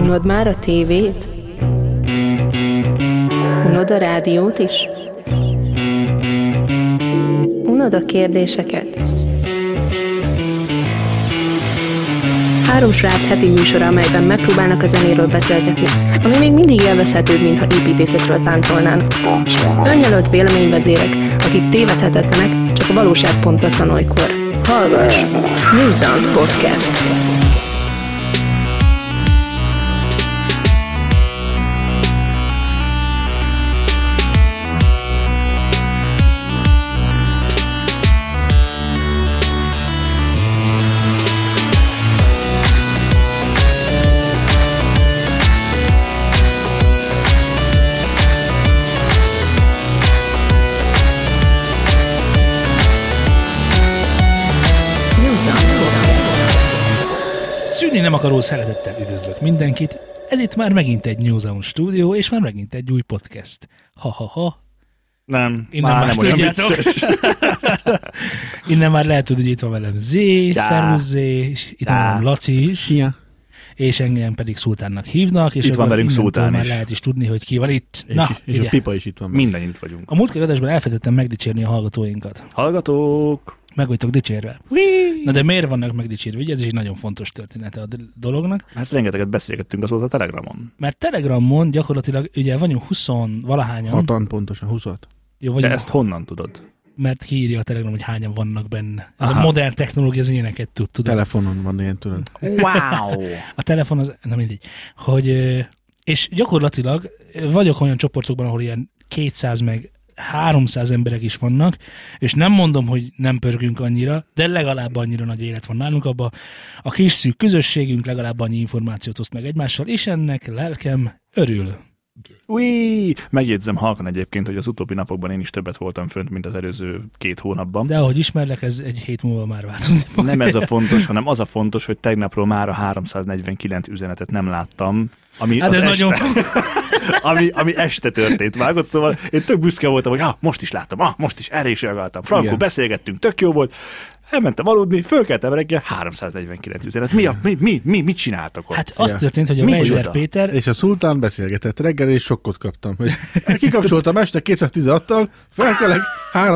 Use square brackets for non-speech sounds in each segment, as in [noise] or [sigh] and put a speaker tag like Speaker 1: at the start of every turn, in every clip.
Speaker 1: Unod már a tévét? Unod a rádiót is? Unod a kérdéseket? Három srác heti műsora, amelyben megpróbálnak a zenéről beszélgetni, ami még mindig élvezhetőbb, mintha építészetről táncolnának. Önjelölt véleményvezérek, akik tévedhetetlenek, csak a valóság pontatlan olykor. Hallgass! New Sound Podcast. New Sound Podcast.
Speaker 2: Szűni nem akaró szeretettel üdvözlök mindenkit. Ez itt már megint egy New Zealand stúdió, és már megint egy új podcast. Ha-ha-ha.
Speaker 3: Nem,
Speaker 2: Innen már,
Speaker 3: nem olyan
Speaker 2: tudjátok. [laughs]
Speaker 3: vicces.
Speaker 2: Innen már lehet tudni, hogy itt van velem Z, szervusz Z, és itt van
Speaker 3: Csá.
Speaker 2: velem Laci is. És engem pedig Szultánnak hívnak. És
Speaker 3: Itt van
Speaker 2: akkor
Speaker 3: velünk
Speaker 2: innentől
Speaker 3: Szultán
Speaker 2: már
Speaker 3: is.
Speaker 2: lehet is tudni, hogy ki van itt.
Speaker 4: És,
Speaker 2: Na,
Speaker 4: és
Speaker 2: ugye.
Speaker 4: a pipa is itt van.
Speaker 3: Minden itt vagyunk.
Speaker 2: A múltkori adásban elfelejtettem megdicsérni a hallgatóinkat.
Speaker 3: Hallgatók!
Speaker 2: Meg vagytok dicsérve. Na de miért vannak megdicsérve? Ugye ez is egy nagyon fontos története a d- dolognak.
Speaker 3: Hát rengeteget beszélgettünk azóta a Telegramon.
Speaker 2: Mert Telegramon gyakorlatilag ugye vagyunk 20 valahányan.
Speaker 4: Hatan pontosan, 20
Speaker 2: Jó,
Speaker 3: De
Speaker 2: vagyunk
Speaker 3: ezt honnan tudod?
Speaker 2: mert kiírja a Telegram, hogy hányan vannak benne. Ez Aha.
Speaker 3: Aha.
Speaker 2: a modern technológia az ilyeneket tud, tudod. Tele-
Speaker 4: Telefonon van ilyen, tudod.
Speaker 3: Wow!
Speaker 2: a telefon az, na mindegy, hogy, ö, és gyakorlatilag ö, vagyok olyan csoportokban, ahol ilyen 200 meg 300 emberek is vannak, és nem mondom, hogy nem pörgünk annyira, de legalább annyira nagy élet van nálunk abba. A kis szűk közösségünk legalább annyi információt oszt meg egymással, és ennek lelkem örül.
Speaker 3: [laughs] Ui! Megjegyzem halkan egyébként, hogy az utóbbi napokban én is többet voltam fönt, mint az előző két hónapban.
Speaker 2: De ahogy ismerlek, ez egy hét múlva már változni fog.
Speaker 3: Nem
Speaker 2: [laughs]
Speaker 3: ez a fontos, hanem az a fontos, hogy tegnapról már a 349 üzenetet nem láttam, ami,
Speaker 2: Hát
Speaker 3: az
Speaker 2: ez
Speaker 3: este, [laughs]
Speaker 2: nagyon
Speaker 3: ami, ami este történt vágott, szóval én tök büszke voltam, hogy ah, most is láttam, ah, most is erre is reagáltam. Frankó,
Speaker 4: Igen.
Speaker 3: beszélgettünk, tök jó volt. Elmentem aludni, fölkeltem reggel, 349 üzenet. Mi, a, mi, mi, mi, mit csináltak ott?
Speaker 2: Hát az
Speaker 4: Ja.
Speaker 2: történt, hogy a
Speaker 3: Mi
Speaker 2: Weiser
Speaker 3: csoda?
Speaker 2: Péter
Speaker 4: És a szultán beszélgetett reggel, és sokkot kaptam. Hogy [laughs] kikapcsoltam este 216-tal, felkelek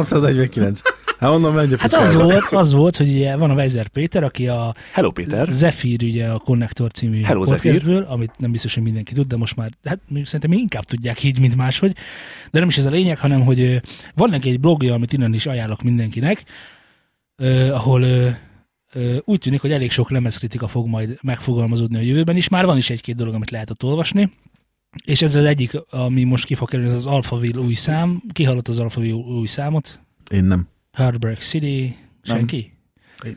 Speaker 4: 349. Hát onnan menj a
Speaker 2: Hát
Speaker 4: pikába.
Speaker 2: az volt, az volt, hogy ugye van a Weiser Péter, aki a
Speaker 3: Hello, Péter.
Speaker 2: Zephyr, ugye a Connector című
Speaker 3: Hello,
Speaker 2: podcastből, amit nem biztos, hogy mindenki tud, de most már, hát még szerintem inkább tudják így, mint máshogy. De nem is ez a lényeg, hanem, hogy ö, van neki egy blogja, amit innen is ajánlok mindenkinek, ö, ahol ö, ö, úgy tűnik, hogy elég sok lemezkritika fog majd megfogalmazódni a jövőben is. Már van is egy-két dolog, amit lehet ott olvasni. És ez az egyik, ami most ki fog kerülni, az az Alphaville új szám. Ki hallott az Alphaville új számot?
Speaker 4: Én nem.
Speaker 2: Heartbreak City,
Speaker 3: Nem.
Speaker 2: senki?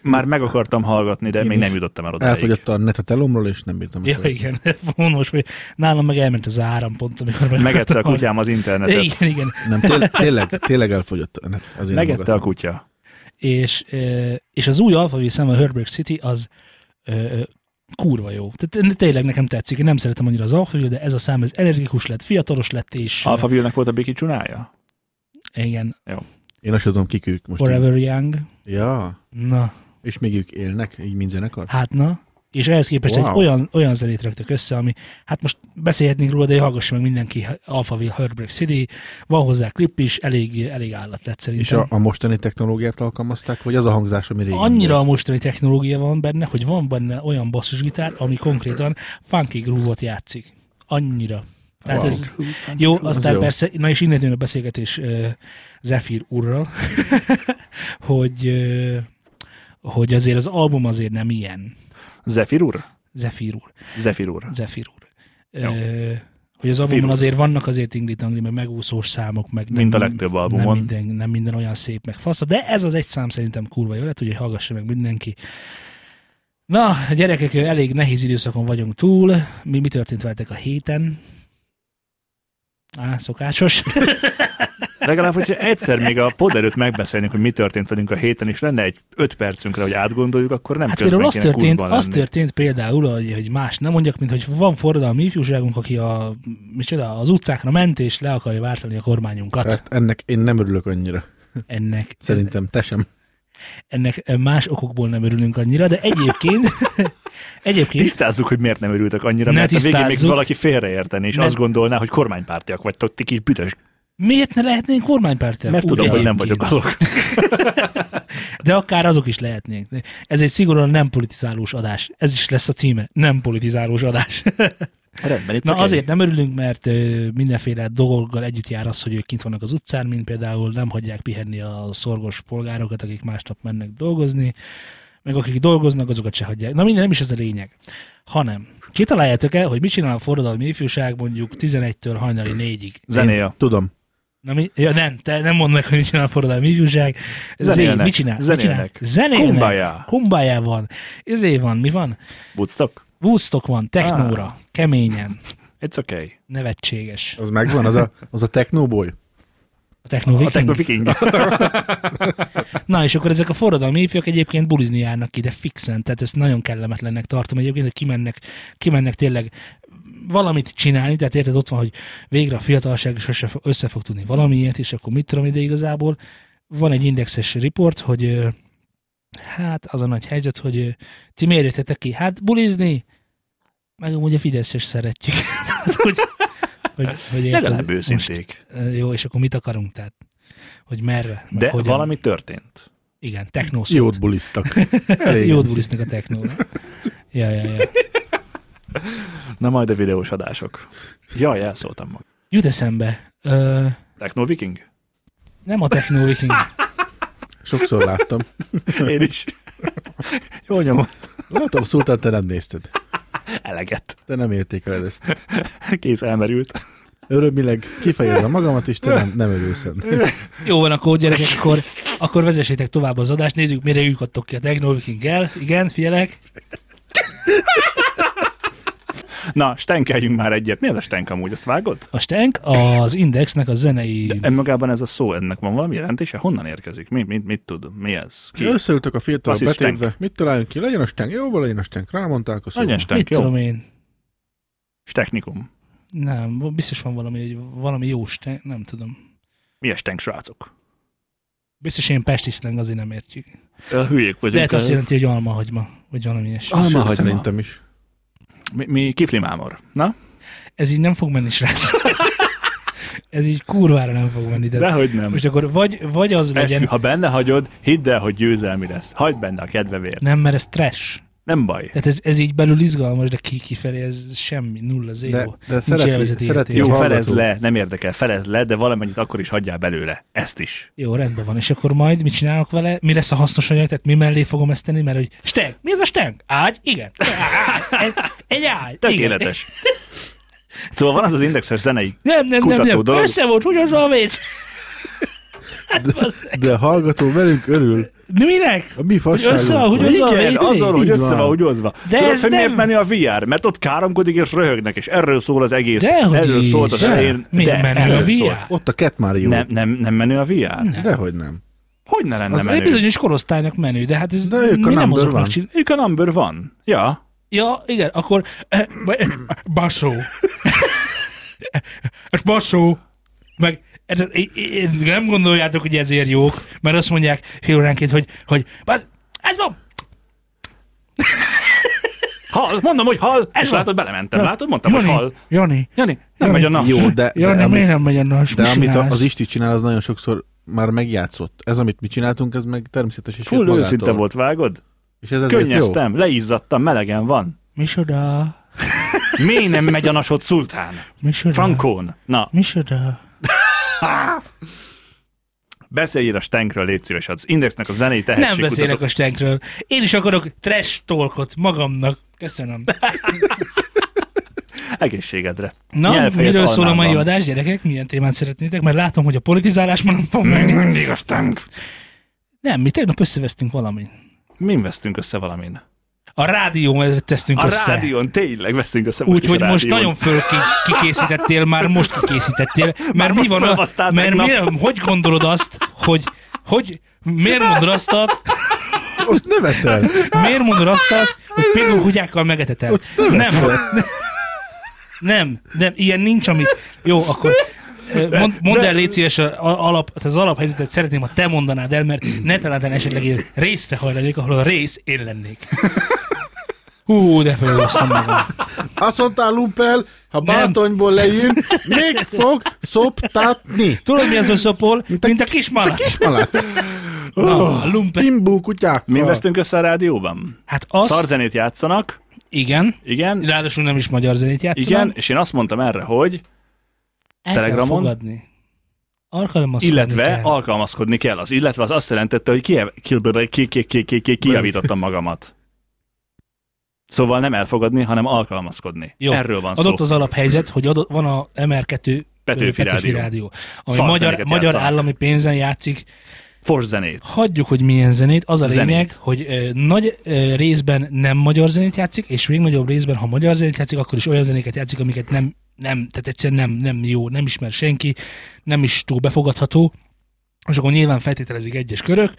Speaker 3: Már meg akartam hallgatni, de
Speaker 4: Én
Speaker 3: még
Speaker 4: is.
Speaker 3: nem jutottam el odáig.
Speaker 4: Elfogyott a net a telomról, és nem bírtam.
Speaker 2: Ja,
Speaker 4: meg.
Speaker 2: igen, [laughs] fontos, hogy nálam meg elment az áram pont, amikor meg [laughs]
Speaker 3: Megette a kutyám az internetet.
Speaker 2: Igen, igen.
Speaker 4: Nem, té- tényleg, tényleg elfogyott a net. Azért nem
Speaker 3: Megette a
Speaker 4: hallgattam.
Speaker 3: kutya.
Speaker 2: És, ö, és az új Alphaville szám, a Heartbreak City, az ö, ö, kurva jó. Tehát én- tényleg nekem tetszik, én nem szeretem annyira az Alphaville, de ez a szám, ez energikus lett, fiatalos lett, és Alpha.
Speaker 3: Alphaville-nek volt a Biki csunája?
Speaker 2: igen,
Speaker 4: Én azt tudom, kik ők most. így.
Speaker 2: Forever Young,
Speaker 4: Ja,
Speaker 2: na,
Speaker 4: és még ők élnek, így mint zenekar.
Speaker 2: hát na, és ehhez képest wow.
Speaker 4: Wow.
Speaker 2: egy olyan, olyan zenét raktak össze, ami, hát most beszélhetnénk róla, de hallgassa meg mindenki Alphaville Heartbreak City, van hozzá klip is, elég, elég állat lett szerintem.
Speaker 4: És a, a mostani technológiát alkalmazták, vagy az a hangzás, ami régen
Speaker 2: Annyira a
Speaker 4: volt?
Speaker 2: mostani technológia van benne, hogy van benne olyan basszusgitár, ami konkrétan funky groove-ot játszik. Annyira. Tehát
Speaker 4: Wow.
Speaker 2: ez, jó, aztán
Speaker 4: jó.
Speaker 2: persze, na és innen jön a beszélgetés uh, Zephyr úrral, [laughs] hogy, ö, hogy azért az album azért nem ilyen.
Speaker 3: Zephyr úr?
Speaker 2: Zephyr úr.
Speaker 3: Zephyr úr.
Speaker 2: Zephyr úr.
Speaker 3: Jó.
Speaker 2: Ö, hogy az albumon
Speaker 3: Firul.
Speaker 2: azért vannak azért inglit angli, meg megúszós számok, meg nem,
Speaker 3: Mint a legtöbb albumon.
Speaker 2: Nem minden, nem minden olyan szép, meg fasz, de ez az egy szám szerintem kurva jó lett, úgyhogy hallgassa meg mindenki. Na, gyerekek, elég nehéz időszakon vagyunk túl. Mi, mi történt veletek a héten? Á, szokásos.
Speaker 3: Legalább, hogyha egyszer még a pod előtt megbeszélnénk, hogy mi történt velünk a héten, és lenne egy öt percünkre, hogy átgondoljuk, akkor nem
Speaker 2: Hát
Speaker 3: közben
Speaker 2: például az
Speaker 3: kéne
Speaker 2: történt,
Speaker 3: kurzban
Speaker 2: az
Speaker 3: lenni.
Speaker 2: történt például, hogy, hogy más nem mondjak, mint hogy van forradalmi ifjúságunk, aki a, micsoda, az utcákra ment és le akarja vártani a kormányunkat.
Speaker 4: Hát ennek én nem örülök annyira.
Speaker 2: Ennek,
Speaker 4: Szerintem te sem.
Speaker 2: ennek eh, más okokból nem örülünk annyira, de egyébként,
Speaker 3: [laughs]
Speaker 2: egyébként
Speaker 3: Tisztázzuk, hogy miért nem örültek annyira,
Speaker 2: Ne
Speaker 3: mert a végén még
Speaker 2: tisztázzuk.
Speaker 3: valaki félreérteni, és
Speaker 2: Ne-
Speaker 3: azt gondolná, hogy kormánypártiak vagytok, ti kis büdös.
Speaker 2: miért ne lehetnénk kormánypártiak?
Speaker 3: Mert
Speaker 2: Úgy
Speaker 3: tudom, hogy nem
Speaker 2: egyébként.
Speaker 3: vagyok azok.
Speaker 2: De akár azok is lehetnénk. Ez egy szigorúan nem politizálós adás. Ez is lesz a címe. Nem politizálós adás.
Speaker 3: Rendben, itt
Speaker 2: Na azért nem örülünk, mert ö, mindenféle dolggal együtt jár az, hogy ők kint vannak az utcán, mint például nem hagyják pihenni a szorgos polgárokat, akik másnap mennek dolgozni, meg akik dolgoznak, azokat se hagyják. Na minden, nem is ez a lényeg. Hanem, kitaláljátok-e, hogy mit csinál a forradalmi ifjúság mondjuk 11-től hajnali 4-ig?
Speaker 3: Zenéja.
Speaker 4: Tudom.
Speaker 2: Na mi? Ja, nem, te nem mondd meg, hogy mit csinál a forradalmi ifjúság. Zé,
Speaker 3: Zenélnek.
Speaker 2: mit csinál?
Speaker 3: Zenélnek.
Speaker 2: Mit csinál? Zenélnek.
Speaker 3: Kumbaya.
Speaker 2: Kumbaya van. Izé van, mi van?
Speaker 3: Woodstock?
Speaker 2: Woodstock van, technóra, ah. keményen,
Speaker 3: It's okay.
Speaker 2: nevetséges.
Speaker 4: Az megvan, az a, az a technóboly.
Speaker 2: A technó
Speaker 3: A Techno Viking.
Speaker 2: Na, és akkor ezek a forradalmi ifjak egyébként bulizni járnak ki, de fixen, tehát ezt nagyon kellemetlennek tartom egyébként, hogy kimennek, kimennek tényleg valamit csinálni, tehát érted, ott van, hogy végre a fiatalság is össze, fog- össze fog tudni valamiért, és akkor mit tudom ide igazából. Van egy indexes riport, hogy ö, hát az a nagy helyzet, hogy ö, ti miért jöttetek ki? Hát bulizni, meg amúgy a Fidesz is szeretjük. [laughs] Tehát, hogy, hogy, hogy érted,
Speaker 3: Legalább
Speaker 2: most,
Speaker 3: őszinték.
Speaker 2: ö, Jó, és akkor mit akarunk? Tehát, hogy merre? meg
Speaker 3: De
Speaker 2: hogyan?
Speaker 3: valami történt.
Speaker 2: Igen, technó szót.
Speaker 4: Jót bulisztak. Elég.
Speaker 2: Jót bulisznak a technóra. Ja, ja, ja.
Speaker 3: Na majd a videós adások. Jaj, elszóltam mag.
Speaker 2: Jut eszembe. Ö,
Speaker 3: Techno Viking?
Speaker 2: nem a technó viking.
Speaker 4: Sokszor láttam.
Speaker 3: Én is. [laughs] Jó nyomod.
Speaker 4: Látom, szótán te nem nézted.
Speaker 3: Eleget.
Speaker 4: Te nem értékeled ezt.
Speaker 3: Kész elmerült.
Speaker 4: Örömileg kifejezem magamat, és te nem, nem örülsz ennek.
Speaker 2: Jó van, akkor gyerekek, akkor, akkor vezessétek tovább az adást, nézzük, mire lyukadtok ki a technó vikinggel. Igen, figyelek.
Speaker 3: Na, stenkeljünk már egyet. Mi ez a stenk amúgy? Azt vágod?
Speaker 2: A Stenk az Indexnek a zenei...
Speaker 3: Önmagában ez a szó, ennek van valami jelentése? Honnan érkezik? Mi, mit, mit tud? Mi ez? Ki?
Speaker 4: Összeültök a fiatalok
Speaker 3: Azt is stenk.
Speaker 4: betétve. Mit találjunk ki? Legyen a steng. Jó, legyen a steng. Rámondták a szóval.
Speaker 3: Legyen
Speaker 2: Mit
Speaker 3: stenk, jó?
Speaker 2: tudom én?
Speaker 3: Steknikum.
Speaker 2: Nem, biztos van valami, hogy valami jó stenk, nem tudom.
Speaker 3: Mi a stenk, srácok?
Speaker 2: Biztos én pesti slang, azért nem értjük.
Speaker 3: Ö, Hülyék vagyunk.
Speaker 2: Lehet azt
Speaker 3: Ö,
Speaker 2: jelenti, hogy almahagyma, vagy valami ilyesmi.
Speaker 3: Alma
Speaker 4: Sőt,
Speaker 3: hagyma.
Speaker 4: Szerintem is.
Speaker 3: Mi, mi kiflimámor. Na?
Speaker 2: Ez így nem fog menni, srác. Ez így kurvára nem fog menni. De,
Speaker 3: Dehogy nem.
Speaker 2: Most akkor vagy, vagy az
Speaker 3: Eskü,
Speaker 2: legyen,
Speaker 3: ha benne hagyod, hidd el, hogy győzelmi lesz. Hagyd benne a kedvevér.
Speaker 2: nem, mert ez trash.
Speaker 3: Nem baj.
Speaker 2: Tehát ez, ez így belül izgalmas, de ki kifelé ez semmi, nulla, zéro.
Speaker 4: De- de szereti-
Speaker 2: élvezeti
Speaker 4: szereti
Speaker 2: értéke.
Speaker 3: Jó,
Speaker 4: hallgató.
Speaker 3: felez le, nem érdekel, felez le, de valamennyit akkor is hagyjál belőle. Ezt is.
Speaker 2: Jó, rendben van. És akkor majd mit csinálok vele? Mi lesz a hasznos anyag? Tehát mi mellé fogom ezt tenni? Mert hogy steng, mi ez a steng? Ágy? Igen. Ágy. Egy, egy ágy. Igen.
Speaker 3: Tökéletes. Szóval van az az indexes zenei.
Speaker 2: Nem, nem, nem,
Speaker 3: Kutató
Speaker 2: nem.
Speaker 3: dolog.
Speaker 2: Össze volt, hogy az van véc?
Speaker 4: De a hallgató velünk örül.
Speaker 2: Minek?
Speaker 4: A mi
Speaker 2: összeáll, hogy
Speaker 4: fasságunkon.
Speaker 2: az- van, izé.
Speaker 3: Igen,
Speaker 2: így
Speaker 3: azzal,
Speaker 2: van.
Speaker 3: hogy
Speaker 4: Így
Speaker 3: össze van,
Speaker 4: van.
Speaker 3: hogy hozva.
Speaker 2: De
Speaker 3: Tudod,
Speaker 2: ez
Speaker 3: hogy miért
Speaker 2: nem-
Speaker 3: menő a VR? Mert ott káromkodik és röhögnek, és erről szól az egész.
Speaker 2: Dehogy
Speaker 3: erről
Speaker 2: is.
Speaker 3: szólt az
Speaker 2: De.
Speaker 3: elején.
Speaker 2: Miért
Speaker 3: de,
Speaker 2: menő
Speaker 3: erről
Speaker 2: a VR?
Speaker 3: szólt.
Speaker 4: Ott a Cat Mario.
Speaker 3: Nem, nem, nem menő a VR?
Speaker 4: Dehogy nem.
Speaker 3: Hogy ne lenne
Speaker 2: Az egy
Speaker 3: menő?
Speaker 2: bizonyos korosztálynak menő, de hát ez
Speaker 4: De ők a
Speaker 2: mi nem
Speaker 4: number
Speaker 2: azoknak
Speaker 4: one.
Speaker 2: csin-
Speaker 3: Ők a number van. Ja.
Speaker 2: Ja, igen, akkor eh, eh, baszó. És baszó. Meg ez- eh, eh, nem gondoljátok, hogy ezért jók, mert azt mondják fél óránként, hogy, hogy basz, ez van,
Speaker 3: Hal, mondom, hogy hal, és
Speaker 2: van.
Speaker 3: látod, belementem. Látod, mondtam, hogy
Speaker 2: Jani,
Speaker 3: hal.
Speaker 2: Jani,
Speaker 3: Jani, nem megy a nas.
Speaker 4: Jó, de, de,
Speaker 2: Jani,
Speaker 4: amit,
Speaker 2: miért nem megy a nas?
Speaker 4: de
Speaker 2: Mit
Speaker 4: amit a-
Speaker 2: csinálsz?
Speaker 4: az Isti csinál, az nagyon sokszor már megjátszott. Ez, amit mi csináltunk, ez meg természetes és jött
Speaker 3: Full
Speaker 4: magától.
Speaker 3: őszinte volt, vágod?
Speaker 4: És ez ezért jó.
Speaker 3: Könnyeztem, leizzadtam, melegen van.
Speaker 2: Micsoda?
Speaker 3: Mi nem megy a nasod, szultán?
Speaker 2: Micsoda?
Speaker 3: Frankón. Na,
Speaker 2: Micsoda?
Speaker 3: beszéljél a Stenkről, légy szíves, az Indexnek a zenei
Speaker 2: Nem beszélek
Speaker 3: tehetségkutatók.
Speaker 2: a Stenkről. Én is akarok trash talkot magamnak. Köszönöm.
Speaker 3: Egészségedre.
Speaker 2: Na,
Speaker 3: Nyelvhelyett
Speaker 2: miről szól a mai
Speaker 3: Almában.
Speaker 2: adás, gyerekek? Milyen témát szeretnétek? Mert látom, hogy a politizálás már nem fog menni.
Speaker 3: Mindig a Stenk.
Speaker 2: Nem, mi tegnap összevesztünk valamin.
Speaker 3: Min vesztünk össze valamin?
Speaker 2: A rádió tesztünk
Speaker 3: A
Speaker 2: össze.
Speaker 3: rádión, tényleg vesztünk össze most is
Speaker 2: Úgyhogy
Speaker 3: a
Speaker 2: most
Speaker 3: rádión.
Speaker 2: nagyon föl ki, kikészítettél, már most kikészítettél. Mert mi
Speaker 3: most
Speaker 2: van, a,
Speaker 3: felbasztál
Speaker 2: mert
Speaker 3: tegnap.
Speaker 2: mi, hogy gondolod azt, hogy, hogy miért mondod azt, a-
Speaker 4: Azt nevetel.
Speaker 2: miért mondod azt, a- hogy például kutyákkal megetetel? Nem, nem, nem, ilyen nincs, amit... Jó, akkor ö, mond, mondd el, légy szíves, a- a- alap, tehát az alaphelyzetet szeretném, ha te mondanád el, mert ne talán esetleg én részre hajlanék, ahol a rész én lennék. Hú, de felhoztam magam.
Speaker 4: Azt mondtál, Lumpel, ha bátonyból leül, még fog szoptatni.
Speaker 2: Tudod, mi az a szopol? Mint a kis malac.
Speaker 4: Kismalac.
Speaker 2: Na, a lumpe.
Speaker 4: Pimbú kutyákkal.
Speaker 3: Mi vesztünk össze a rádióban?
Speaker 2: Hát
Speaker 3: Az...
Speaker 2: az,
Speaker 3: Szarzenét játszanak,
Speaker 2: igen,
Speaker 3: igen,
Speaker 2: ráadásul nem is magyar zenét játszanak.
Speaker 3: igen, és én azt mondtam erre, hogy
Speaker 2: El kell
Speaker 3: Telegramon.
Speaker 2: Fogadni. Alkalmazkodni
Speaker 3: illetve
Speaker 2: kell.
Speaker 3: alkalmazkodni kell. Az illetve az azt jelentette, hogy kiev- ki- ki- ki- ki- ki- ki- kijavítottam magamat. Szóval nem elfogadni, hanem alkalmazkodni.
Speaker 2: Jó.
Speaker 3: Jó. Erről van szó.
Speaker 2: Adott az alaphelyzet, hogy adott, van a MR2 Petőfi
Speaker 3: Petőfi, Rádió.
Speaker 2: Rádió, ami
Speaker 3: Szar
Speaker 2: magyar,
Speaker 3: zenéket
Speaker 2: magyar
Speaker 3: játszanak.
Speaker 2: állami pénzen játszik.
Speaker 3: Fors zenét.
Speaker 2: Hagyjuk, hogy milyen zenét. Az a
Speaker 3: Zenét.
Speaker 2: lényeg, hogy ö, nagy ö, részben nem magyar zenét játszik, és még nagyobb részben, ha magyar zenét játszik, akkor is olyan zenéket játszik, amiket nem, nem tehát egyszerűen nem, nem jó, nem ismer senki, nem is túl befogadható. És akkor nyilván feltételezik egyes körök,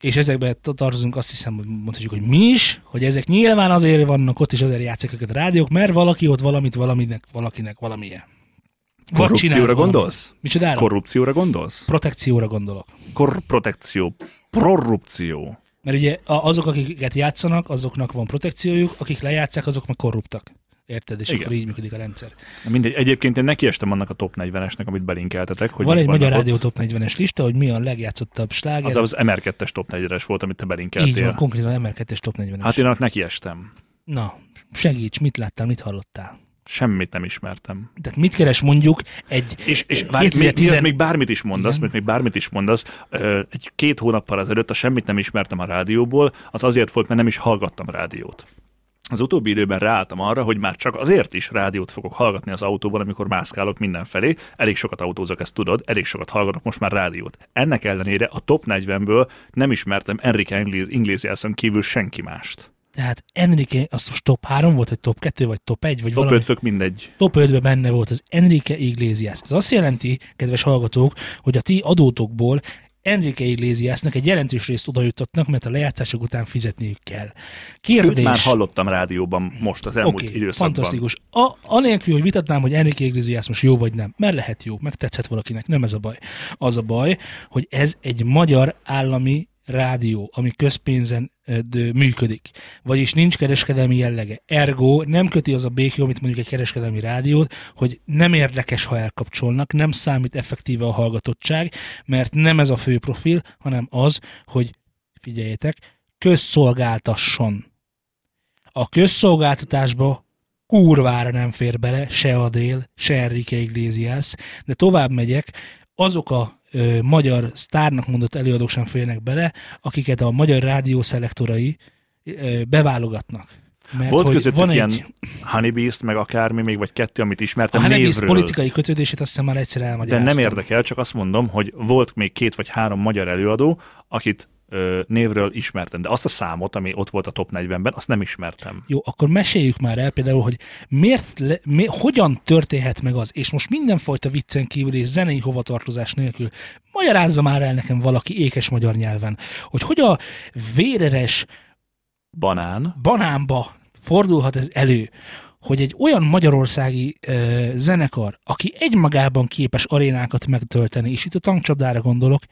Speaker 2: és ezekbe t- tartozunk azt hiszem, hogy mondhatjuk, hogy mi is, hogy ezek nyilván azért vannak ott, és azért játszik őket a rádiók, mert valaki ott valamit valaminek, valakinek valamilyen. Vagy csinált
Speaker 3: Korrupcióra
Speaker 2: valamit.
Speaker 3: gondolsz?
Speaker 2: Micsodára? Kor-
Speaker 3: Korrupcióra gondolsz?
Speaker 2: Protekcióra gondolok.
Speaker 3: Korprotekció. Prorrupció.
Speaker 2: Mert ugye a- azok, akiket játszanak, azoknak van protekciójuk, akik lejátszák, azok meg korruptak. Érted? És Igen.
Speaker 3: Igen.
Speaker 2: akkor így működik a rendszer.
Speaker 3: Na Mindegy. Egyébként én nekiestem annak a top 40-esnek, amit belinkeltetek. Hogy
Speaker 2: Hogy van
Speaker 3: mik
Speaker 2: egy
Speaker 3: vannak
Speaker 2: Magyar
Speaker 3: ott.
Speaker 2: Rádió Top 40-es lista, hogy mi a legjátszottabb sláger.
Speaker 3: Az az MR2-es top 40-es volt, amit te
Speaker 2: így van,
Speaker 3: belinkeltél.
Speaker 2: konkrétan MR2-es Top 40-es.
Speaker 3: Hát én annak nekiestem.
Speaker 2: Na, segíts, mit láttál, mit hallottál?
Speaker 3: Semmit nem ismertem.
Speaker 2: Tehát mit keres mondjuk egy...
Speaker 3: És, és várj, még,
Speaker 2: 2010
Speaker 3: még, még bármit is mondasz,
Speaker 2: Igen.
Speaker 3: még, még bármit is mondasz, ö, egy két hónappal ezelőtt a semmit nem ismertem a rádióból, az azért volt, mert nem is hallgattam rádiót. Az utóbbi időben ráálltam arra, hogy már csak azért is rádiót fogok hallgatni az autóban, amikor mászkálok mindenfelé. Elég sokat autózok, ezt tudod, elég sokat hallgatok most már rádiót. Ennek ellenére a top 40-ből nem ismertem Enrique Iglesiason kívül senki mást.
Speaker 2: Tehát Enrique, az most top 3 volt, vagy top 2, vagy top 1, vagy
Speaker 3: Top
Speaker 2: valami
Speaker 3: 5 tök mindegy.
Speaker 2: Top 5-ben benne volt az Enrique Iglesias. Ez azt jelenti, kedves hallgatók, hogy a ti adótokból Enrique Iglesiasnak egy jelentős részt odajuttatnak, mert a lejátszások után fizetniük kell.
Speaker 3: Őt már
Speaker 2: Kérdés.
Speaker 3: hallottam rádióban most az elmúlt
Speaker 2: Oké, okay,
Speaker 3: időszakban.
Speaker 2: fantasztikus. A, anélkül, hogy vitatnám, hogy Enrique Iglesias most jó vagy nem, mert lehet jó, meg tetszett valakinek, nem ez a baj. Az a baj, hogy ez egy magyar állami rádió, ami közpénzen ö, d- működik. Vagyis nincs kereskedelmi jellege. Ergo nem köti az a békő, amit mondjuk egy kereskedelmi rádiót, hogy nem érdekes, ha elkapcsolnak, nem számít effektíve a hallgatottság, mert nem ez a fő profil, hanem az, hogy figyeljetek, közszolgáltasson. A közszolgáltatásba kurvára nem fér bele, se Adél, se Enrique Iglesias, de tovább megyek, azok a ö, magyar sztárnak mondott előadók sem férnek bele, akiket a magyar rádió szelektorai ö, beválogatnak. Mert
Speaker 3: Volt
Speaker 2: hogy
Speaker 3: közöttük
Speaker 2: van
Speaker 3: ilyen
Speaker 2: egy,
Speaker 3: honeybeast, meg akármi, még vagy kettő, amit ismertem
Speaker 2: a Henebis
Speaker 3: névről.
Speaker 2: politikai kötődését azt hiszem már egyszer
Speaker 3: de
Speaker 2: elmagyaráztam.
Speaker 3: nem érdekel, csak azt mondom, hogy volt még két vagy három magyar előadó, akit ö, névről ismertem, de azt a számot, ami ott volt a top 40-ben, azt nem ismertem.
Speaker 2: Jó, akkor meséljük már el például, hogy miért, le, mi, hogyan történhet meg az, és most mindenfajta viccen kívül és zenei hovatartozás nélkül magyarázza már el nekem valaki ékes magyar nyelven, hogy hogy a véreres
Speaker 3: Banán,
Speaker 2: banánba fordulhat ez elő, hogy egy olyan magyarországi ö, zenekar, aki egymagában képes arénákat megtölteni, és itt a tankcsapdára gondolok,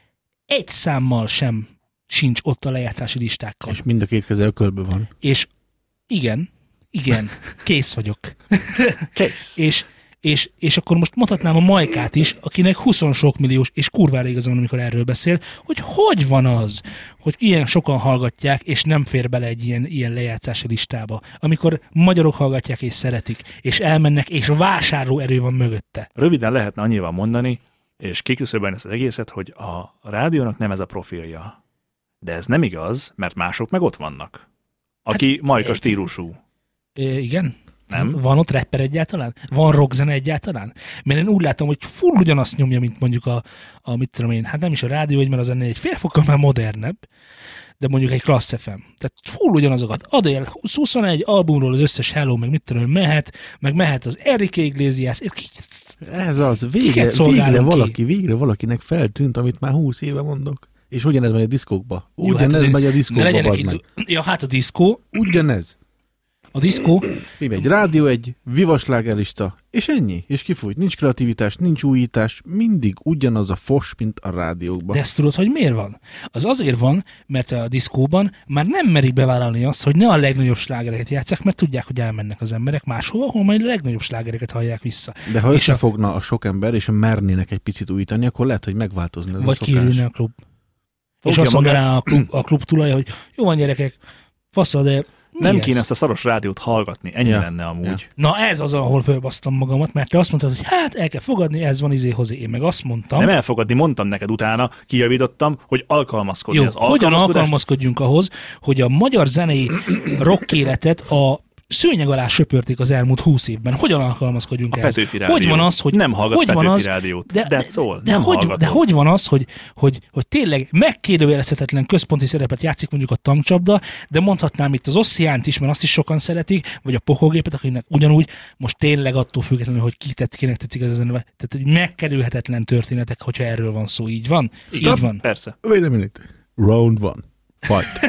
Speaker 2: egy számmal sem sincs ott a lejátszási listákkal.
Speaker 4: És mind a két keze ökölbe van.
Speaker 2: És igen, igen, kész vagyok.
Speaker 3: kész.
Speaker 2: És, és, és akkor most mutatnám a Majkát is, akinek 20 sok milliós, és kurvára igaza van, amikor erről beszél, hogy hogy van az, hogy ilyen sokan hallgatják, és nem fér bele egy ilyen, ilyen lejátszási listába, amikor magyarok hallgatják és szeretik, és elmennek, és vásárlóerő van mögötte.
Speaker 3: Röviden lehetne annyival mondani, és kiküszöbölni ezt az egészet, hogy a rádiónak nem ez a profilja. De ez nem igaz, mert mások meg ott vannak. Aki hát, majka
Speaker 2: egy-
Speaker 3: stílusú.
Speaker 2: Ö, igen?
Speaker 3: Nem.
Speaker 2: Van ott rapper egyáltalán? Van rockzene egyáltalán? Mert én úgy látom, hogy full ugyanazt nyomja, mint mondjuk a, a mit tudom én, hát nem is a rádió, egy, mert az ennél egy félfokkal már modernebb, de mondjuk egy Class FM. Tehát full ugyanazokat. Adél 21 albumról az összes Hello, meg mit tudom én, mehet, meg mehet az Enrique Iglesias.
Speaker 4: Ez az, végre,
Speaker 2: Kiket szolgálunk
Speaker 4: végre
Speaker 2: ki?
Speaker 4: valaki, végre valakinek feltűnt, amit már húsz éve mondok. És ugyanez megy a diszkókba.
Speaker 2: Jó, hát
Speaker 4: Ugyanez
Speaker 2: azért
Speaker 4: megy a
Speaker 2: ne
Speaker 4: diszkókba,
Speaker 2: legyenek
Speaker 4: bazd
Speaker 2: idő-
Speaker 4: meg.
Speaker 2: Ja, hát a diszkó,
Speaker 4: Ugyanez.
Speaker 2: a diszkó,
Speaker 4: Még egy rádió, egy vivaslágerista, és ennyi, és kifújt. Nincs kreativitás, nincs újítás, mindig ugyanaz a fos, mint a rádiókban.
Speaker 2: de ezt tudod, hogy miért van? Az azért van, mert a diszkóban már nem merik bevállalni azt, hogy ne a legnagyobb slágereket játszák, mert tudják, hogy elmennek az emberek máshova, ahol majd a legnagyobb slágereket hallják vissza.
Speaker 4: De ha
Speaker 2: és a-
Speaker 4: összefogna a sok ember, és mernének egy picit újítani, akkor lehet, hogy megváltozna ez
Speaker 2: Vagy
Speaker 4: a szokás.
Speaker 2: kiürülne a klub. és
Speaker 3: Fogja
Speaker 2: azt mondja
Speaker 3: magát.
Speaker 2: rá a klub, a klub tulaja, hogy jó van gyerekek, faszal, de mi
Speaker 3: Nem
Speaker 2: ez?
Speaker 3: kéne ezt a szaros rádiót hallgatni, ennyi
Speaker 4: Ja.
Speaker 3: lenne amúgy.
Speaker 4: Ja.
Speaker 2: Na ez az, ahol fölbasztam magamat, mert te azt mondtad, hogy hát el kell fogadni, ez van izé hozzá. Én meg azt mondtam,
Speaker 3: Nem elfogadni, mondtam neked utána, kijavítottam, hogy alkalmazkodni.
Speaker 2: jó,
Speaker 3: az
Speaker 2: hogyan
Speaker 3: alkalmazkodás
Speaker 2: alkalmazkodjunk ahhoz, hogy a magyar
Speaker 3: [coughs]
Speaker 2: zenei rock életet a szőnyeg alá söpörték az elmúlt húsz évben. Hogyan alkalmazkodjunk
Speaker 3: A
Speaker 2: ehhez?
Speaker 3: Petőfi rádió.
Speaker 2: Hogy van az, hogy
Speaker 3: nem hallgatsz
Speaker 2: hogy
Speaker 3: Petőfi
Speaker 2: van az,
Speaker 3: rádiót.
Speaker 2: De, de,
Speaker 3: That's all.
Speaker 2: de,
Speaker 3: nem
Speaker 2: hogy,
Speaker 3: hallgatod.
Speaker 2: de hogy van az, hogy, hogy, hogy tényleg megkérdőjelezhetetlen központi szerepet játszik mondjuk a tankcsapda, de mondhatnám itt az Ossziánt is, mert azt is sokan szeretik, vagy a pokogépet, akinek ugyanúgy most tényleg attól függetlenül, hogy ki tett, kinek tetszik ez a zene, tehát egy megkerülhetetlen történetek, hogyha erről van szó, így van? Így van.
Speaker 3: Persze.
Speaker 4: Wait a minute. Round one.
Speaker 2: [laughs]
Speaker 4: Fight.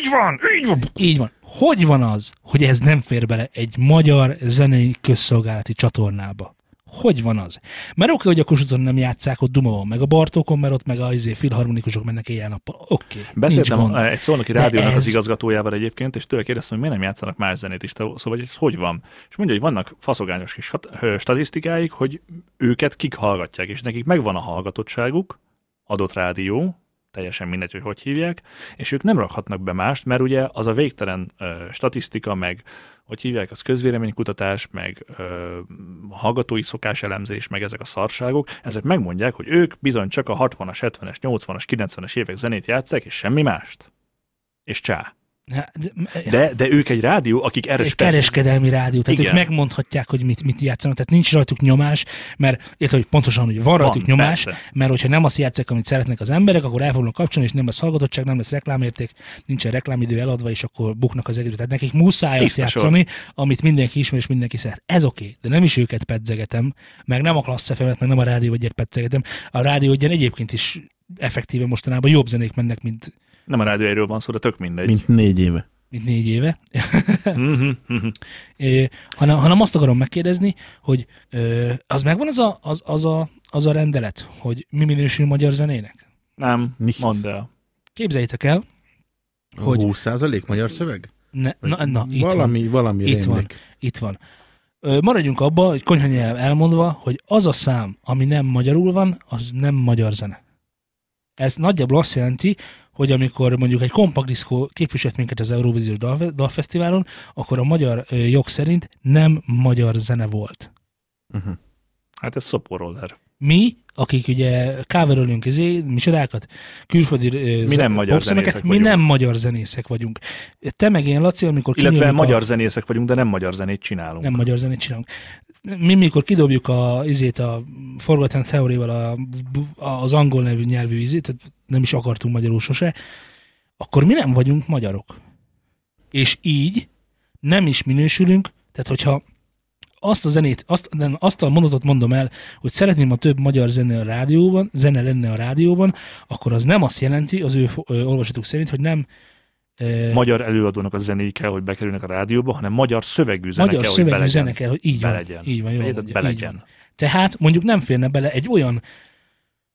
Speaker 3: Így van, így van.
Speaker 2: Így van. Hogy van az, hogy ez nem fér bele egy magyar zenei közszolgálati csatornába? Hogy van az? Mert oké, hogy a Kossuthon nem játszák, ott Duma van, meg a Bartókon, mert ott meg a izé, filharmonikusok mennek éjjel-nappal. Oké, nincs
Speaker 3: Beszéltem
Speaker 2: gond.
Speaker 3: eh, egy szolnoki
Speaker 2: De
Speaker 3: rádiónak
Speaker 2: ez-
Speaker 3: az igazgatójával egyébként, és tőle kérdeztem, hogy miért nem játszanak más zenét is, te- szóval hogy ez hogy van. És mondja, hogy vannak faszogányos kis hat- ö, statisztikáik, hogy őket kik hallgatják, és nekik megvan a hallgatottságuk, adott rádió, teljesen mindegy, hogy hogy hívják, és ők nem rakhatnak be mást, mert ugye az a végtelen ö, statisztika, meg hogy hívják, az közvéleménykutatás, meg ö, hallgatói szokáselemzés, meg ezek a szarságok, ezek megmondják, hogy ők bizony csak a 60-as, 70-es, 80-as, 90-es évek zenét játszák, és semmi mást. És csá.
Speaker 2: Hát, de,
Speaker 3: De, de ők egy rádió, akik erre
Speaker 2: egy
Speaker 3: speci-
Speaker 2: kereskedelmi rádió, tehát
Speaker 3: Igen.
Speaker 2: ők megmondhatják, hogy mit, mit játszanak, tehát nincs rajtuk nyomás, mert érted, hogy pontosan, hogy van rajtuk
Speaker 3: Van,
Speaker 2: nyomás,
Speaker 3: persze.
Speaker 2: mert hogyha nem azt játszák, amit szeretnek az emberek, akkor el fognak kapcsolni, és nem lesz hallgatottság, nem lesz reklámérték, nincsen reklámidő eladva, és akkor buknak az egész. Tehát nekik muszáj azt
Speaker 3: Tiszta sor.
Speaker 2: játszani, amit mindenki ismer, és mindenki szeret. Ez oké, okay, de nem is őket pedzegetem, meg nem a klassz fm meg nem a rádió egyet pedzegetem. A rádió egyen egyébként is effektíve mostanában jobb zenék mennek, mint,
Speaker 3: Nem a rádió erről van szó, de tök mindegy.
Speaker 4: Mint négy éve.
Speaker 2: mint négy éve.
Speaker 3: Mhm, mhm.
Speaker 2: Ö, hanem, hanem azt akarom megkérdezni, hogy ö, az megvan az a, az, az, a, az a rendelet, hogy mi minősül magyar zenének?
Speaker 3: nem,
Speaker 4: Nicht.
Speaker 3: mondd el.
Speaker 2: Képzeljétek el, Hogy?
Speaker 4: 20% magyar szöveg?
Speaker 2: ne, na, na, itt van.
Speaker 4: valami, valami
Speaker 2: Itt van. Itt van. Ö, maradjunk abba, hogy konyhanyelv elmondva, hogy az a szám, ami nem magyarul van, az nem magyar zene. Ez nagyjából azt jelenti, hogy amikor mondjuk egy kompakdiszkó képviselt minket az Eurovíziós Dal- Dalfesztiválon, akkor a magyar ö, jog szerint nem magyar zene volt.
Speaker 4: Uh-huh.
Speaker 3: Hát ez szoporoller.
Speaker 2: mi, akik ugye coverölünk izé, micsodákat, külföldi ö,
Speaker 3: Mi nem magyar
Speaker 2: popszemeket,
Speaker 3: zenészek
Speaker 2: mi
Speaker 3: vagyunk.
Speaker 2: nem magyar zenészek vagyunk. Te meg én, Laci, amikor
Speaker 3: Illetve
Speaker 2: kinyomjuk
Speaker 3: magyar
Speaker 2: a,
Speaker 3: zenészek vagyunk, de nem magyar zenét csinálunk.
Speaker 2: nem magyar zenét csinálunk. Mi, mikor kidobjuk a, izét a Forgotten Theory-val a, az angol nevű nyelvű izét, tehát nem is akartunk magyarul sose, akkor mi nem vagyunk magyarok. És így nem is minősülünk, tehát hogyha azt a zenét, azt, nem, azt a mondatot mondom el, hogy szeretném, ha több magyar zene a rádióban, zene lenne a rádióban, akkor az nem azt jelenti az ő fo- ö, olvasatuk szerint, hogy nem ö,
Speaker 3: magyar előadónak a zenéi kell, hogy bekerülnek a rádióba, hanem magyar szövegű zene
Speaker 2: magyar
Speaker 3: kell,
Speaker 2: szövegű
Speaker 3: hogy
Speaker 2: zene
Speaker 3: belegyen.
Speaker 2: kell, hogy így van.
Speaker 3: Belegyen.
Speaker 2: Így van, jól
Speaker 3: Érted?
Speaker 2: mondja, így
Speaker 3: Belegyen.
Speaker 2: van. Tehát mondjuk nem férne bele egy olyan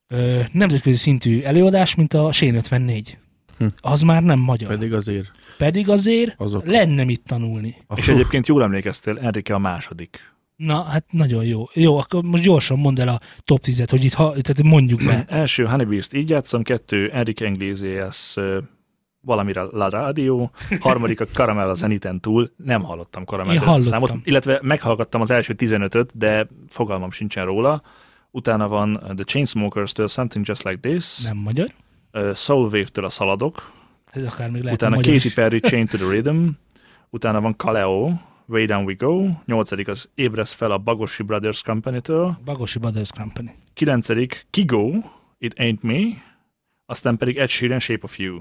Speaker 2: ö, nemzetközi szintű előadás, mint a Sén 54.
Speaker 4: Hm.
Speaker 2: Az már nem magyar. Pedig,
Speaker 4: Pedig azért
Speaker 2: Pedig azért
Speaker 4: azok.
Speaker 2: lenne mit tanulni.
Speaker 4: a
Speaker 3: És
Speaker 4: fú-
Speaker 3: egyébként jól emlékeztél, Enrique a második.
Speaker 2: Na, hát nagyon jó. Jó, akkor most gyorsan mondd el a top 10-et, hogy itt ha, tehát mondjuk be.
Speaker 3: Első Honeybeast így játszom, kettő Enrique Iglesias ö, valamire La Radio, harmadik
Speaker 2: [laughs]
Speaker 3: a Caramel a Zeniten túl, nem hallottam Caramel
Speaker 2: Én
Speaker 3: ezt a
Speaker 2: hallottam.
Speaker 3: számot, illetve meghallgattam az első 15-öt, de fogalmam sincsen róla. Utána van ö, The Chainsmokers-től Something Just Like This,
Speaker 2: Nem magyar.
Speaker 3: ö, Soulwave-től a Szaladok,
Speaker 2: Ez akár még lehet
Speaker 3: Utána
Speaker 2: magyar
Speaker 3: Katy
Speaker 2: is. [laughs]
Speaker 3: Perry, Chain to the Rhythm, utána van Kaleo, Way Down We Go, nyolcadik az Ébresz fel a Bagosi Brothers Company-től,
Speaker 2: Bagosi Brothers Company. [clears throat]
Speaker 3: kilencedik Kigo, It Ain't Me, aztán pedig Ed Sheeran, Shape of You.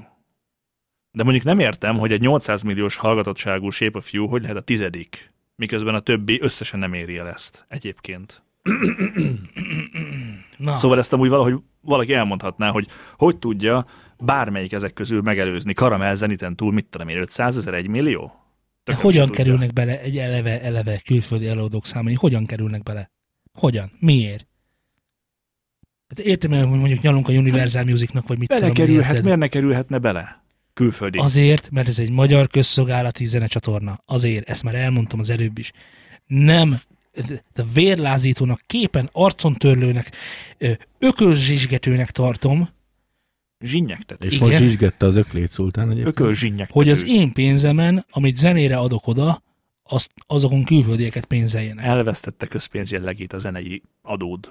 Speaker 3: De mondjuk nem értem, hogy egy 800 milliós hallgatottságú Shape of You hogy lehet a tizedik, miközben a többi összesen nem éri el ezt egyébként.
Speaker 2: Na, szóval
Speaker 3: Szóval ezt amúgy valahogy valaki elmondhatná, hogy hogy tudja bármelyik ezek közül megelőzni karamell zeniten túl, mit tudom én, 500 ezer, 1 millió?
Speaker 2: De
Speaker 3: Tököm se
Speaker 2: hogyan
Speaker 3: tudja.
Speaker 2: kerülnek bele egy eleve, eleve külföldi előadók számai? Hogyan kerülnek bele? Hogyan? Miért? Hát értem, hogy mondjuk nyalunk a Universal Musicnak, vagy mit tudom,
Speaker 3: Belekerülhet,
Speaker 2: érted?
Speaker 3: miért ne kerülhetne bele? Külföldi.
Speaker 2: Azért, mert ez egy magyar közszolgálati zenecsatorna. Azért, ezt már elmondtam az előbb is. Nem de vérlázítónak, képen arcontörlőnek, ö, ökölzsizsgetőnek tartom,
Speaker 3: Zsinnyegtető.
Speaker 4: És
Speaker 2: Igen.
Speaker 4: most zsizsgette az öklét szultán egyébként.
Speaker 3: Ököl zsinnyegtető.
Speaker 2: hogy az én pénzemen, amit zenére adok oda, azt, azokon külföldieket pénzeljenek.
Speaker 3: Elvesztette közpénz jellegét a zenei adód.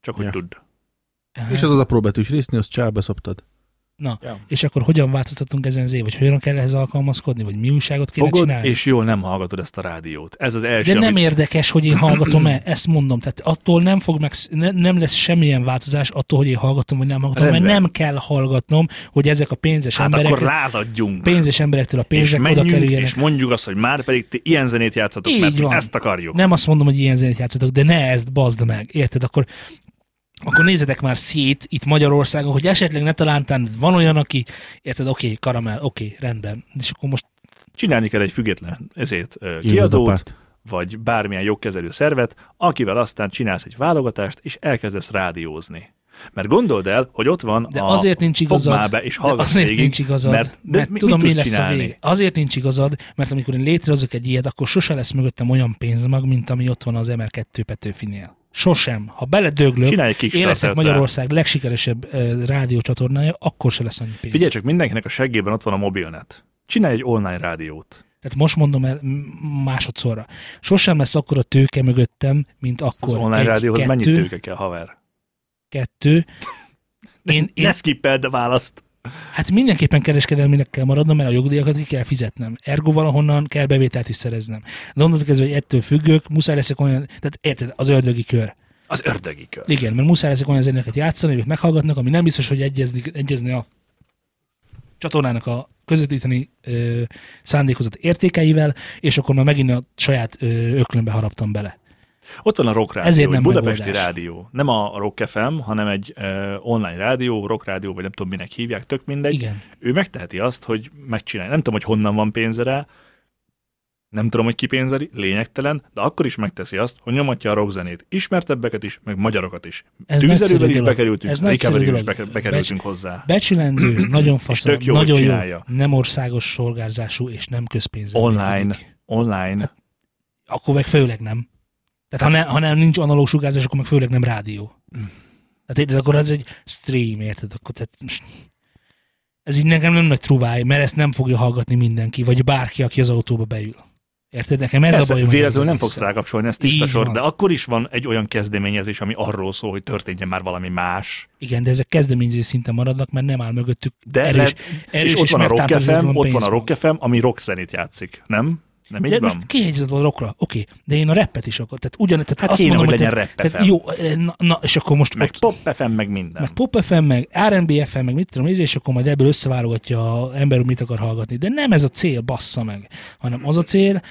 Speaker 3: Csak hogy
Speaker 4: Ja.
Speaker 3: ja. tudd.
Speaker 2: Hát.
Speaker 4: És az az apró betűs részni, azt csába szoptad.
Speaker 2: Na,
Speaker 3: Ja.
Speaker 2: és akkor hogyan változtatunk ezen az év, vagy hogyan kell ehhez alkalmazkodni, vagy mi újságot kéne
Speaker 3: Fogod,
Speaker 2: csinálni?
Speaker 3: és jól nem hallgatod ezt a rádiót. Ez az első,
Speaker 2: De nem
Speaker 3: amit...
Speaker 2: érdekes, hogy én hallgatom-e, ezt mondom. Tehát attól nem, fog meg, ne, nem lesz semmilyen változás attól, hogy én hallgatom, vagy nem hallgatom,
Speaker 3: Rendben.
Speaker 2: mert nem kell hallgatnom, hogy ezek a pénzes,
Speaker 3: Hát
Speaker 2: emberek,
Speaker 3: akkor lázadjunk.
Speaker 2: pénzes emberektől a
Speaker 3: és
Speaker 2: pénzek oda
Speaker 3: menjünk,
Speaker 2: kerüljenek.
Speaker 3: és mondjuk azt, hogy már pedig ti ilyen zenét játszatok,
Speaker 2: Így
Speaker 3: mert
Speaker 2: van.
Speaker 3: mi ezt akarjuk.
Speaker 2: Nem azt mondom, hogy ilyen zenét játszatok, de ne ezt bazd meg, érted? Akkor akkor nézzetek már szét itt Magyarországon, hogy esetleg ne talántán van olyan, aki, érted, oké, karamell, oké, rendben. És akkor most
Speaker 3: Csinálni kell egy független ezért ö,
Speaker 4: Írd az
Speaker 3: kiadót,
Speaker 4: apát.
Speaker 3: vagy bármilyen jogkezelő szervet, akivel aztán csinálsz egy válogatást, és elkezdesz rádiózni. Mert gondold el, hogy ott van
Speaker 2: De
Speaker 3: a
Speaker 2: azért nincs
Speaker 3: fogd
Speaker 2: igazad.
Speaker 3: már be és
Speaker 2: De
Speaker 3: hallgass
Speaker 2: azért
Speaker 3: végig,
Speaker 2: nincs igazad,
Speaker 3: mert,
Speaker 2: mert,
Speaker 3: de
Speaker 2: mert
Speaker 3: mi,
Speaker 2: tudom,
Speaker 3: mit
Speaker 2: mi
Speaker 3: tudsz
Speaker 2: lesz
Speaker 3: csinálni?
Speaker 2: a vége. Azért nincs igazad, mert amikor én létrehozok egy ilyet, akkor sose lesz mögöttem olyan pénzmag, mint ami ott van az MR2 Petőfinél. Sosem. Ha beledöglök,
Speaker 3: Csinálj egy
Speaker 2: én leszek
Speaker 3: Kickstartert rá.
Speaker 2: Magyarország legsikeresebb ö, rádiócsatornája, akkor se lesz annyi pénz.
Speaker 3: Figyelj csak, mindenkinek a seggében ott van a mobilnet. Csinálj egy online rádiót.
Speaker 2: Tehát most mondom el m- másodszorra. Sosem lesz akkor a tőke mögöttem, mint akkor.
Speaker 3: Az online
Speaker 2: Egy,
Speaker 3: rádióhoz
Speaker 2: kettő,
Speaker 3: mennyi tőke kell, haver?
Speaker 2: Kettő. Én, én
Speaker 3: [laughs] Ne skippeld a választ.
Speaker 2: Hát mindenképpen kereskedelminek kell maradnom, mert a jogdíjakat ki kell fizetnem. Ergo valahonnan kell bevételt is szereznem. De onnantól kezdve, hogy ettől függök, muszáj leszek olyan, tehát érted, az ördögi kör.
Speaker 3: Az ördögi kör.
Speaker 2: Igen, mert muszáj leszek olyan zenéket játszani, amit meghallgatnak, ami nem biztos, hogy egyezni, egyezni a csatornának a közvetíteni ö, szándékozott értékeivel, és akkor már megint a saját ö, öklömbe haraptam bele.
Speaker 3: Ott van a Rock Rádió,
Speaker 2: Ezért
Speaker 3: egy
Speaker 2: nem
Speaker 3: Budapesti
Speaker 2: megoldás.
Speaker 3: rádió. Nem a Rock FM, hanem egy uh, online rádió, Rock Rádió, vagy nem tudom minek hívják, tök mindegy.
Speaker 2: Igen.
Speaker 3: Ő megteheti azt, hogy megcsinálja. Nem tudom, hogy honnan van pénze rá, nem tudom, hogy ki pénzeli, lényegtelen, de akkor is megteszi azt, hogy nyomatja a rockzenét. Ismertebbeket is, meg magyarokat is.
Speaker 2: Ez
Speaker 3: Tűzelővel
Speaker 2: nagyszerű
Speaker 3: is
Speaker 2: dolog.
Speaker 3: bekerültünk,
Speaker 2: Ez nagyszerű
Speaker 3: recovery is
Speaker 2: dolog.
Speaker 3: beke- bekerültünk hozzá.
Speaker 2: Becsülendő,
Speaker 3: [clears throat]
Speaker 2: nagyon faszom,
Speaker 3: tök jó, hogy
Speaker 2: nagyon jó,
Speaker 3: csinálja.
Speaker 2: nem országos sorgárzású és nem közpénzű.
Speaker 3: Online, online.
Speaker 2: akkor meg főleg nem. Tehát ha, ne, ha nem, nincs analóg sugárzás, akkor meg főleg nem rádió. Tehát érted, akkor az egy stream, érted? Akkor tehát, most- ez így nekem nem nagy truváj, mert ezt nem fogja hallgatni mindenki, vagy bárki, aki az autóba beül. Érted? Nekem ez
Speaker 3: Persze,
Speaker 2: a bajom. az
Speaker 3: véletlenül nem
Speaker 2: egész.
Speaker 3: fogsz rákapcsolni, ez tiszta
Speaker 2: Így
Speaker 3: sor,
Speaker 2: van.
Speaker 3: de akkor is van egy olyan kezdeményezés, ami arról szól, hogy történjen már valami más.
Speaker 2: Igen, de ezek kezdeményezés szinten maradnak, mert nem áll mögöttük
Speaker 3: De
Speaker 2: erős,
Speaker 3: le-
Speaker 2: erős
Speaker 3: és ott van a Rock
Speaker 2: megtámadhatatlan
Speaker 3: FM, ott van a
Speaker 2: pénzmag.
Speaker 3: Rock FM, ami rock zenét játszik, nem? Nem így
Speaker 2: de
Speaker 3: van?
Speaker 2: most kihegyzett a rockra, oké, de én a rappet is akkor, tehát ugyan, tehát
Speaker 3: Hát
Speaker 2: azt
Speaker 3: kéne,
Speaker 2: mondom,
Speaker 3: hogy legyen
Speaker 2: tehát,
Speaker 3: rap
Speaker 2: tehát,
Speaker 3: FM.
Speaker 2: jó, na, na, és akkor most
Speaker 3: Meg
Speaker 2: ott,
Speaker 3: Pop FM, meg minden.
Speaker 2: meg pop FM, meg R&B FM, meg mit tudom, nézni, és akkor majd ebből összeválogatja a ember, hogy mit akar hallgatni. De nem ez a cél, bassza meg, hanem az a cél,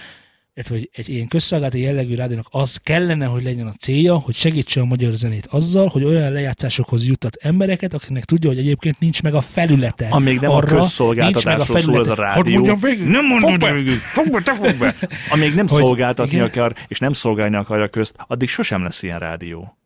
Speaker 2: illetve hogy egy ilyen közszolgálati jellegű rádiónak az kellene, hogy legyen a célja, hogy segítse a magyar zenét azzal, hogy olyan lejátszásokhoz juttat embereket, akiknek tudja, hogy egyébként nincs meg a felülete.
Speaker 3: Amíg nem a
Speaker 2: arra, nincs meg
Speaker 3: közszolgáltatásról
Speaker 2: a
Speaker 3: szól ez a
Speaker 2: felülete.
Speaker 3: rádió.
Speaker 2: Hogy mondjam végig? Nem mondom
Speaker 3: Fogd be!
Speaker 2: végig.
Speaker 3: Fogd be, te fogd be! Amíg nem
Speaker 2: Hogy-
Speaker 3: szolgáltatni
Speaker 2: igen.
Speaker 3: akar, és nem szolgálni akarja közt, addig sosem lesz ilyen rádió.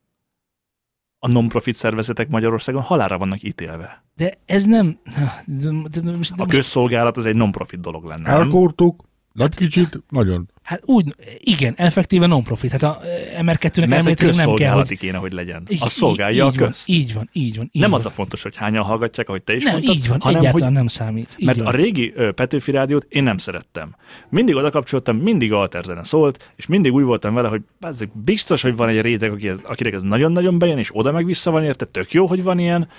Speaker 3: A non-profit szervezetek Magyarországon halára vannak ítélve.
Speaker 2: De ez nem... De, de, de, most- de
Speaker 3: A
Speaker 2: most,
Speaker 3: közszolgálat az egy non-profit dolog lenne. nem?
Speaker 4: Elkórtuk, Hát- nem kicsit, nagyon.
Speaker 2: hát úgy, igen, effektíve non-profit. Hát a MR2-nek
Speaker 3: Mert
Speaker 2: elméletileg
Speaker 3: hogy
Speaker 2: nem kell, hogy
Speaker 3: közszolgálati kéne, hogy legyen.
Speaker 2: Így-
Speaker 3: Az szolgálja a
Speaker 2: így, így van,
Speaker 3: közt.
Speaker 2: Így van, így van. Így
Speaker 3: nem
Speaker 2: van.
Speaker 3: az a fontos, hogy hányan hallgatják, ahogy te is
Speaker 2: nem,
Speaker 3: mondtad,
Speaker 2: így van,
Speaker 3: hanem hogy
Speaker 2: egyáltalán nem számít. Így
Speaker 3: Mert
Speaker 2: van.
Speaker 3: a régi ö, Petőfi rádiót én nem szerettem. Mindig oda kapcsoltam, mindig alterzene szólt, és mindig úgy voltam vele, hogy bázzeg, biztos, hogy van egy réteg, aki ez, akinek ez nagyon-nagyon bejön, és oda meg vissza van érte, tök jó, hogy van ilyen,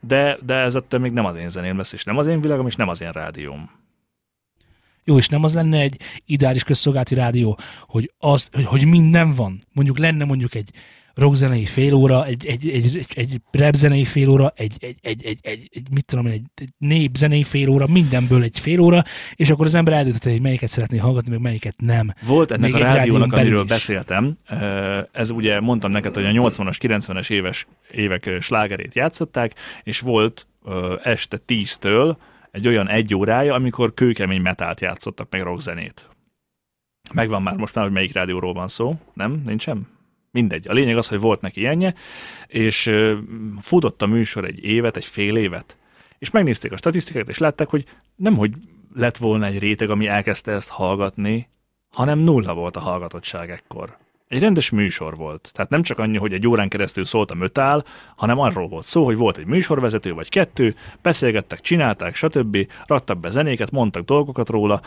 Speaker 3: de, de ez attól még nem az én zeném lesz, és nem az én világom, és nem az én rádióm.
Speaker 2: Jó, és nem az lenne egy ideális közszolgálati rádió, hogy, az, hogy, hogy minden van. Mondjuk lenne mondjuk egy rockzenei fél óra, egy, egy, egy, egy, egy rapzenei fél óra, egy, egy, egy, egy, egy, egy mit tudom én, egy, egy népzenei fél óra, mindenből egy fél óra, és akkor az ember eldöntheti, hogy melyiket szeretné hallgatni, meg melyiket nem.
Speaker 3: Volt ennek
Speaker 2: Még
Speaker 3: a
Speaker 2: egy rádión
Speaker 3: rádiónak,
Speaker 2: belül
Speaker 3: amiről
Speaker 2: is.
Speaker 3: beszéltem, ö, ez ugye mondtam neked, hogy a 80-as, 90-es éves, évek ö, slágerét játszották, és volt ö, este 10-től egy olyan egy órája, amikor kőkemény metált játszottak meg rockzenét. Megvan már most már, hogy melyik rádióról van szó, nem? Nincsen? Mindegy. A lényeg az, hogy volt neki ilyenje, és ö, futott a műsor egy évet, egy fél évet, és megnézték a statisztikákat, és látták, hogy nem, hogy lett volna egy réteg, ami elkezdte ezt hallgatni, hanem nulla volt a hallgatottság ekkor. Egy rendes műsor volt. Tehát nem csak annyi, hogy egy órán keresztül szólt a mötál, hanem arról volt szó, hogy volt egy műsorvezető vagy kettő, beszélgettek, csinálták, stb., raktak be zenéket, mondtak dolgokat róla,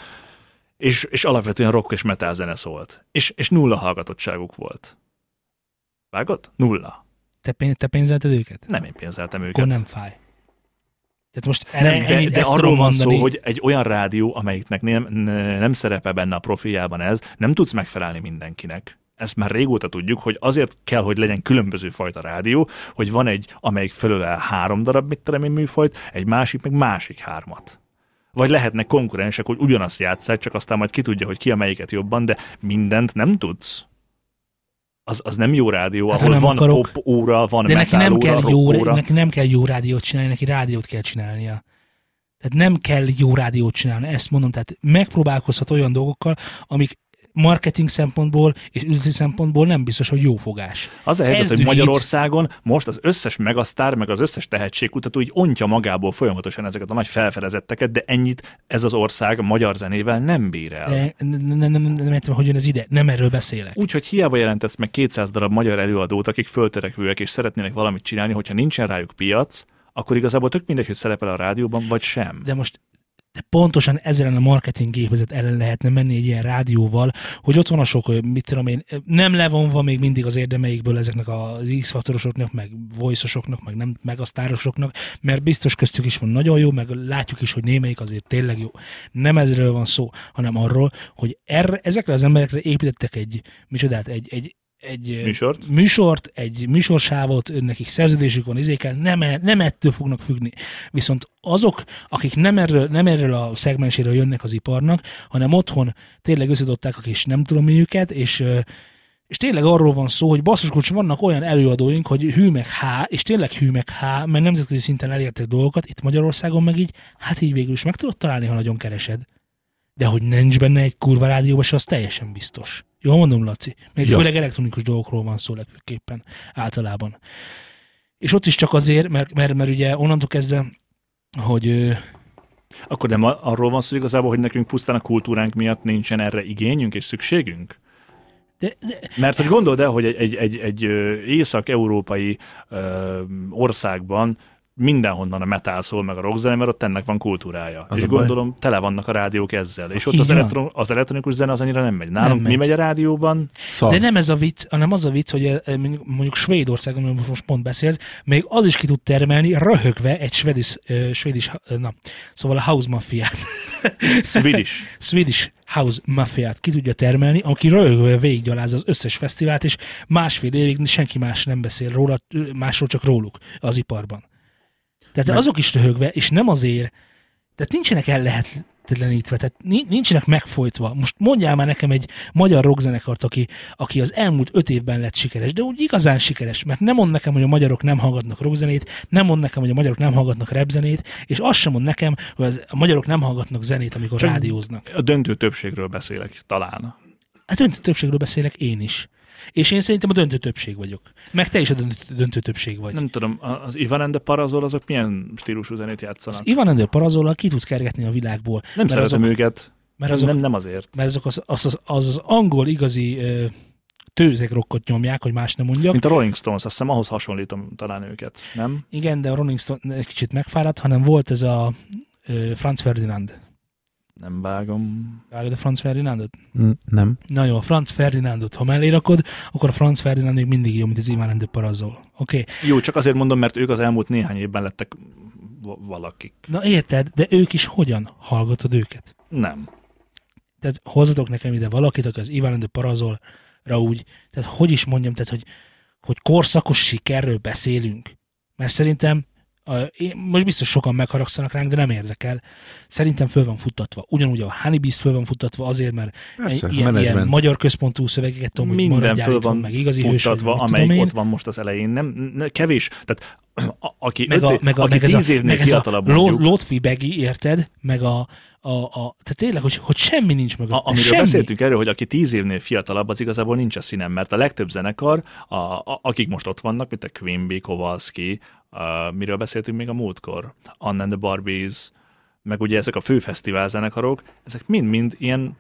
Speaker 3: és, és alapvetően rock és metal zene szólt. És, és nulla hallgatottságuk volt. Vágod? Nulla.
Speaker 2: Te, pénz, te pénzelted őket?
Speaker 3: Nem én pénzeltem
Speaker 2: Akkor
Speaker 3: őket.
Speaker 2: nem fáj. Tehát most erre
Speaker 3: Nem, de,
Speaker 2: ennyit
Speaker 3: de
Speaker 2: ezt
Speaker 3: arról
Speaker 2: tudom
Speaker 3: van
Speaker 2: mondani.
Speaker 3: szó, hogy egy olyan rádió, amelyiknek nem, ne- nem szerepel benne a profiljában ez, nem tudsz megfelelni mindenkinek. Ezt már régóta tudjuk, hogy azért kell, hogy legyen különböző fajta rádió, hogy van egy, amelyik fölölel három darab mit tudom én műfajt, egy másik meg másik hármat. Vagy lehetnek konkurensek, hogy ugyanazt játsszák, csak aztán majd ki tudja, hogy ki a melyiket jobban, de mindent nem tudsz. Az, az nem jó rádió,
Speaker 2: Hát,
Speaker 3: hát,
Speaker 2: ha
Speaker 3: ahol
Speaker 2: nem
Speaker 3: van
Speaker 2: akarok.
Speaker 3: pop óra, van
Speaker 2: De neki
Speaker 3: metal
Speaker 2: nem,
Speaker 3: óra,
Speaker 2: kell
Speaker 3: rock
Speaker 2: jó,
Speaker 3: óra.
Speaker 2: neki nem kell jó rádiót csinálni, neki rádiót kell csinálnia. Tehát nem kell jó rádiót csinálni, ezt mondom. Tehát megpróbálkozhat olyan dolgokkal, amik marketing szempontból és üzleti szempontból nem biztos, hogy jó fogás.
Speaker 3: Az a helyzet,
Speaker 2: Ez
Speaker 3: hogy
Speaker 2: dühít.
Speaker 3: Magyarországon most az összes megasztár, meg az összes tehetségkutató így ontja magából folyamatosan ezeket a nagy felfedezetteket, de ennyit ez az ország magyar zenével nem bír el.
Speaker 2: De nem, nem, nem, nem értem, hogy jön ez ide. Nem erről beszélek.
Speaker 3: Úgyhogy hiába jelentesz meg 200 darab magyar előadót, akik föltörekvőek és szeretnének valamit csinálni, hogyha nincsen rájuk piac, akkor igazából tök mindegy, hogy szerepel a rádióban, vagy sem.
Speaker 2: De most de pontosan ezzel a marketing gépezet ellen lehetne menni egy ilyen rádióval, hogy ott van a sok, ö, mit tudom én, ö, nem levonva még mindig az érdemeikből ezeknek az X-faktorosoknak, meg voice-osoknak, meg, nem, meg a sztárosoknak, mert biztos köztük is van nagyon jó, meg látjuk is, hogy némelyik azért tényleg jó. Nem ezről van szó, hanem arról, hogy erre, ezekre az emberekre építettek egy, micsodát, egy, egy, egy ö,
Speaker 3: Műsort?
Speaker 2: műsort, egy műsorsávot, nekik szerződésük van izékel, nem, e- nem ettől fognak függni. Viszont azok, akik nem erről, nem erről a szegmenséről jönnek az iparnak, hanem otthon tényleg összedobták a kis nem tudom miüket, és ö, és tényleg arról van szó, hogy basszus kulcs, vannak olyan előadóink, hogy hű meg há, és tényleg hű meg há, mert nemzetközi szinten elértek dolgokat, itt Magyarországon meg így, hát így végül is meg tudod találni, ha nagyon keresed. De hogy nincs benne egy kurva rádióba, se az teljesen biztos. Jól mondom, Laci? Még
Speaker 3: Ja.
Speaker 2: ja. főleg elektronikus dolgokról van szó legfőképpen általában. És ott is csak azért, mert, mert, mert ugye onnantól kezdve, hogy ö,
Speaker 3: Akkor nem a- arról van szó hogy igazából, hogy nekünk pusztán a kultúránk miatt nincsen erre igényünk és szükségünk?
Speaker 2: de, de,
Speaker 3: Mert hogy gondold el, hogy egy, egy, egy, egy ö, észak-európai ö, országban mindenhonnan a metal szól, meg a rockzene, mert ott ennek van kultúrája.
Speaker 4: Az
Speaker 3: Az és
Speaker 4: a baj.
Speaker 3: gondolom, tele vannak a rádiók ezzel. És ott
Speaker 2: Így
Speaker 3: az,
Speaker 2: van.
Speaker 3: elektron, az elektronikus zene az annyira nem megy. Nálunk
Speaker 2: Nem megy.
Speaker 3: mi megy a rádióban?
Speaker 4: Szar.
Speaker 2: De nem ez a vicc, hanem az a vicc, hogy eh, eh, mondjuk- mondjuk Svédország, amiről most pont beszélsz, még az is ki tud termelni, röhögve egy svédis, eh, svédis eh, na, szóval a house mafiát, [laughs]
Speaker 3: Swedish.
Speaker 2: Swedish house mafiát ki tudja termelni, aki röhögve végiggyalázza az összes fesztivált, és másfél évig senki más nem beszél róla, ö, másról csak róluk az iparban. Tehát
Speaker 4: Meg-
Speaker 2: azok is röhögve, és nem azért, tehát nincsenek ellehetetlenítve, tehát ni- nincsenek megfojtva. Most mondjál már nekem egy magyar rockzenekart, aki, aki az elmúlt öt évben lett sikeres, de úgy igazán sikeres, mert nem mond nekem, hogy a magyarok nem hallgatnak rockzenét, nem mond nekem, hogy a magyarok nem hallgatnak repzenét, és azt sem mond nekem, hogy az, a magyarok nem hallgatnak zenét, amikor
Speaker 3: Csak-
Speaker 2: rádióznak.
Speaker 3: A döntő többségről beszélek talán.
Speaker 2: Hát döntő többségről beszélek én is. És én szerintem a döntő többség vagyok. Meg te is a döntő, döntő többség vagy.
Speaker 3: Nem tudom, a- az Ivan and the Parazol azok milyen stílusú zenét játszanak?
Speaker 2: Az Ivan Endő Parazollal ki tudsz kergetni a világból.
Speaker 3: Nem
Speaker 2: mert
Speaker 3: szeretem
Speaker 2: azok,
Speaker 3: őket.
Speaker 2: mert azok,
Speaker 3: Nem, nem azért.
Speaker 2: mert azok az, az, az, az, az angol igazi ö, tőzeg rockot nyomják, hogy más nem mondjak.
Speaker 3: Mint a Rolling Stones, azt hiszem ahhoz hasonlítom talán őket, nem?
Speaker 2: Igen, de a Rolling Stone egy kicsit megfáradt, hanem volt ez a ö, Franz Ferdinand.
Speaker 3: Nem vágom.
Speaker 2: Vágod a Franz Ferdinandot?
Speaker 4: nem.
Speaker 2: Na jó, a Franz Ferdinandot, ha mellé rakod, akkor a Franz Ferdinand még mindig jó, mint az Ivan Endő Parazol. Oké? Okay.
Speaker 3: Jó, csak azért mondom, mert ők az elmúlt néhány évben lettek va- valakik.
Speaker 2: Na érted, de ők is hogyan hallgatod őket?
Speaker 3: Nem.
Speaker 2: tehát hozzatok nekem ide valakit, aki az Ivan and the Parazolra úgy, tehát hogy is mondjam, tehát hogy, hogy korszakos sikerről beszélünk. Mert szerintem A, én, most biztos sokan megharagszanak ránk, de nem érdekel. Szerintem föl van futtatva. Ugyanúgy a Honeybees föl van futtatva azért, mert
Speaker 4: Persze,
Speaker 2: ilyen, ilyen
Speaker 4: menedzsment.
Speaker 2: magyar központú szövegeket tudom, hogy
Speaker 3: Minden
Speaker 2: maradjál
Speaker 3: föl
Speaker 2: itthon,
Speaker 3: van
Speaker 2: meg igazi
Speaker 3: mutatva,
Speaker 2: hősöny, meg
Speaker 3: amelyik
Speaker 2: tudom én.
Speaker 3: ott van most az elején. Nem, ne, kevés. Tehát [clears throat] a, aki,
Speaker 2: meg a, meg a,
Speaker 3: aki
Speaker 2: meg ez
Speaker 3: tíz
Speaker 2: a,
Speaker 3: évnél
Speaker 2: meg ez a
Speaker 3: fiatalabb
Speaker 2: Ló-
Speaker 3: mondjuk,
Speaker 2: Lotfi Begi, érted? Meg a, a, a tehát tényleg, hogy, hogy semmi nincs mögött.
Speaker 3: A, amiről
Speaker 2: semmi.
Speaker 3: beszéltünk erről, hogy aki tíz évnél fiatalabb, az igazából nincs a színen, mert a legtöbb zenekar, a, a, akik most ott vannak, mint a Quimby, Kowalski, a, miről beszéltünk még a múltkor, Anna and the Barbies, meg ugye ezek a fő fesztivál zenekarok, ezek mind-mind ilyen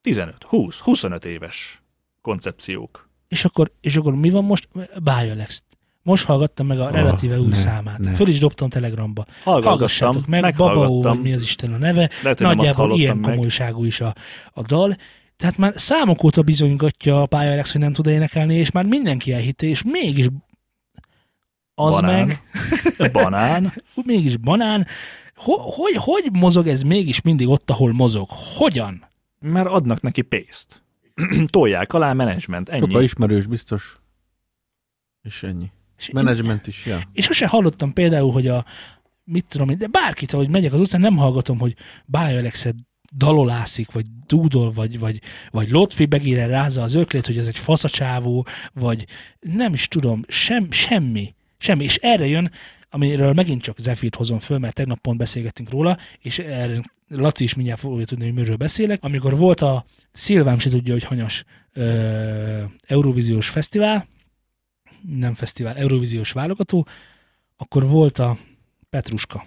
Speaker 3: 15, 20, 25 éves koncepciók.
Speaker 2: És akkor, és akkor mi van most? Bájalex. Most hallgattam meg a relatíve új
Speaker 4: Ah, ne,
Speaker 2: számát.
Speaker 4: ne.
Speaker 2: Föl is dobtam Telegramba.
Speaker 3: Hallgattam,
Speaker 2: Hallgassátok meg, Babaó,
Speaker 3: meghallgattam.
Speaker 2: vagy mi az Isten a neve.
Speaker 3: Lehet, hogy nem azt
Speaker 2: Nagyjából ilyen
Speaker 3: hallottam meg.
Speaker 2: komolyságú is a, a dal. Tehát már számok óta bizonygatja a Bájalex, hogy nem tud énekelni, és már mindenki elhitte, és mégis az
Speaker 3: Banán.
Speaker 2: meg,
Speaker 3: [laughs] Banán.
Speaker 2: Ú, mégis banán. Ho- Hogy, hogy mozog ez mégis mindig ott, ahol mozog? Hogyan?
Speaker 3: Mert adnak neki pénzt. [clears throat] Tolják alá menedzsment, ennyi.
Speaker 4: Sokkal ismerős, biztos. És ennyi.
Speaker 2: És,
Speaker 4: Menedzsment is, ja.
Speaker 2: és sose hallottam például, hogy a mit tudom én, de bárkit, ahogy megyek az utcán, nem hallgatom, hogy Bájölexet dalolászik, vagy dúdol, vagy, vagy, vagy Lotfi begére rázza az öklét, hogy ez egy faszacsávó, vagy nem is tudom, sem, semmi, semmi. És erre jön, amiről megint csak Zephyrt hozom föl, mert tegnap pont beszélgettünk róla, és erre Laci is mindjárt fogja tudni, hogy miről beszélek. Amikor volt a Szilvám se tudja, hogy hanyas ö, Eurovíziós fesztivál, nem fesztivál, Eurovíziós válogató, akkor volt a Petruska.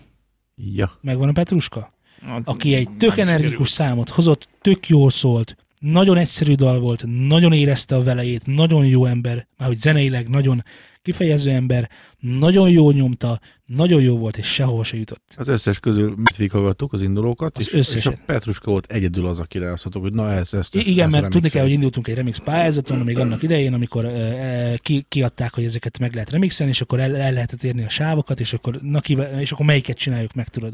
Speaker 4: Ja.
Speaker 2: Megvan a Petruska?
Speaker 3: Hát,
Speaker 2: Aki egy
Speaker 3: nem
Speaker 2: tök
Speaker 3: sikerült.
Speaker 2: energikus számot hozott, tök jól szólt, nagyon egyszerű dal volt, nagyon érezte a velejét, nagyon jó ember, már hogy zeneileg nagyon kifejező ember, nagyon jól nyomta, nagyon jó volt, és sehova se jutott.
Speaker 4: Az összes közül mit véghallgattuk, az indulókat,
Speaker 2: Az
Speaker 4: és, és
Speaker 2: összeset.
Speaker 4: a Petruska volt egyedül az, akire azt mondtuk, hogy na ez, ezt,
Speaker 2: I-
Speaker 4: ezt
Speaker 2: Igen, mert
Speaker 4: ezt
Speaker 2: tudni
Speaker 4: remixelj.
Speaker 2: kell, hogy indultunk egy remix pályázaton, még annak idején, amikor ö, ö, ki, kiadták, hogy ezeket meg lehet remixelni, és akkor el, el lehetett érni a sávokat, és akkor, na kivel, és akkor melyiket csináljuk meg, tudod.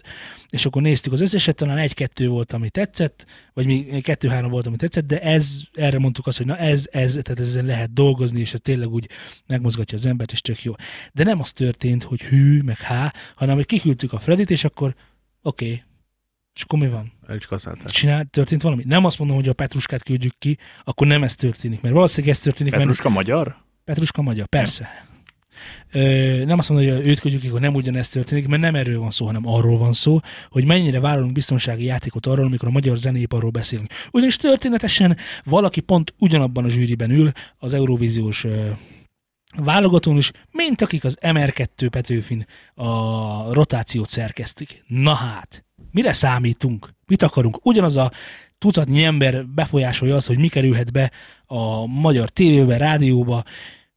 Speaker 2: És akkor néztük az összeset, talán egy-kettő volt, ami tetszett, vagy még kettő-három volt, ami tetszett, de ez, erre mondtuk azt, hogy na ez, ez, tehát ezen lehet dolgozni, és ez tényleg úgy megmozgatja az embert, és tök jó. De nem az történt, hogy hű, meg há, hanem hogy kiküldtük a Fredit, és akkor oké, okay, és akkor mi van?
Speaker 4: El is kaszálták.
Speaker 2: csinál, történt valami. Nem azt mondom, hogy a Petruskát küldjük ki, akkor nem ez történik, mert valószínűleg ez történik, mert
Speaker 3: Petruska magyar?
Speaker 2: Petruska magyar, persze. Ö, nem azt mondom, hogy őt küldjük ki, akkor nem ugyanezt történik, mert nem erről van szó, hanem arról van szó, hogy mennyire vállalunk biztonsági játékot arról, amikor a magyar zenéiparról beszélünk. Ugyanis történetesen valaki pont ugyanabban a zsűriben ül az Eurovíziós ö, válogatón is, mint akik az MR2 Petőfin a rotációt szerkesztik. Na hát, mire számítunk? Mit akarunk? Ugyanaz a tucatnyi ember befolyásolja az, hogy mi kerülhet be a magyar tévébe, rádióba,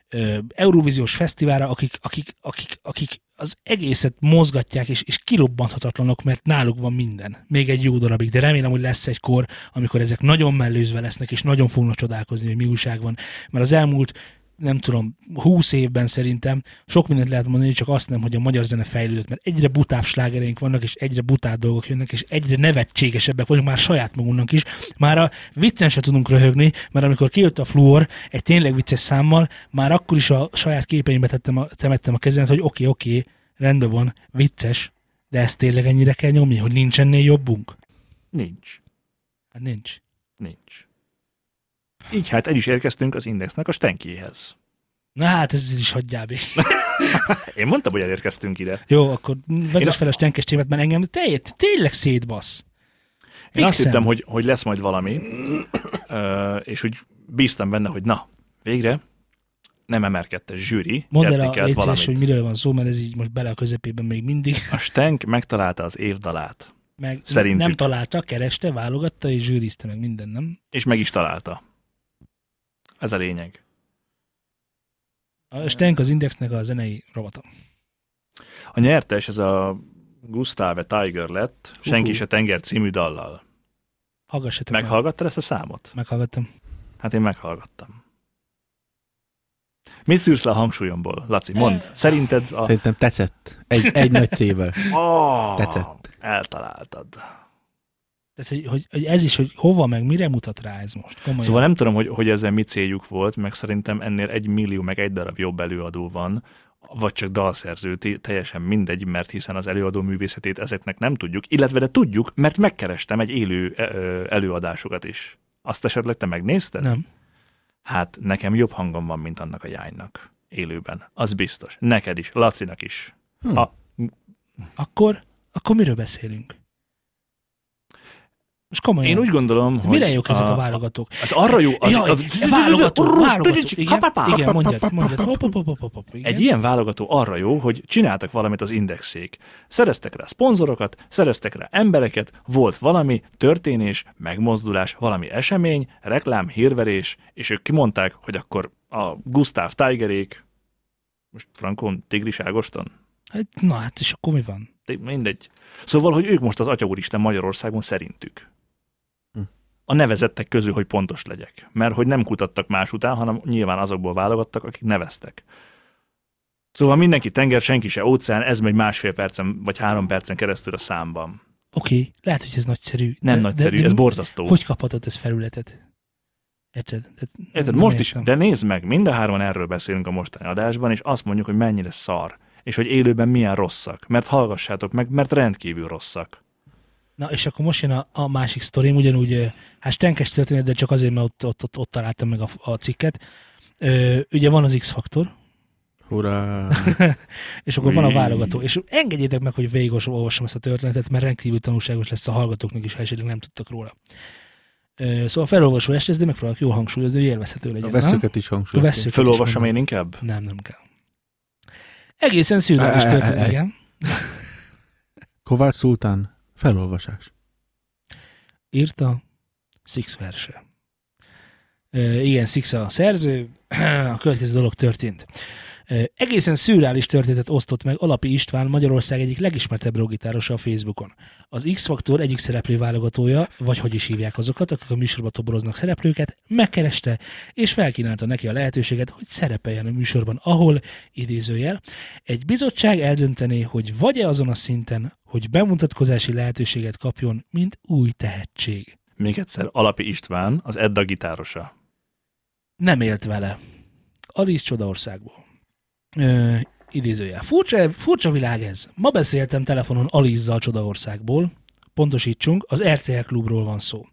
Speaker 2: ö, Eurovíziós fesztiválra, akik, akik, akik, akik az egészet mozgatják, és, és kirobbanthatatlanok, mert náluk van minden. Még egy jó darabig, de remélem, hogy lesz egy kor, amikor ezek nagyon mellőzve lesznek, és nagyon fognak csodálkozni, hogy mi újság van. Mert az elmúlt, nem tudom, húsz évben szerintem sok mindent lehet mondani, csak azt nem, hogy a magyar zene fejlődött, mert egyre butább slágereink vannak, és egyre butább dolgok jönnek, és egyre nevetségesebbek vagyunk már saját magunknak is. Már a viccen se tudunk röhögni, mert amikor kijött a fluor egy tényleg vicces számmal, már akkor is a saját képeimbe tettem a, temettem a kezemet, hogy oké, oké, rendben van, vicces, de ezt tényleg ennyire kell nyomni, hogy nincs ennél jobbunk?
Speaker 3: Nincs.
Speaker 2: Hát nincs.
Speaker 3: Nincs. Így hát el is érkeztünk az Indexnek a stenkéhez.
Speaker 2: Na hát ez is hagyjál még.
Speaker 3: Én mondtam, hogy elérkeztünk ide.
Speaker 2: Jó, akkor
Speaker 3: Én
Speaker 2: vezess
Speaker 3: a-
Speaker 2: fel a stenkes témát, mert engem teljét, tényleg szétbasz.
Speaker 3: Én azt
Speaker 2: Fixem.
Speaker 3: hittem, hogy, hogy lesz majd valami, ö, és úgy bíztam benne, hogy na, végre nem emelkedte zsűri,
Speaker 2: Mondd el a
Speaker 3: értékelt valamit.
Speaker 2: létszés, hogy miről van szó, mert ez így most bele a közepében még mindig. [laughs]
Speaker 3: A Stenk megtalálta az évdalát,
Speaker 2: Meg
Speaker 3: Szerintük.
Speaker 2: nem találta, kereste, válogatta és zsűrizte meg minden, nem?
Speaker 3: és meg is találta. Ez a lényeg.
Speaker 2: A Stenk az Indexnek a zenei rovata.
Speaker 3: A nyertes ez a Gustave Tiger lett, Senki
Speaker 2: Uhú.
Speaker 3: se tenger című dallal.
Speaker 2: Hallgassatok meg.
Speaker 3: Meghallgattad ezt a számot?
Speaker 2: Meghallgattam.
Speaker 3: Hát én meghallgattam. Mit szűrsz le a hangsúlyomból, Laci? Mondd. Szerinted a...
Speaker 4: Szerintem tetszett. Egy, egy nagy cével.
Speaker 3: Oh,
Speaker 4: Tetszett.
Speaker 3: Eltaláltad.
Speaker 2: Tehát, hogy, hogy, hogy, ez is, hogy hova meg mire mutat rá ez most. Komolyan.
Speaker 3: Szóval nem tudom, hogy, hogy ezzel mi céljuk volt, meg szerintem ennél egy millió, meg egy darab jobb előadó van, vagy csak dalszerzőt, teljesen mindegy, mert hiszen az előadó művészetét ezeknek nem tudjuk, illetve de tudjuk, mert megkerestem egy élő ö, ö, előadásokat is. Azt esetleg te megnézted?
Speaker 2: Nem.
Speaker 3: Hát nekem jobb hangom van, mint annak a jánynak. Élőben. Az biztos. Neked is, Lacinak is.
Speaker 4: Hm.
Speaker 3: A,
Speaker 2: Akkor, akkor miről beszélünk? Most komolyan.
Speaker 3: én úgy gondolom, hogy...
Speaker 2: Mire jók ezek a válogatók?
Speaker 3: Az arra jó... Az,
Speaker 2: Az, Jaj,
Speaker 3: az,
Speaker 2: válogató, válogató. Igen,
Speaker 3: Hapapá.
Speaker 2: igen, mondjad, mondjad. Hopp, hopp, hopp, hopp, hopp, igen.
Speaker 3: Egy ilyen válogató arra jó, hogy csináltak valamit az indexék. Szereztek rá szponzorokat, szereztek rá embereket, volt valami történés, megmozdulás, valami esemény, reklám, hírverés, és ők kimondták, hogy akkor a Gustav Tigerék, most Frankon, Tigris Ágoston,
Speaker 2: Hát, Na hát, és akkor mi van?
Speaker 3: Ti- mindegy. Szóval, hogy ők most az Atya Úristen Magyarországon szerintük.
Speaker 4: Hm.
Speaker 3: A nevezettek közül, hogy pontos legyek. Mert hogy nem kutattak más után, hanem nyilván azokból válogattak, akik neveztek. Szóval mindenki tenger, senki se óceán, ez megy másfél percen vagy három percen keresztül a számban.
Speaker 2: Oké, okay, lehet, hogy ez nagyszerű.
Speaker 3: Nem nagyszerű, ez borzasztó.
Speaker 2: Hogy kaphatod ez felületet? Érted? Tehát
Speaker 3: Érted,
Speaker 2: nem
Speaker 3: most is,
Speaker 2: értem.
Speaker 3: de nézd meg, mind a hárman erről beszélünk a mostani adásban, és azt mondjuk, hogy mennyire szar, és hogy élőben milyen rosszak, mert hallgassátok meg, mert rendkívül rosszak.
Speaker 2: Na, és akkor most jön a, a másik sztorim, ugyanúgy, ö, hát stenkes történet, de csak azért, mert ott, ott, ott, ott találtam meg a, a cikket. Ö, ugye van az
Speaker 3: [laughs]
Speaker 2: X-faktor,
Speaker 4: Hurrá!
Speaker 2: és akkor van a
Speaker 3: Ui.
Speaker 2: válogató. És engedjétek meg, hogy végig olvassam ezt a történetet, mert rendkívül tanulságos lesz a hallgatóknak is, ha esetleg nem tudtak róla. Ö, szóval felolvasó este, de megpróbálok jól hangsúlyozni, hogy élvezhető legyen.
Speaker 4: A
Speaker 2: nem?
Speaker 4: veszőket is
Speaker 2: A
Speaker 4: hangsúlyoztam.
Speaker 2: veszőket is
Speaker 3: Fölolvasom
Speaker 2: mondom.
Speaker 3: én inkább?
Speaker 2: Nem, nem kell. Egészen szűrős történet, igen.
Speaker 4: Kovács Szultán, felolvasás.
Speaker 2: Írta Six verse. Ö, igen, Six a szerző. [clears throat] A következő dolog történt. Ö, Egészen szürreális történetet osztott meg Alapi István, Magyarország egyik legismertebb rogitárosa a Facebookon. Az X-Faktor egyik szereplő válogatója, vagy hogy is hívják azokat, akik a műsorba toboroznak szereplőket, megkereste és felkínálta neki a lehetőséget, hogy szerepeljen a műsorban, ahol, idézőjel, egy bizottság eldöntené, hogy vagy-e azon a szinten, hogy bemutatkozási lehetőséget kapjon, mint új tehetség.
Speaker 3: Még egyszer, Alapi István, az Edda gitárosa.
Speaker 2: nem élt vele. Alice Csodaországból. Ö, idézője. Furcsa, furcsa világ ez. Ma beszéltem telefonon Alizzal Csodaországból. Pontosítsunk, az RTL klubról van szó.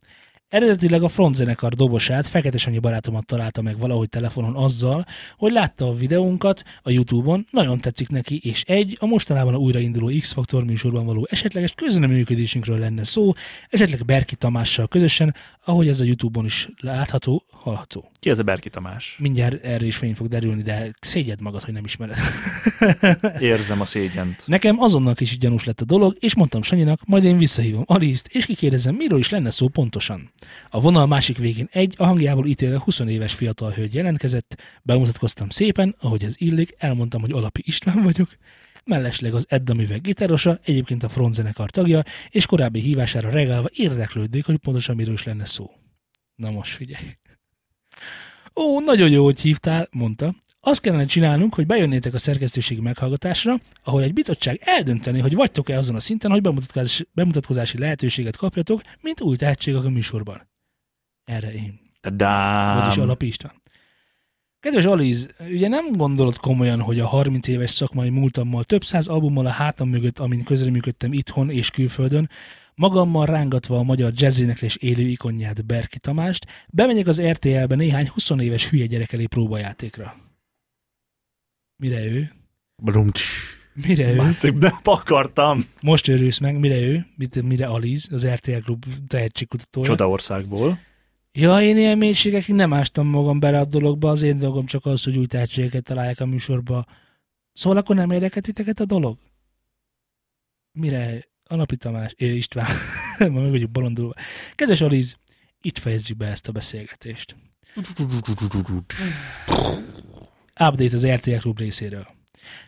Speaker 2: Eredetileg a frontzenekar dobosát Fekete Sanyi barátomat találta meg valahogy telefonon azzal, hogy látta a videónkat a Youtube-on, nagyon tetszik neki, és egy a mostanában a újrainduló X-Faktor műsorban való esetleges közreműködésünkről lenne szó, esetleg Berki Tamással közösen, ahogy ez a Youtube-on is látható, hallható
Speaker 3: Ki ez a Berki Tamás?
Speaker 2: mindjárt erre is fény fog derülni, de szégyed magad, hogy nem ismered.
Speaker 3: Érzem a szégyent.
Speaker 2: Nekem azonnal kicsit gyanús lett a dolog, és mondtam Sanyinak, majd én visszahívom Aliszt, és kikérdezem, miről is lenne szó pontosan. A vonal másik végén egy, a hangjából ítélve 20 éves fiatal hölgy jelentkezett, bemutatkoztam szépen, ahogy ez illik, elmondtam, hogy Alapi István vagyok, mellesleg az Edda művek gitárosa, egyébként a front zenekar tagja, és korábbi hívására regálva érdeklődnék, hogy pontosan miről is lenne szó. Na most figyelj. Ó, nagyon jó, hogy hívtál, mondta. Azt kellene csinálnunk, hogy bejönnétek a szerkesztőségi meghallgatásra, ahol egy bizottság eldönteni, hogy vagytok-e azon a szinten, hogy bemutatkozási, bemutatkozási lehetőséget kapjatok, mint új tehetségek a műsorban. Erre én. Vagyis
Speaker 3: Tadám!
Speaker 2: Alap István. Kedves Aliz, ugye nem gondolod komolyan, hogy a 30 éves szakmai múltammal több száz albummal a hátam mögött, amin közreműködtem itthon és külföldön, magammal rángatva a magyar jazzéneklés élő ikonját Berki Tamást, bemegyek az RTL-be néhány 20 éves hülye gyerek elé próbajátékra. Mire ő?
Speaker 4: Blumcs.
Speaker 2: Mire ő?
Speaker 3: Basszik, bepakartam!
Speaker 2: Most örülsz meg, mire ő? Mit, mire Aliz, az RTL klub tehetségkutatója?
Speaker 3: Csodaországból.
Speaker 2: Ja, én ilyen mélységekig nem ástam magam bele a dologba, az én dolgom csak az, hogy új tehetségeket találják a műsorba. Szóval akkor nem érdekel titeket a dolog? Mire? Alapi Tamás, é, István, [laughs] ma meg vagyok bolondulva. Kedves Aliz, itt fejezzük be ezt a beszélgetést. Update az RTL Klub részéről.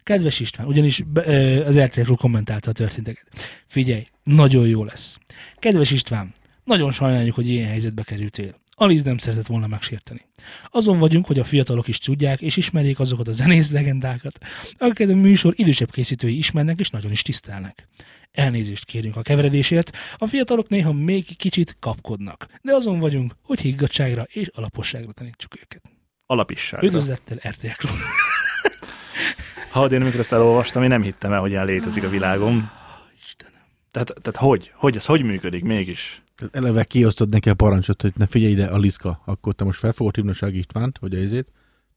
Speaker 2: Kedves István, ugyanis be- ö, az RTL Klub kommentálta a történteket. Figyelj, nagyon jó lesz. Kedves István, nagyon sajnáljuk, hogy ilyen helyzetbe kerültél. Aliz nem szeretett volna megsérteni. Azon vagyunk, hogy a fiatalok is tudják és ismerjék azokat a zenész legendákat, akiket a műsor idősebb készítői ismernek és nagyon is tisztelnek. Elnézést kérünk a keveredésért, a fiatalok néha még kicsit kapkodnak, de azon vagyunk, hogy higgadságra és alaposságra tanítsuk őket.
Speaker 3: Alapisságra.
Speaker 2: Üdvözlettel RTL Klub.
Speaker 3: Hadd én amikor ezt elolvastam, én nem hittem el, hogy ilyen létezik a világon.
Speaker 2: Ah, Istenem.
Speaker 3: Tehát, tehát hogy? Hogy ez hogy működik mégis?
Speaker 4: Tehát Eleve kiosztod neki a parancsot, hogy ne figyelj ide, Aliszka, akkor te most felfogod Himnaság Istvánt, hogy ezért.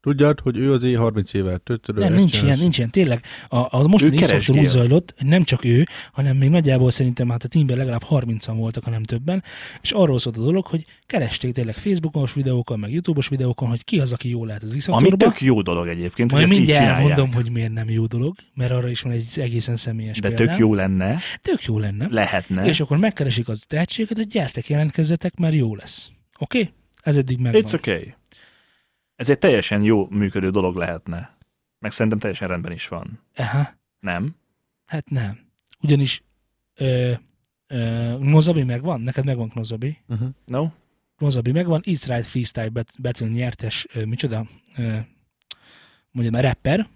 Speaker 4: Tudjad, hogy ő az én 30 évvel tötörő.
Speaker 2: Nem, nincs ilyen, nincs ilyen, tényleg. A, a mostani
Speaker 3: Ő
Speaker 2: éjszakon
Speaker 3: keresgél.
Speaker 2: úgy zajlott, hogy nem csak ő, hanem még nagyjából szerintem hát a teamben legalább 30-an voltak, hanem többen, és arról szólt a dolog, hogy keresték tényleg Facebookos videókon, meg YouTube-os videókon, hogy ki az, aki jól lehet az
Speaker 3: Ami
Speaker 2: iszaktorba.
Speaker 3: tök jó dolog egyébként,
Speaker 2: Majd
Speaker 3: hogy ezt így
Speaker 2: mindjárt
Speaker 3: csinálják.
Speaker 2: elmondom, hogy miért nem jó dolog, mert arra is van egy egészen személyes
Speaker 3: De
Speaker 2: példám.
Speaker 3: tök jó lenne,
Speaker 2: Tök jó lenne.
Speaker 3: lehetne.
Speaker 2: És akkor megkeresik az tehetséget, hogy gyertek, jelentkezzetek, mert jó lesz. Oké? Okay? Ez eddig megvan.
Speaker 3: It's okay. Ez egy teljesen jó működő dolog lehetne. Meg szerintem teljesen rendben is van.
Speaker 2: Aha.
Speaker 3: Nem?
Speaker 2: Hát nem. Ugyanis ö, ö, Nozabi megvan? Neked megvan Nozabi?
Speaker 4: Uh-huh.
Speaker 3: No?
Speaker 2: Nozabi megvan. It's Right Freestyle Bet- Battle nyertes, ö, micsoda? Ö, mondjam, rapper.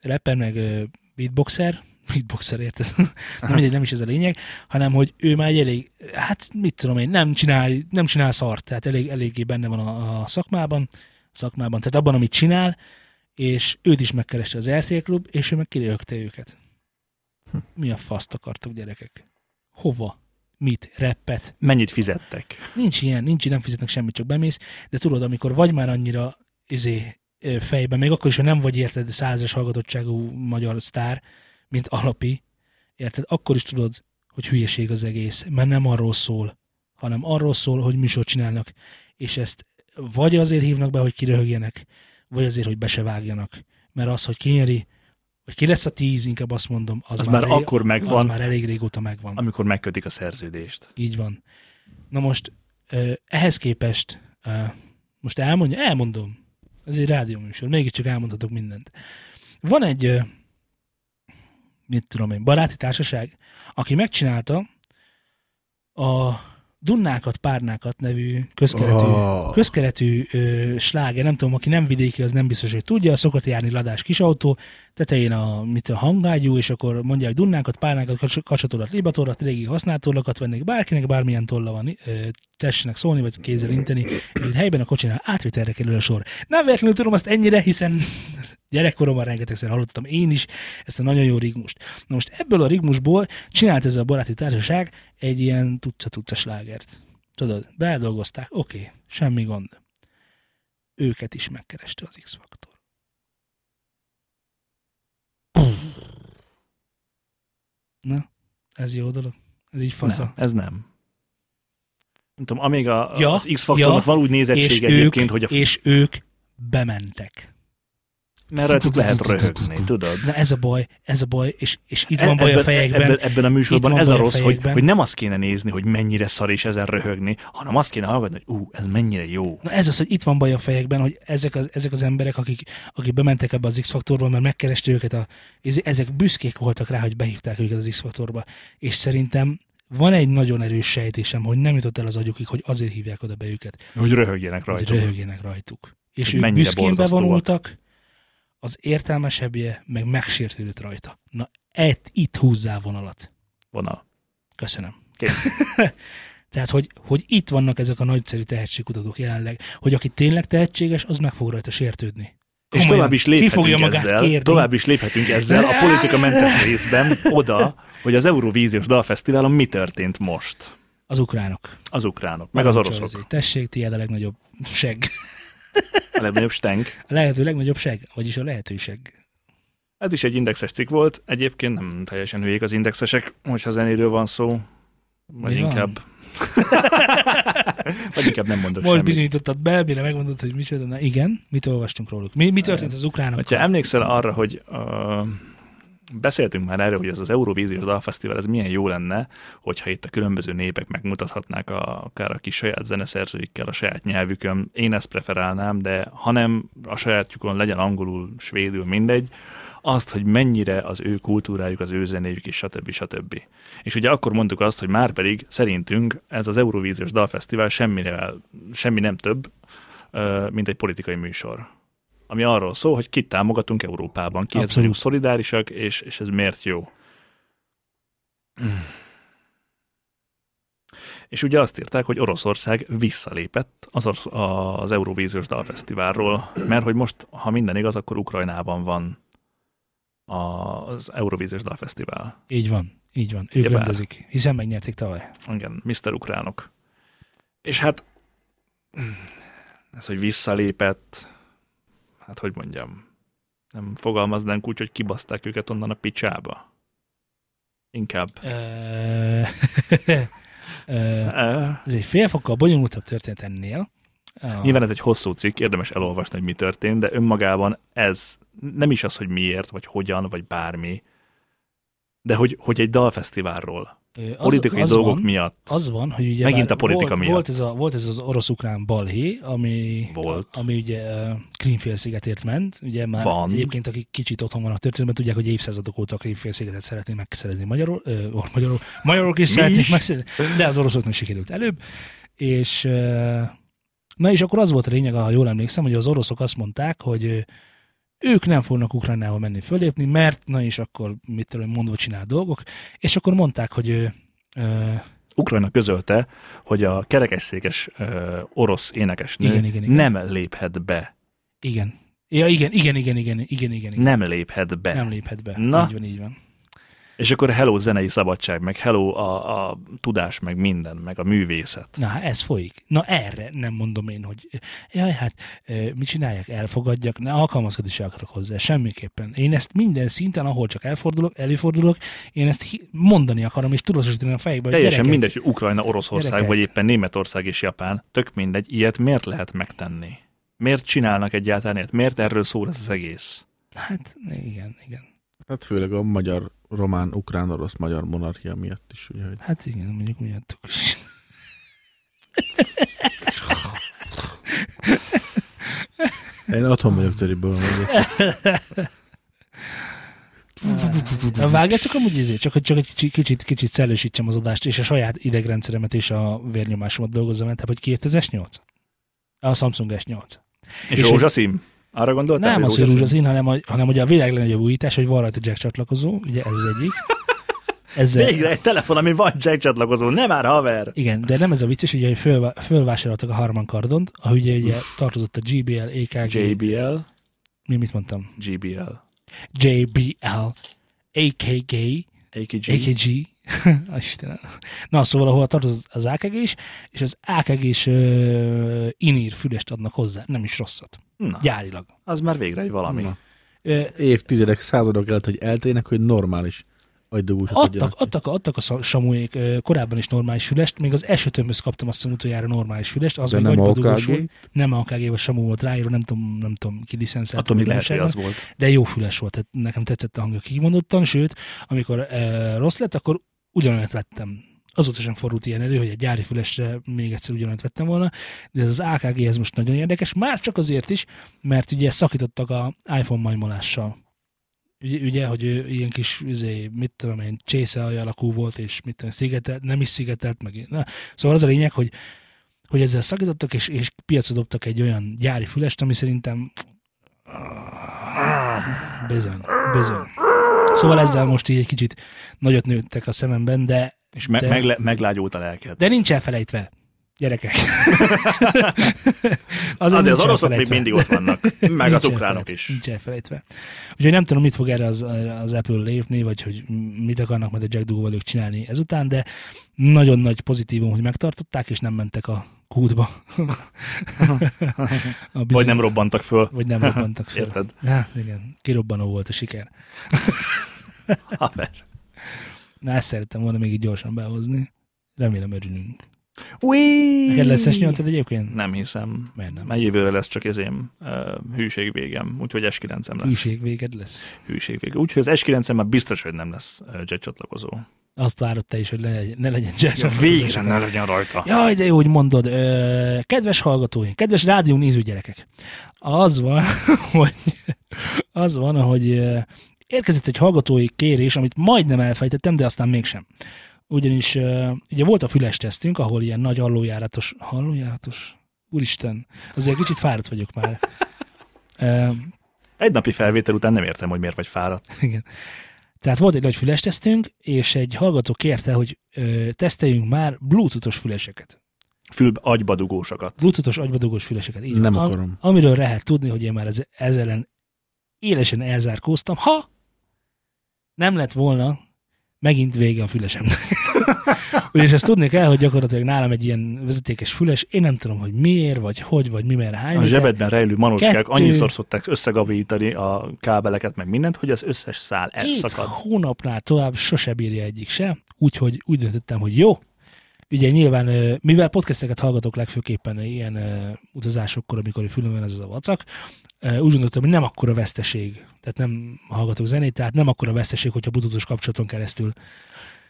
Speaker 2: Rapper meg ö, beatboxer. [laughs] Beatboxer, érted? [laughs] Nem, mindegy, nem is ez a lényeg, hanem hogy ő már egy elég, hát mit tudom én, nem csinál, nem csinál szart, tehát elég, eléggé benne van a, a szakmában, szakmában, tehát abban, amit csinál, és őt is megkereste az RTL Klub, és ő meg kirögte őket. Mi a faszt akartok, gyerekek? Hova? Mit? Reppet?
Speaker 3: Mennyit fizettek?
Speaker 2: Nincs ilyen, nincs, nem fizetnek semmit, csak bemész, de tudod, amikor vagy már annyira izé, ö, fejben, még akkor is, ha nem vagy érted százas hallgatottságú magyar sztár, mint alapi, érted, akkor is tudod, hogy hülyeség az egész, mert nem arról szól, hanem arról szól, hogy műsort csinálnak, és ezt vagy azért hívnak be, hogy kiröhögjenek, vagy azért, hogy be se vágjanak. Mert az, hogy kinyeri, vagy ki lesz a tíz, inkább azt mondom, az,
Speaker 3: Az már
Speaker 2: elég-
Speaker 3: akkor
Speaker 2: az
Speaker 3: megvan,
Speaker 2: már elég régóta megvan.
Speaker 3: amikor megkötik a szerződést.
Speaker 2: Így van. Na most ö, ehhez képest, ö, most elmondja, elmondom, ez egy rádióműsor, mégiscsak elmondhatok mindent. Van egy, ö, mit tudom én, baráti társaság, aki megcsinálta a Dunnákat, Párnákat nevű közkeretű,
Speaker 4: Oh.
Speaker 2: közkeretű ö, sláger, nem tudom, aki nem vidéki, az nem biztos, hogy tudja, szokott járni ladás kisautó, tetején a, mit a hangágyú, és akkor mondja, hogy dunnákat, pálnákat, kacs- kacsatolat, libatolat, régi használt tollakat vennék bárkinek, bármilyen tolla van, ö, tessenek szólni, vagy kézzel inteni, így helyben a kocsinál átvételre kerül a sor. Nem véletlenül tudom azt ennyire, hiszen gyerekkoromban rengetegszer hallottam én is ezt a nagyon jó rigmust. Na most ebből a rigmusból csinált ez a baráti társaság egy ilyen tuca-tuca slágert. Tudod, beldolgozták, oké, semmi gond. Őket is megkereste az X-faktor. Na, ez jó dolog. Ez így fasza.
Speaker 3: Nem, ez nem. Nem tudom, amíg a,
Speaker 2: Ja,
Speaker 3: ja, az X-faktornak
Speaker 2: ja,
Speaker 3: ja, van
Speaker 2: és
Speaker 3: úgy nézettsége
Speaker 2: ők,
Speaker 3: egyébként, hogy a,
Speaker 2: és ők bementek.
Speaker 3: mert rajtuk lehet röhögni, tudod?
Speaker 2: Na ez a baj, ez a baj, és, és itt van baj a fejekben.
Speaker 3: E- Ebben, ebben a
Speaker 2: Itt
Speaker 3: műsorban
Speaker 2: van
Speaker 3: ez a
Speaker 2: baj a
Speaker 3: rossz, hogy,
Speaker 2: fejekben.
Speaker 3: hogy nem azt kéne nézni, hogy mennyire szar és ezen röhögni, hanem azt kéne hallgatni, hogy ú, ez mennyire jó.
Speaker 2: Na ez az, hogy itt van baj a fejekben, hogy ezek az, ezek az emberek, akik, akik bementek ebbe az X-faktorba, mert megkereste őket, a, ez- ezek büszkék voltak rá, hogy behívták őket az X-faktorba. És szerintem van egy nagyon erős sejtésem, hogy nem jutott el az agyukig, hogy azért hívják oda be őket,
Speaker 3: Hogy röhögjenek
Speaker 2: hogy
Speaker 3: rajta.
Speaker 2: röhögjenek rajtuk. És
Speaker 3: Hogy
Speaker 2: ők
Speaker 3: mennyire
Speaker 2: büszkén
Speaker 3: borzasztóak.
Speaker 2: bevonultak, az értelmesebbje meg megsértődött rajta. Na, et, itt húzzá vonalat.
Speaker 3: Vonal.
Speaker 2: Köszönöm.
Speaker 3: Kész.
Speaker 2: [laughs] Tehát, hogy, hogy itt vannak ezek a nagyszerű tehetségkutatók jelenleg, hogy aki tényleg tehetséges, az meg fog rajta sértődni.
Speaker 3: És
Speaker 2: Komolyan.
Speaker 3: tovább is
Speaker 2: Ki fogja
Speaker 3: léphetünk
Speaker 2: magát
Speaker 3: ezzel,
Speaker 2: kérni?
Speaker 3: tovább is léphetünk ezzel a politikamentes részben oda, hogy az Eurovíziós Dalfesztiválon mi történt most.
Speaker 2: Az ukránok.
Speaker 3: Az ukránok, meg az
Speaker 2: Parancsolj,
Speaker 3: oroszok.
Speaker 2: Zé. Tessék, tiéd a legnagyobb seg.
Speaker 3: A legnagyobb stenk.
Speaker 2: [laughs] A lehető legnagyobb seg, vagyis a lehetőség.
Speaker 3: Ez is egy indexes cikk volt. Egyébként nem teljesen hülyék az indexesek, hogyha zenéről van szó. Vagy
Speaker 2: Mi van? [laughs]
Speaker 3: inkább... vagy inkább nem mondok
Speaker 2: Most
Speaker 3: semmit.
Speaker 2: bizonyítottad be, mire megmondod, hogy micsoda. Na igen, mit olvastunk róluk? Mi, mi történt az ukránok?
Speaker 3: Ha emlékszel arra, hogy uh, beszéltünk már erről, hogy az az Eurovíziós Dalfesztivál, ez milyen jó lenne, hogyha itt a különböző népek megmutathatnák a, akár a kis saját zeneszerzőikkel, a saját nyelvükön. Én ezt preferálnám, de ha nem a sajátjukon legyen angolul, svédül, mindegy, azt, hogy mennyire az ő kultúrájuk, az ő zenéjük is, stb. stb. És ugye akkor mondtuk azt, hogy már pedig szerintünk ez az Eurovíziós Dalfesztivál semmivel, semmi nem több, ö, mint egy politikai műsor ami arról szól, hogy kit támogatunk Európában, kihez
Speaker 2: Abszolút.
Speaker 3: vagyunk szolidárisak, és, és ez miért jó. És ugye azt írták, hogy Oroszország visszalépett az, orsz- az Eurovíziós Dalfesztiválról, mert hogy most, ha minden igaz, akkor Ukrajnában van a, az Eurovíziós Dalfesztivál.
Speaker 2: Így van, így van. Ők
Speaker 3: Ugye bár.
Speaker 2: rendezik, hiszen megnyerték tavaly.
Speaker 3: Igen, Mr. Ukránok. És hát ez, hogy visszalépett, hát hogy mondjam, nem fogalmaznánk úgy, hogy kibaszták őket onnan a picsába. Inkább.
Speaker 2: Ö, [laughs] ö,
Speaker 3: Ö,
Speaker 2: Ez egy fél fokkal bonyolultabb történet ennél. A-
Speaker 3: E, Nyilván ez egy hosszú cikk, érdemes elolvasni, hogy mi történt, de önmagában ez nem is az, hogy miért, vagy hogyan, vagy bármi, de hogy, hogy egy dalfesztiválról,
Speaker 2: ö, az-
Speaker 3: politikai
Speaker 2: az
Speaker 3: dolgok
Speaker 2: van,
Speaker 3: miatt.
Speaker 2: Az van, hogy ugye
Speaker 3: Megint
Speaker 2: bár
Speaker 3: a politika
Speaker 2: volt,
Speaker 3: miatt.
Speaker 2: Volt ez, a, volt ez az orosz-ukrán balhé, ami,
Speaker 3: Volt.
Speaker 2: ami ugye ö, Krímfélszigetért ment. Ugye már
Speaker 3: Van.
Speaker 2: egyébként, akik kicsit otthon vannak történetben, tudják, hogy évszázadok óta a Krímfélszigetet szeretné megszerezni magyarul, ö, or, magyarul, magyarok is
Speaker 3: Mi
Speaker 2: szeretnék
Speaker 3: is.
Speaker 2: megszerezni, de az oroszoknak sikerült előbb. És ö, na és akkor az volt a lényeg, ha jól emlékszem, hogy az oroszok azt mondták, hogy ö, ők nem fognak Ukrajnába menni fölépni, mert na és akkor mit tudom, én, mondva csinál dolgok, és akkor mondták, hogy ö, ö,
Speaker 3: Ukrajna közölte, hogy a kerekesszékes ö, orosz énekesnő
Speaker 2: Igen, igen, igen.
Speaker 3: nem léphet be.
Speaker 2: Igen. Ja, igen, igen, igen, igen, igen, igen. igen.
Speaker 3: Nem léphet be.
Speaker 2: Nem léphet be.
Speaker 3: Na.
Speaker 2: Így van, így van.
Speaker 3: És akkor hello zenei szabadság, meg hello a, a tudás, meg minden, meg a művészet.
Speaker 2: Na, hát ez folyik. Na, erre nem mondom én, hogy jaj, hát ö, mit csinálják, elfogadjak, ne alkalmazkodni se akarok hozzá, semmiképpen. Én ezt minden szinten, ahol csak elfordulok, előfordulok, én ezt hi- mondani akarom, és tudatosítani a fejekbe, hogy
Speaker 3: Teljesen
Speaker 2: gyerekek,
Speaker 3: mindegy, hogy Ukrajna, Oroszország,
Speaker 2: Gyerekek.
Speaker 3: vagy éppen Németország és Japán, tök mindegy, ilyet miért lehet megtenni? Miért csinálnak egyáltalán ilyet? Miért erről szól ez az egész?
Speaker 2: Hát, igen, igen.
Speaker 4: Hát főleg a magyar, román, ukrán, orosz, magyar monarchia miatt is, ugye, hogy
Speaker 2: Hát igen, mondjuk miattuk is.
Speaker 4: én otthon vagyok töriből. mondjuk.
Speaker 2: Na, Vágjátok amúgy izé, csak, hogy- csak egy kicsit, kicsit, kicsit szellősítsem az adást, és a saját idegrendszeremet és a vérnyomásomat dolgozzam, el, tehát hogy 2008? A Samsung S8.
Speaker 3: És,
Speaker 2: És
Speaker 3: és rózsaszín? Arra gondoltál?
Speaker 2: Nem az, hogy
Speaker 3: rózsaszín?
Speaker 2: rózsaszín, hanem, a- hanem ugye a világ legnagyobb újítás, hogy van rajta jack csatlakozó, ugye ez az egyik. Ezzel,
Speaker 3: Végre egy telefon, ami van jack csatlakozó, nem már haver!
Speaker 2: igen, de nem ez a vicces, ugye, hogy föl, fölvásároltak a Harman Kardont, ahogy ugye, ugye tartozott a GBL, EKG,
Speaker 3: JBL,
Speaker 2: mi mit mondtam?
Speaker 3: GBL,
Speaker 2: JBL, AKG,
Speaker 3: AKG, AKG.
Speaker 2: AKG. Ah, [laughs] Istenem. Na, szóval ahova tartoz az AKG is, és az AKG is uh, inír fülest adnak hozzá, nem is rosszat.
Speaker 3: Na,
Speaker 2: Gyárilag.
Speaker 3: az már végre egy valami.
Speaker 4: Na.
Speaker 2: Ö,
Speaker 4: Évtizedek, századok előtt, hogy eltének, hogy normális
Speaker 3: Hát,
Speaker 4: agydugósat
Speaker 2: adtak,
Speaker 4: adjanak.
Speaker 2: adtak, adtak a Sa- Samuék ö, korábban is normális fülest, még az esőtömböz kaptam azt hiszem utoljára normális fülest, az
Speaker 4: De
Speaker 2: még
Speaker 4: nem a
Speaker 2: agybadugós
Speaker 4: AKG?
Speaker 2: volt. Nem a AKG, vagy Samu volt ráírva, nem tudom, nem tudom, ki licenszelt.
Speaker 3: Attól még lehet, hogy az
Speaker 2: újdonságnak,
Speaker 3: volt.
Speaker 2: De jó füles volt, tehát nekem tetszett a hangja kimondottan, sőt, amikor ö, rossz lett, akkor ugyanolyat vettem. Azóta sem fordult ilyen elő, hogy egy gyári fülesre még egyszer ugyanolyat vettem volna, de ez az AKG ez most nagyon érdekes, már csak azért is, mert ugye szakítottak a iPhone majmolással. Ugye, ugye hogy ő ilyen kis, izé, mit tudom én, csészealja alakú volt, és mit tudom, szigetelt, nem is szigetelt, meg na. Szóval az a lényeg, hogy, hogy ezzel szakítottak, és, és piacra dobtak egy olyan gyári fülest, ami szerintem bizony, bizony. Szóval ezzel most így egy kicsit nagyot nőttek a szememben, de,
Speaker 3: És me-
Speaker 2: De-
Speaker 3: megle- meglágyult a lelked.
Speaker 2: de nincs elfelejtve, gyerekek. [laughs]
Speaker 3: Azért,
Speaker 2: nincs
Speaker 3: az oroszok még
Speaker 2: elfelejtve.
Speaker 3: mindig ott [laughs] vannak, meg
Speaker 2: Nincs
Speaker 3: az ukránok
Speaker 2: elfelejtve,
Speaker 3: is.
Speaker 2: Nincs elfelejtve. Úgyhogy nem tudom, mit fog erre az, az Apple lépni, vagy hogy mit akarnak majd a Jack Dugóval ők csinálni ezután, de nagyon nagy pozitívum, hogy megtartották, és nem mentek a kútba. [laughs] a bizony-
Speaker 3: Vagy nem robbantak föl.
Speaker 2: vagy nem robbantak fel.
Speaker 3: Érted? [laughs]
Speaker 2: Na, igen, kirobbanó volt a siker.
Speaker 3: Haver.
Speaker 2: Na, ezt szerettem volna még így gyorsan behozni. Remélem örülünk.
Speaker 3: Ui!
Speaker 2: Neked lesz s egyébként?
Speaker 3: Nem hiszem.
Speaker 2: Miért nem?
Speaker 3: Már jövőre lesz csak ezém uh, hűség végem, úgyhogy S9-em lesz hűség,
Speaker 2: Hűség véged lesz.
Speaker 3: hűség vége. Úgyhogy az S9-em már biztos, hogy nem lesz uh, jet csatlakozó.
Speaker 2: Azt várod te is, hogy ne legyen, ne legyen Jack.
Speaker 3: legyen rajta.
Speaker 2: Jaj, de jó, hogy mondod. Ö, kedves hallgatóink, kedves rádió néző gyerekek. Az van, [laughs] hogy az van, hogy ö, érkezett egy hallgatói kérés, amit majdnem elfejtettem, de aztán mégsem. Ugyanis ö, ugye volt a füles tesztünk, ahol ilyen nagy hallójáratos, hallójáratos? Úristen, azért kicsit fáradt vagyok már. Ö,
Speaker 3: Egy napi felvétel után nem értem, hogy miért vagy fáradt.
Speaker 2: igen. Tehát volt egy nagy fülestesztünk, és egy hallgató kérte, hogy ö, teszteljünk már bluetoothos füleseket.
Speaker 3: Fülbe agyba dugósokat.
Speaker 2: Bluetoothos agybadugós füleseket. Így
Speaker 4: Nem
Speaker 2: van. Am-
Speaker 4: akarom.
Speaker 2: Amiről lehet tudni, hogy én már ez, ezzel ellen élesen elzárkóztam, ha nem lett volna megint vége a fülesemnek. [laughs] Ugyanis ezt tudni kell, hogy gyakorlatilag nálam egy ilyen vezetékes füles, én nem tudom, hogy miért, vagy hogy, vagy mi, mert hány.
Speaker 3: A
Speaker 2: de-
Speaker 3: zsebedben rejlő manocskák
Speaker 2: Kettő.
Speaker 3: annyiszor szokták összegabítani a kábeleket, meg mindent, hogy az összes szál
Speaker 2: Két
Speaker 3: elszakad.
Speaker 2: hónapnál tovább sose bírja egyik se, úgyhogy úgy döntöttem, hogy jó. Ugye nyilván, ö, mivel podcasteket hallgatok legfőképpen ilyen ö, utazásokkor, amikor fülön van ez az a vacak, ö, úgy gondoltam, hogy nem akkora veszteség, tehát nem hallgatok zenét, tehát nem akkora veszteség, hogyha bluetooth kapcsolaton keresztül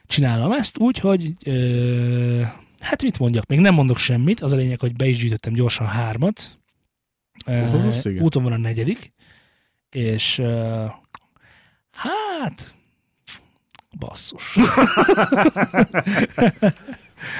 Speaker 2: csinálom ezt, úgyhogy ö, hát mit mondjak, még nem mondok semmit, az a lényeg, hogy be is gyűjtöttem gyorsan hármat,
Speaker 4: Ahhoz
Speaker 2: Ö,
Speaker 4: az igen.
Speaker 2: úton van a negyedik, és ö, hát basszus.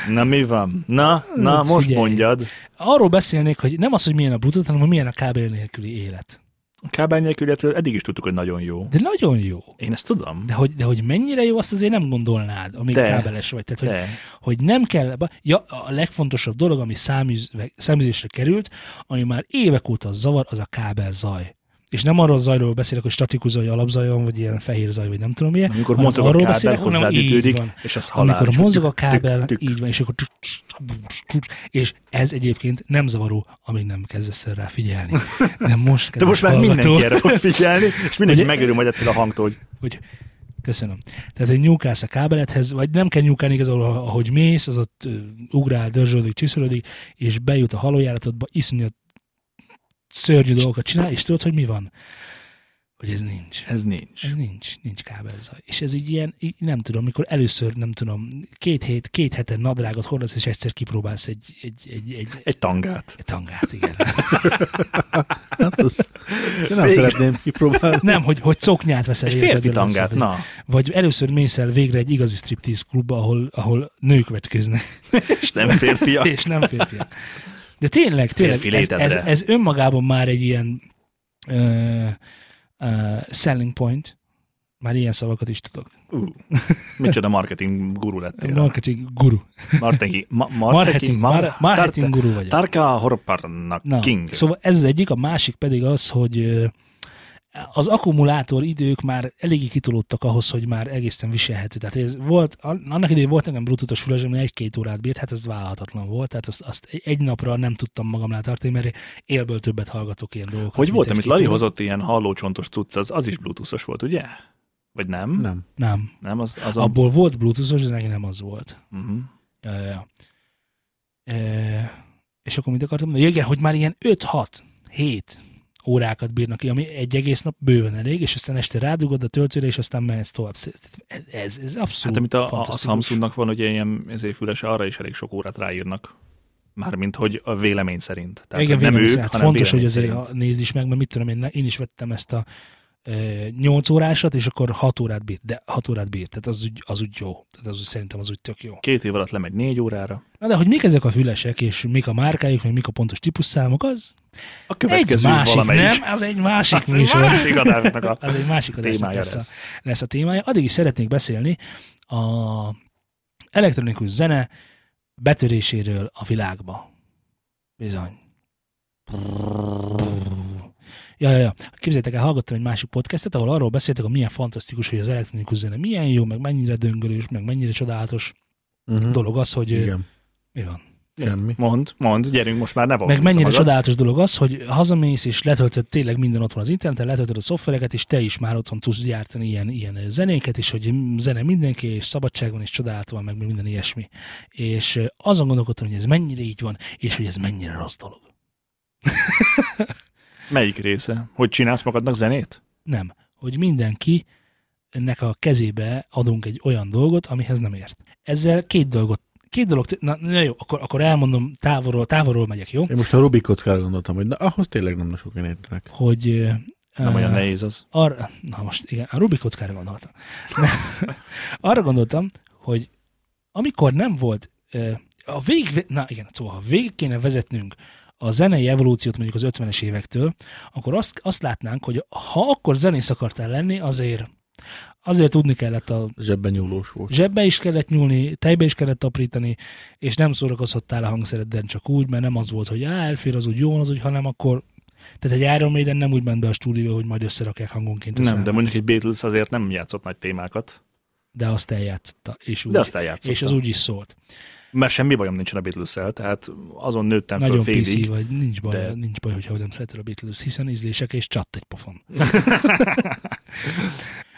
Speaker 3: Na mi van? Na, na
Speaker 2: Hát
Speaker 3: most
Speaker 2: figyelj.
Speaker 3: mondjad.
Speaker 2: Arról beszélnék, hogy nem az, hogy milyen a Bluetooth, hanem hogy milyen a kábel nélküli élet.
Speaker 3: A kábel nélkül illetve eddig is tudtuk, hogy nagyon jó.
Speaker 2: De nagyon jó.
Speaker 3: Én ezt tudom.
Speaker 2: De hogy, de hogy mennyire jó, azt azért nem gondolnád, amíg
Speaker 3: De.
Speaker 2: kábeles vagy. Tehát, hogy,
Speaker 3: De.
Speaker 2: hogy nem kell... ba- Ja, a legfontosabb dolog, ami száműz- száműzésre került, ami már évek óta zavar, az a kábel zaj. És nem arról a zajról beszélek, hogy statikus zaj, alapzaj van, vagy ilyen fehér zaj, vagy nem tudom milyen.
Speaker 3: Amikor
Speaker 2: hanem
Speaker 3: mozog a
Speaker 2: arról
Speaker 3: kábel,
Speaker 2: beszélek, hanem így
Speaker 3: hozzáütődik,
Speaker 2: van.
Speaker 3: és az halál.
Speaker 2: Amikor
Speaker 3: És
Speaker 2: mozog a
Speaker 3: tük, tük,
Speaker 2: kábel,
Speaker 3: tük.
Speaker 2: így van, és akkor tük, tük, tük, tük, és ez egyébként nem zavaró, amíg nem kezdesz el rá figyelni. De most,
Speaker 3: De
Speaker 2: kedves
Speaker 3: most már
Speaker 2: hallgató,
Speaker 3: mindenki erre fog figyelni, és mindenki
Speaker 2: Ugye?
Speaker 3: megörül majd ettől a hangtól, hogy
Speaker 2: Hogy, köszönöm. Tehát, hogy nyúkálsz a kábelethez, vagy nem kell nyúkálni igazából, ha- ahogy mész, az ott ö, ugrál, dörzsölődik, csiszolódik, és bejut a halójáratodba, iszonyat szörnyű dolgokat csinál, és tudod, hogy mi van? Hogy ez nincs.
Speaker 3: ez nincs.
Speaker 2: Ez nincs, nincs kábelzaj. És ez így ilyen, így nem tudom, mikor először, nem tudom, két hét, két heten nadrágot hordasz, és egyszer kipróbálsz egy, egy, egy, egy,
Speaker 3: Egy tangát.
Speaker 2: egy tangát,
Speaker 3: [laughs]
Speaker 2: igen.
Speaker 4: Hát az, én nem
Speaker 3: Fél.
Speaker 4: szeretném kipróbálni.
Speaker 2: Nem, hogy, hogy szoknyát veszel.
Speaker 3: Egy férfi
Speaker 2: életedben szóval,
Speaker 3: tangát,
Speaker 2: először, vagy-
Speaker 3: na.
Speaker 2: Vagy először mész el végre egy igazi striptease klubba, ahol, ahol nők vetköznek,
Speaker 3: És nem férfiak.
Speaker 2: és nem férfiak. De tényleg, tényleg,
Speaker 3: Férfi
Speaker 2: ez, ez,
Speaker 3: létedre.
Speaker 2: ez önmagában már egy ilyen uh, uh, selling point, már ilyen szavakat is tudok.
Speaker 3: Ú, micsoda marketing guru lettél.
Speaker 2: Marketing guru.
Speaker 3: Marketing,
Speaker 2: [laughs]
Speaker 3: ma,
Speaker 2: Marketing,
Speaker 3: marketing,
Speaker 2: mar- marketing
Speaker 3: guru.
Speaker 2: guru vagyok.
Speaker 3: Tarka Horparnak
Speaker 2: Na,
Speaker 3: King.
Speaker 2: Szóval ez az egyik, a másik pedig az, hogy ö, az akkumulátor idők már eléggé kitolódtak ahhoz, hogy már egészen viselhető. Tehát ez volt, an- annak idején volt nekem bluetoothos füles, ami egy-két órát bírt, hát ez vállalhatatlan volt, tehát azt, azt egy- egy napra nem tudtam magamnál tartani, mert élből többet hallgatok ilyen dolgokat.
Speaker 3: Hogy
Speaker 2: mint
Speaker 3: volt, amit
Speaker 2: egy-két
Speaker 3: Lali
Speaker 2: óra.
Speaker 3: hozott ilyen hallócsontos cucc, az, az is bluetoothos volt, ugye? Vagy nem?
Speaker 4: Nem.
Speaker 2: Nem.
Speaker 3: Nem, az, az a...
Speaker 2: Abból volt bluetoothos, de neki nem az volt.
Speaker 3: Uh-huh.
Speaker 2: Ja, ja, ja. E, és akkor mit akartam mondani? Ja, Igen, hogy már ilyen 5-6, 7 órákat bírnak ki, ami egy egész nap bőven elég, és aztán este rádugod a töltőre, és aztán mehetsz tovább. Ez, ez, ez abszolút
Speaker 3: Hát amit a, a, a
Speaker 2: fantasztikus.
Speaker 3: Samsungnak van, ugye ilyen ezért fülese, arra is elég sok órát ráírnak. Mármint, hogy a vélemény szerint. Tehát,
Speaker 2: Igen,
Speaker 3: hogy nem
Speaker 2: vélemény
Speaker 3: ők,
Speaker 2: szerint.
Speaker 3: hanem
Speaker 2: fontos, hogy
Speaker 3: vélemény
Speaker 2: azért
Speaker 3: szerint.
Speaker 2: a- nézd is meg, mert mit tudom én, ne- én is vettem ezt a ö, 8 órásat, és akkor 6 órát bírt, de 6 órát bírt, tehát az úgy, az úgy jó. Tehát az úgy, szerintem az úgy tök jó.
Speaker 3: Két év alatt lemegy négy órára.
Speaker 2: Na de hogy mik ezek a fülesek, és mik a márkájuk, meg mik a pontos típusszámok, az
Speaker 3: A
Speaker 2: egy
Speaker 3: következő
Speaker 2: másik,
Speaker 3: valamelyik.
Speaker 2: nem? Az egy másik
Speaker 3: [laughs] Az egy
Speaker 2: műsor.
Speaker 3: másik adásnak a
Speaker 2: [laughs] az egy másik adásnak
Speaker 3: témája
Speaker 2: lesz a,
Speaker 3: lesz.
Speaker 2: lesz a témája. Addig is szeretnék beszélni a elektronikus zene betöréséről a világba. Bizony. Ja, ja, ja. Képzeljétek el, hallgattam egy másik podcastet, ahol arról beszéltek, hogy milyen fantasztikus, hogy az elektronikus zene milyen jó, meg mennyire döngölős, meg mennyire csodálatos
Speaker 4: Uh-huh.
Speaker 2: dolog az, hogy... Igen.
Speaker 4: Igen.
Speaker 2: Mi van?
Speaker 4: Semmi.
Speaker 3: Mond, mond, gyerünk, most már ne
Speaker 2: Meg
Speaker 3: valamit
Speaker 2: mennyire
Speaker 3: magad.
Speaker 2: csodálatos dolog az, hogy hazamész és letöltöd tényleg minden ott van az interneten, letöltöd a szoftvereket, és te is már otthon tudsz gyártani ilyen, ilyen zenéket, és hogy zene mindenki, és szabadság van, és csodálat van, meg minden ilyesmi. És ö, azon gondolkodtam, hogy ez mennyire így van, és hogy ez mennyire rossz dolog.
Speaker 3: Melyik része? Hogy csinálsz magadnak zenét?
Speaker 2: Nem. Hogy mindenki ennek a kezébe adunk egy olyan dolgot, amihez nem ért. Ezzel két dolgot Két dolog, tö- na, na jó, akkor, akkor elmondom, távolról, távolról megyek, jó?
Speaker 4: Én most a Rubik kockára gondoltam, hogy na, ahhoz tényleg nem sokan értenek.
Speaker 2: Hogy, ö,
Speaker 3: Nem olyan
Speaker 2: ö,
Speaker 3: nehéz az.
Speaker 2: arra, na most igen, a Rubik kockára gondoltam. [laughs] arra gondoltam, hogy amikor nem volt, ö, a végig, na igen, szóval ha végig kéne vezetnünk a zenei evolúciót mondjuk az 50-es évektől, akkor azt, azt látnánk, hogy ha akkor zenész akartál lenni, azért azért tudni kellett a
Speaker 4: Zsebben nyúlós volt.
Speaker 2: zsebbe is kellett nyúlni, tejbe is kellett taprítani, és nem szórakozhattál a hangszeredben csak úgy, mert nem az volt, hogy á, elfér az úgy, jó az úgy, hanem akkor Tehát egy Iron Maiden nem úgy ment be a stúdióba, hogy majd összerakják hangonként. a
Speaker 3: Nem,
Speaker 2: számot.
Speaker 3: de mondjuk egy Beatles azért nem játszott nagy témákat,
Speaker 2: de azt eljátszotta. És úgy,
Speaker 3: de azt eljátszott.
Speaker 2: és az úgy is szólt.
Speaker 3: Mert semmi bajom nincsen a beatles tehát azon nőttem föl
Speaker 2: Nagyon
Speaker 3: félig.
Speaker 2: PC vagy, nincs baj, de...
Speaker 3: de-
Speaker 2: nincs baj, hogyha nem szereted a Beatles, hiszen ízlések és csatt egy
Speaker 3: [laughs]
Speaker 2: pofon. [laughs]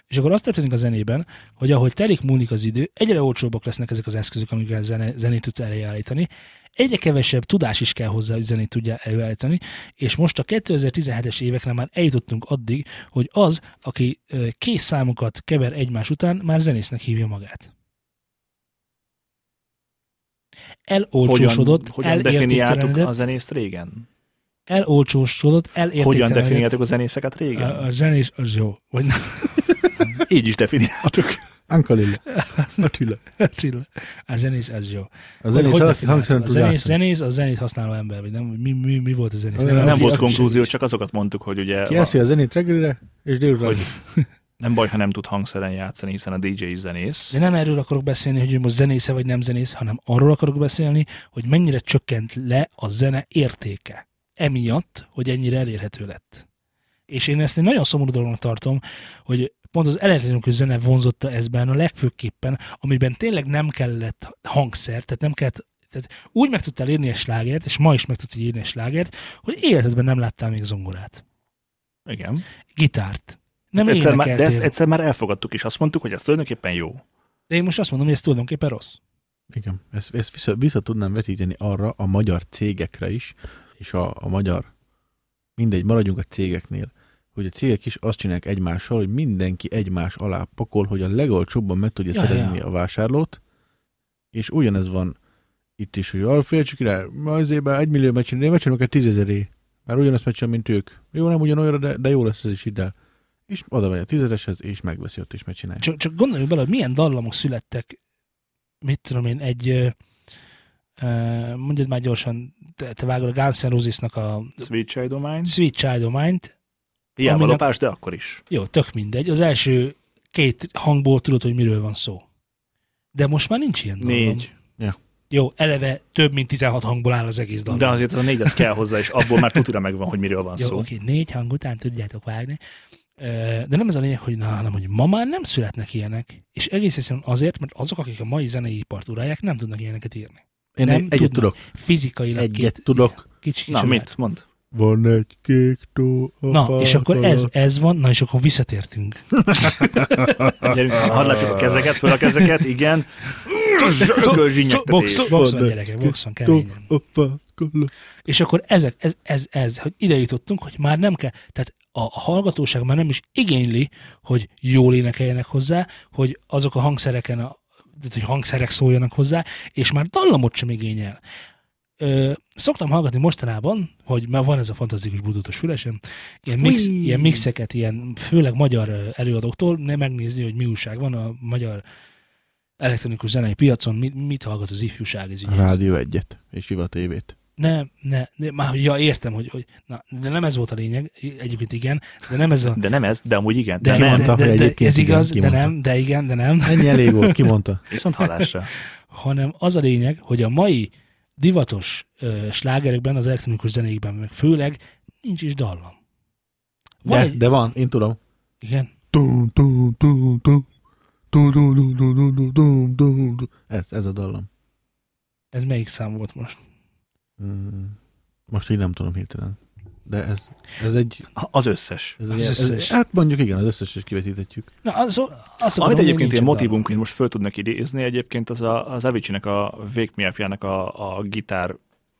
Speaker 2: és akkor azt történik a zenében, hogy ahogy telik múlik az idő, egyre olcsóbbak lesznek ezek az eszközök, amikkel zene, zenét tudsz előállítani, egyre kevesebb tudás is kell hozzá, hogy zenét tudja előállítani, és most a 2017-es évekre már eljutottunk addig, hogy az, aki ö, kész számokat kever egymás után, már zenésznek hívja magát. Elolcsósodott,
Speaker 3: Hogyan, hogyan definiáltuk a zenészt régen?
Speaker 2: elolcsósodott,
Speaker 3: Hogyan
Speaker 2: elértéktelenedett.
Speaker 3: definiáltuk a zenészeket régen?
Speaker 2: A, a zsenés az jó. Vagy nem,
Speaker 3: Így is definiáltuk.
Speaker 4: Anka Lilla.
Speaker 2: Attila. Attila. A zsenés az jó.
Speaker 4: A zenész
Speaker 2: Hogy
Speaker 4: az, aki
Speaker 2: defináltuk?
Speaker 4: hangszeren
Speaker 2: a
Speaker 4: tud
Speaker 2: zenész,
Speaker 4: játszani.
Speaker 2: zenész, a zenét használó ember, vagy nem? Mi, mi, mi volt a zenész?
Speaker 4: Nem
Speaker 3: Nem
Speaker 4: Aki-
Speaker 3: volt
Speaker 4: aki
Speaker 3: konklúzió,
Speaker 2: zsenés.
Speaker 3: csak azokat mondtuk, hogy ugye
Speaker 4: Ki
Speaker 3: a-
Speaker 4: eszi a zenét reggelire, és délután.
Speaker 3: Hogy- nem baj, ha nem tud hangszeren játszani, hiszen a DJ is zenész.
Speaker 2: De nem erről akarok beszélni, hogy ő most zenésze vagy nem zenész, hanem arról akarok beszélni, hogy mennyire csökkent le a zene értéke. Emiatt, hogy ennyire elérhető lett. És én ezt egy nagyon szomorú dolognak tartom, hogy pont az elektronikus zene vonzotta ezben a legfőképpen, amiben tényleg nem kellett hangszer, tehát nem kellett tehát úgy meg tudtál írni egy slágert, és ma is meg tudtál írni egy slágert, hogy életedben nem láttál még zongorát,
Speaker 3: Igen.
Speaker 2: gitárt. Nem
Speaker 3: Hát egyszer már, de ezt
Speaker 2: énekeltél.
Speaker 3: egyszer már elfogadtuk, és azt mondtuk, hogy ez tulajdonképpen jó.
Speaker 2: De én most azt mondom, hogy ez tulajdonképpen rossz.
Speaker 4: Igen, ezt, ezt vissza, vissza tudnám vetíteni arra a magyar cégekre is, és a, a magyar, mindegy, maradjunk a cégeknél, hogy a cégek is azt csinálják egymással, hogy mindenki egymás alá pakol, hogy a legolcsóbban meg tudja
Speaker 2: Ja,
Speaker 4: szerezni
Speaker 2: ja.
Speaker 4: a vásárlót, és ugyanez van itt is, hogy alfélcsük rá, azért már egy millió megcsinálni, én megcsinálok egy tízezeré, mert ugyanazt megcsinálom, mint ők. Jó, nem ugyanolyanra, de, de jó lesz ez is ide. És oda megy a tízezreshez, és megveszi ott, és megcsinálja.
Speaker 2: Csak, csak gondoljuk bele, hogy milyen dallamok születtek, mit tudom én, egy, ö, ö, mondjad már gyorsan, te, te vágod a Guns N' Roses-nak a
Speaker 3: Sweet Child O' Mine.
Speaker 2: Sweet Child O' Mine-t,
Speaker 3: Hiába
Speaker 2: Aminek-
Speaker 3: lopás, de akkor is.
Speaker 2: jó, tök mindegy, az első két hangból tudod, hogy miről van szó. De most már nincs ilyen dallam.
Speaker 3: Négy.
Speaker 2: Jó, eleve több mint 16 hangból áll az egész dallam.
Speaker 3: De azért az a négy, az kell hozzá, és abból már tutira megvan, hogy miről van
Speaker 2: Jó,
Speaker 3: szó.
Speaker 2: oké, négy hang után tudjátok vágni. Ö, De nem ez a lényeg, hogy na, hanem, hogy ma már nem születnek ilyenek. És egész egyszerűen azért, mert azok, akik a mai zenei ipart uralják, nem tudnak ilyeneket írni.
Speaker 4: Én
Speaker 2: nem
Speaker 4: egy- egyet
Speaker 2: tudnak.
Speaker 4: tudok.
Speaker 2: Fizikailag
Speaker 4: Egyet tudok.
Speaker 2: Kicsi, kicsi
Speaker 3: Na, mit? Mond.
Speaker 4: Van egy kék tó a
Speaker 2: Na, és
Speaker 4: park
Speaker 2: akkor ez,
Speaker 4: alatt.
Speaker 2: ez van, na és akkor visszatértünk.
Speaker 3: Hát Gyerünk, hadd lássuk a kezeket, föl a kezeket, igen. Zsökölzsinyegtetés.
Speaker 2: Box, box van
Speaker 4: Van
Speaker 2: gyerekek,
Speaker 4: egy
Speaker 2: box van
Speaker 4: Tó
Speaker 2: keményen.
Speaker 4: a park alatt.
Speaker 2: És akkor ezek, ez, ez, ez, hogy ide jutottunk, hogy már nem kell, tehát a a hallgatóság már nem is igényli, hogy jól énekeljenek hozzá, hogy azok a hangszereken, a, tehát hogy hangszerek szóljanak hozzá, és már dallamot sem igényel. Ö, szoktam hallgatni mostanában, hogy már van ez a fantasztikus bluetoothos fülesem, ilyen, mix,
Speaker 4: Ui.
Speaker 2: ilyen mixeket, ilyen főleg magyar ö, előadóktól, ne megnézni, hogy mi újság van a magyar elektronikus zenei piacon, mit, mit hallgat az ifjúság ez ügyhez.
Speaker 4: Rádió egyet, és Viva tévét.
Speaker 2: Nem, ne, ne, már hogy ja, értem, hogy, hogy na, de nem ez volt a lényeg, egyébként igen, de nem ez a...
Speaker 3: De nem ez, de amúgy igen.
Speaker 2: De,
Speaker 3: De, de
Speaker 2: de,
Speaker 3: nem.
Speaker 4: kimondta,
Speaker 2: de, de,
Speaker 4: hogy
Speaker 2: de
Speaker 4: egyébként
Speaker 2: ez
Speaker 4: igen,
Speaker 2: igaz, de
Speaker 4: kimondta.
Speaker 2: nem, de igen, de nem,
Speaker 4: Ennyi elég volt, kimondta.
Speaker 3: Viszont hallásra.
Speaker 2: hanem az a lényeg, hogy a mai divatos ö, slágerekben, az elektronikus zenékben, meg főleg nincs is dallam. Van
Speaker 4: De,
Speaker 2: egy-
Speaker 4: de van, én tudom.
Speaker 2: Igen.
Speaker 4: Tum, tum, tum, tum. Tum, tum, tum, tum, tum, tum, tum, tum, tum. Ez, ez a dallam.
Speaker 2: Ez melyik szám volt most?
Speaker 4: Mm, Most így nem tudom hirtelen. De ez, ez egy...
Speaker 3: Az összes.
Speaker 4: Ez
Speaker 2: Az
Speaker 4: egy ez,
Speaker 2: összes.
Speaker 4: hát mondjuk igen, az összes is kivetíthetjük.
Speaker 2: Na, az, azt akarom,
Speaker 3: Amit
Speaker 2: hogy Szóval
Speaker 3: egyébként
Speaker 2: nincs
Speaker 3: ilyen
Speaker 2: dallam.
Speaker 3: motivunk, hogy most föl tudnak idézni, egyébként az a, az Avicii-nek a Wake Me Up-jának a, a gitár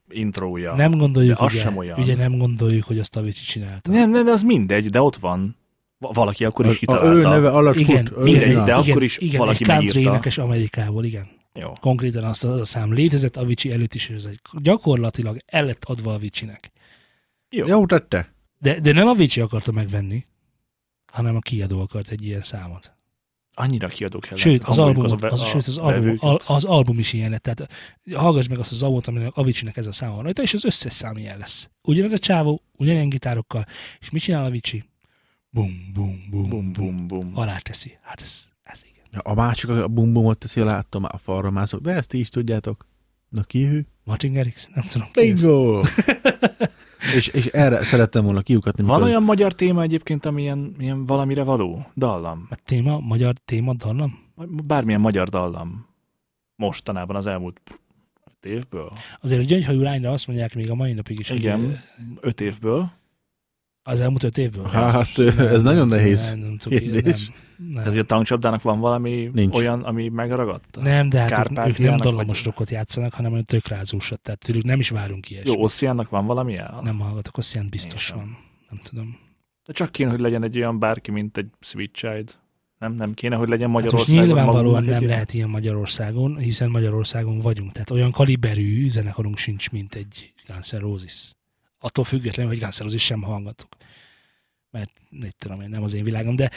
Speaker 3: intrója.
Speaker 2: Nem gondoljuk,
Speaker 3: De az
Speaker 2: ugye,
Speaker 3: sem olyan.
Speaker 2: ugye nem gondoljuk, hogy azt a Avicii csinálta.
Speaker 3: nem, nem, de az mindegy, de ott van. Va- Valaki akkor is
Speaker 4: a, a ő
Speaker 3: kitalálta.
Speaker 4: neve alatt
Speaker 2: Igen,
Speaker 4: fut. ő
Speaker 3: mindegy,
Speaker 4: csinál.
Speaker 3: de akkor is
Speaker 2: igen,
Speaker 3: valaki
Speaker 2: egy country
Speaker 3: megírta.
Speaker 2: énekes Amerikából, igen.
Speaker 3: Jó.
Speaker 2: konkrétan azt az a szám létezett, Avicii előtt is ez egy. Gyakorlatilag el lett adva Avicii-nek.
Speaker 4: Jó tette.
Speaker 2: De, de nem Avicii akarta megvenni, hanem a kiadó akart egy ilyen számot.
Speaker 3: Annyira kiadó kell.
Speaker 2: Sőt, az
Speaker 3: hangoljuk
Speaker 2: albumot,
Speaker 3: a-
Speaker 2: az,
Speaker 3: a
Speaker 2: sőt, az, album,
Speaker 3: vevőket.
Speaker 2: al, az album is ilyen lett. Tehát hallgass meg azt az albumot, aminek Avicii-nek ez a száma van rajta, és az összes szám ilyen lesz. Ugyanez a csávó, ugyanilyen gitárokkal. És mit csinál Avicii? Bum, bum, bum, bum,
Speaker 3: Bum,
Speaker 2: bum.
Speaker 3: bum, bum.
Speaker 2: Alá teszi. Hát ez, ez igen.
Speaker 4: A másik a bumbumot teszi, láttam, a falra mászok. De ezt ti is tudjátok. Na ki ő?
Speaker 2: Martin Garrix? Nem tudom ki ez.
Speaker 4: Bingo! [laughs] És, és erre szerettem volna kiukatni.
Speaker 3: Van
Speaker 4: mikor az-
Speaker 3: olyan magyar téma egyébként, ami ilyen, ilyen valamire való? Dallam?
Speaker 2: A téma, magyar téma, dallam?
Speaker 3: Bármilyen magyar dallam. Mostanában az elmúlt öt évből?
Speaker 2: Azért a gyöngyhajú lányra azt mondják még a mai napig is. hogy,
Speaker 3: Igen.
Speaker 2: ö,
Speaker 3: Öt évből.
Speaker 2: Az elmúlt öt évből.
Speaker 4: Hát, ö, ez nagyon nehéz
Speaker 2: Nem, nem, cuki, nem,
Speaker 4: kérdés.
Speaker 2: nem,
Speaker 3: Tehát, hogy a tankcsapdának van valami
Speaker 4: Nincs.
Speaker 3: olyan, ami megragadta?
Speaker 2: nem, de hát ők, ők nem
Speaker 3: Kárpátaljának
Speaker 2: dallamos
Speaker 3: vagy-
Speaker 2: rokot játszanak, hanem olyan tök rázúsat, tehát tőlük nem is várunk ilyesmit.
Speaker 3: Jó, Ossiannak van valami el?
Speaker 2: Nem hallgatok, azt ilyen biztos
Speaker 3: Én sem.
Speaker 2: van. Nem tudom.
Speaker 3: De csak kéne, hogy legyen egy olyan bárki, mint egy Sweet Child. Nem, nem kéne, hogy legyen
Speaker 2: Hát most
Speaker 3: Magyarországon.
Speaker 2: nyilvánvalóan
Speaker 3: magunknak egy
Speaker 2: nem
Speaker 3: ilyen?
Speaker 2: lehet ilyen Magyarországon, hiszen Magyarországon vagyunk. Tehát olyan kaliberű zenekarunk sincs, mint egy Guns N' Roses. Attól függetlenül, hogy Guns N' Roses sem hallgatok. Mert nem tudom én, nem az én világom, de,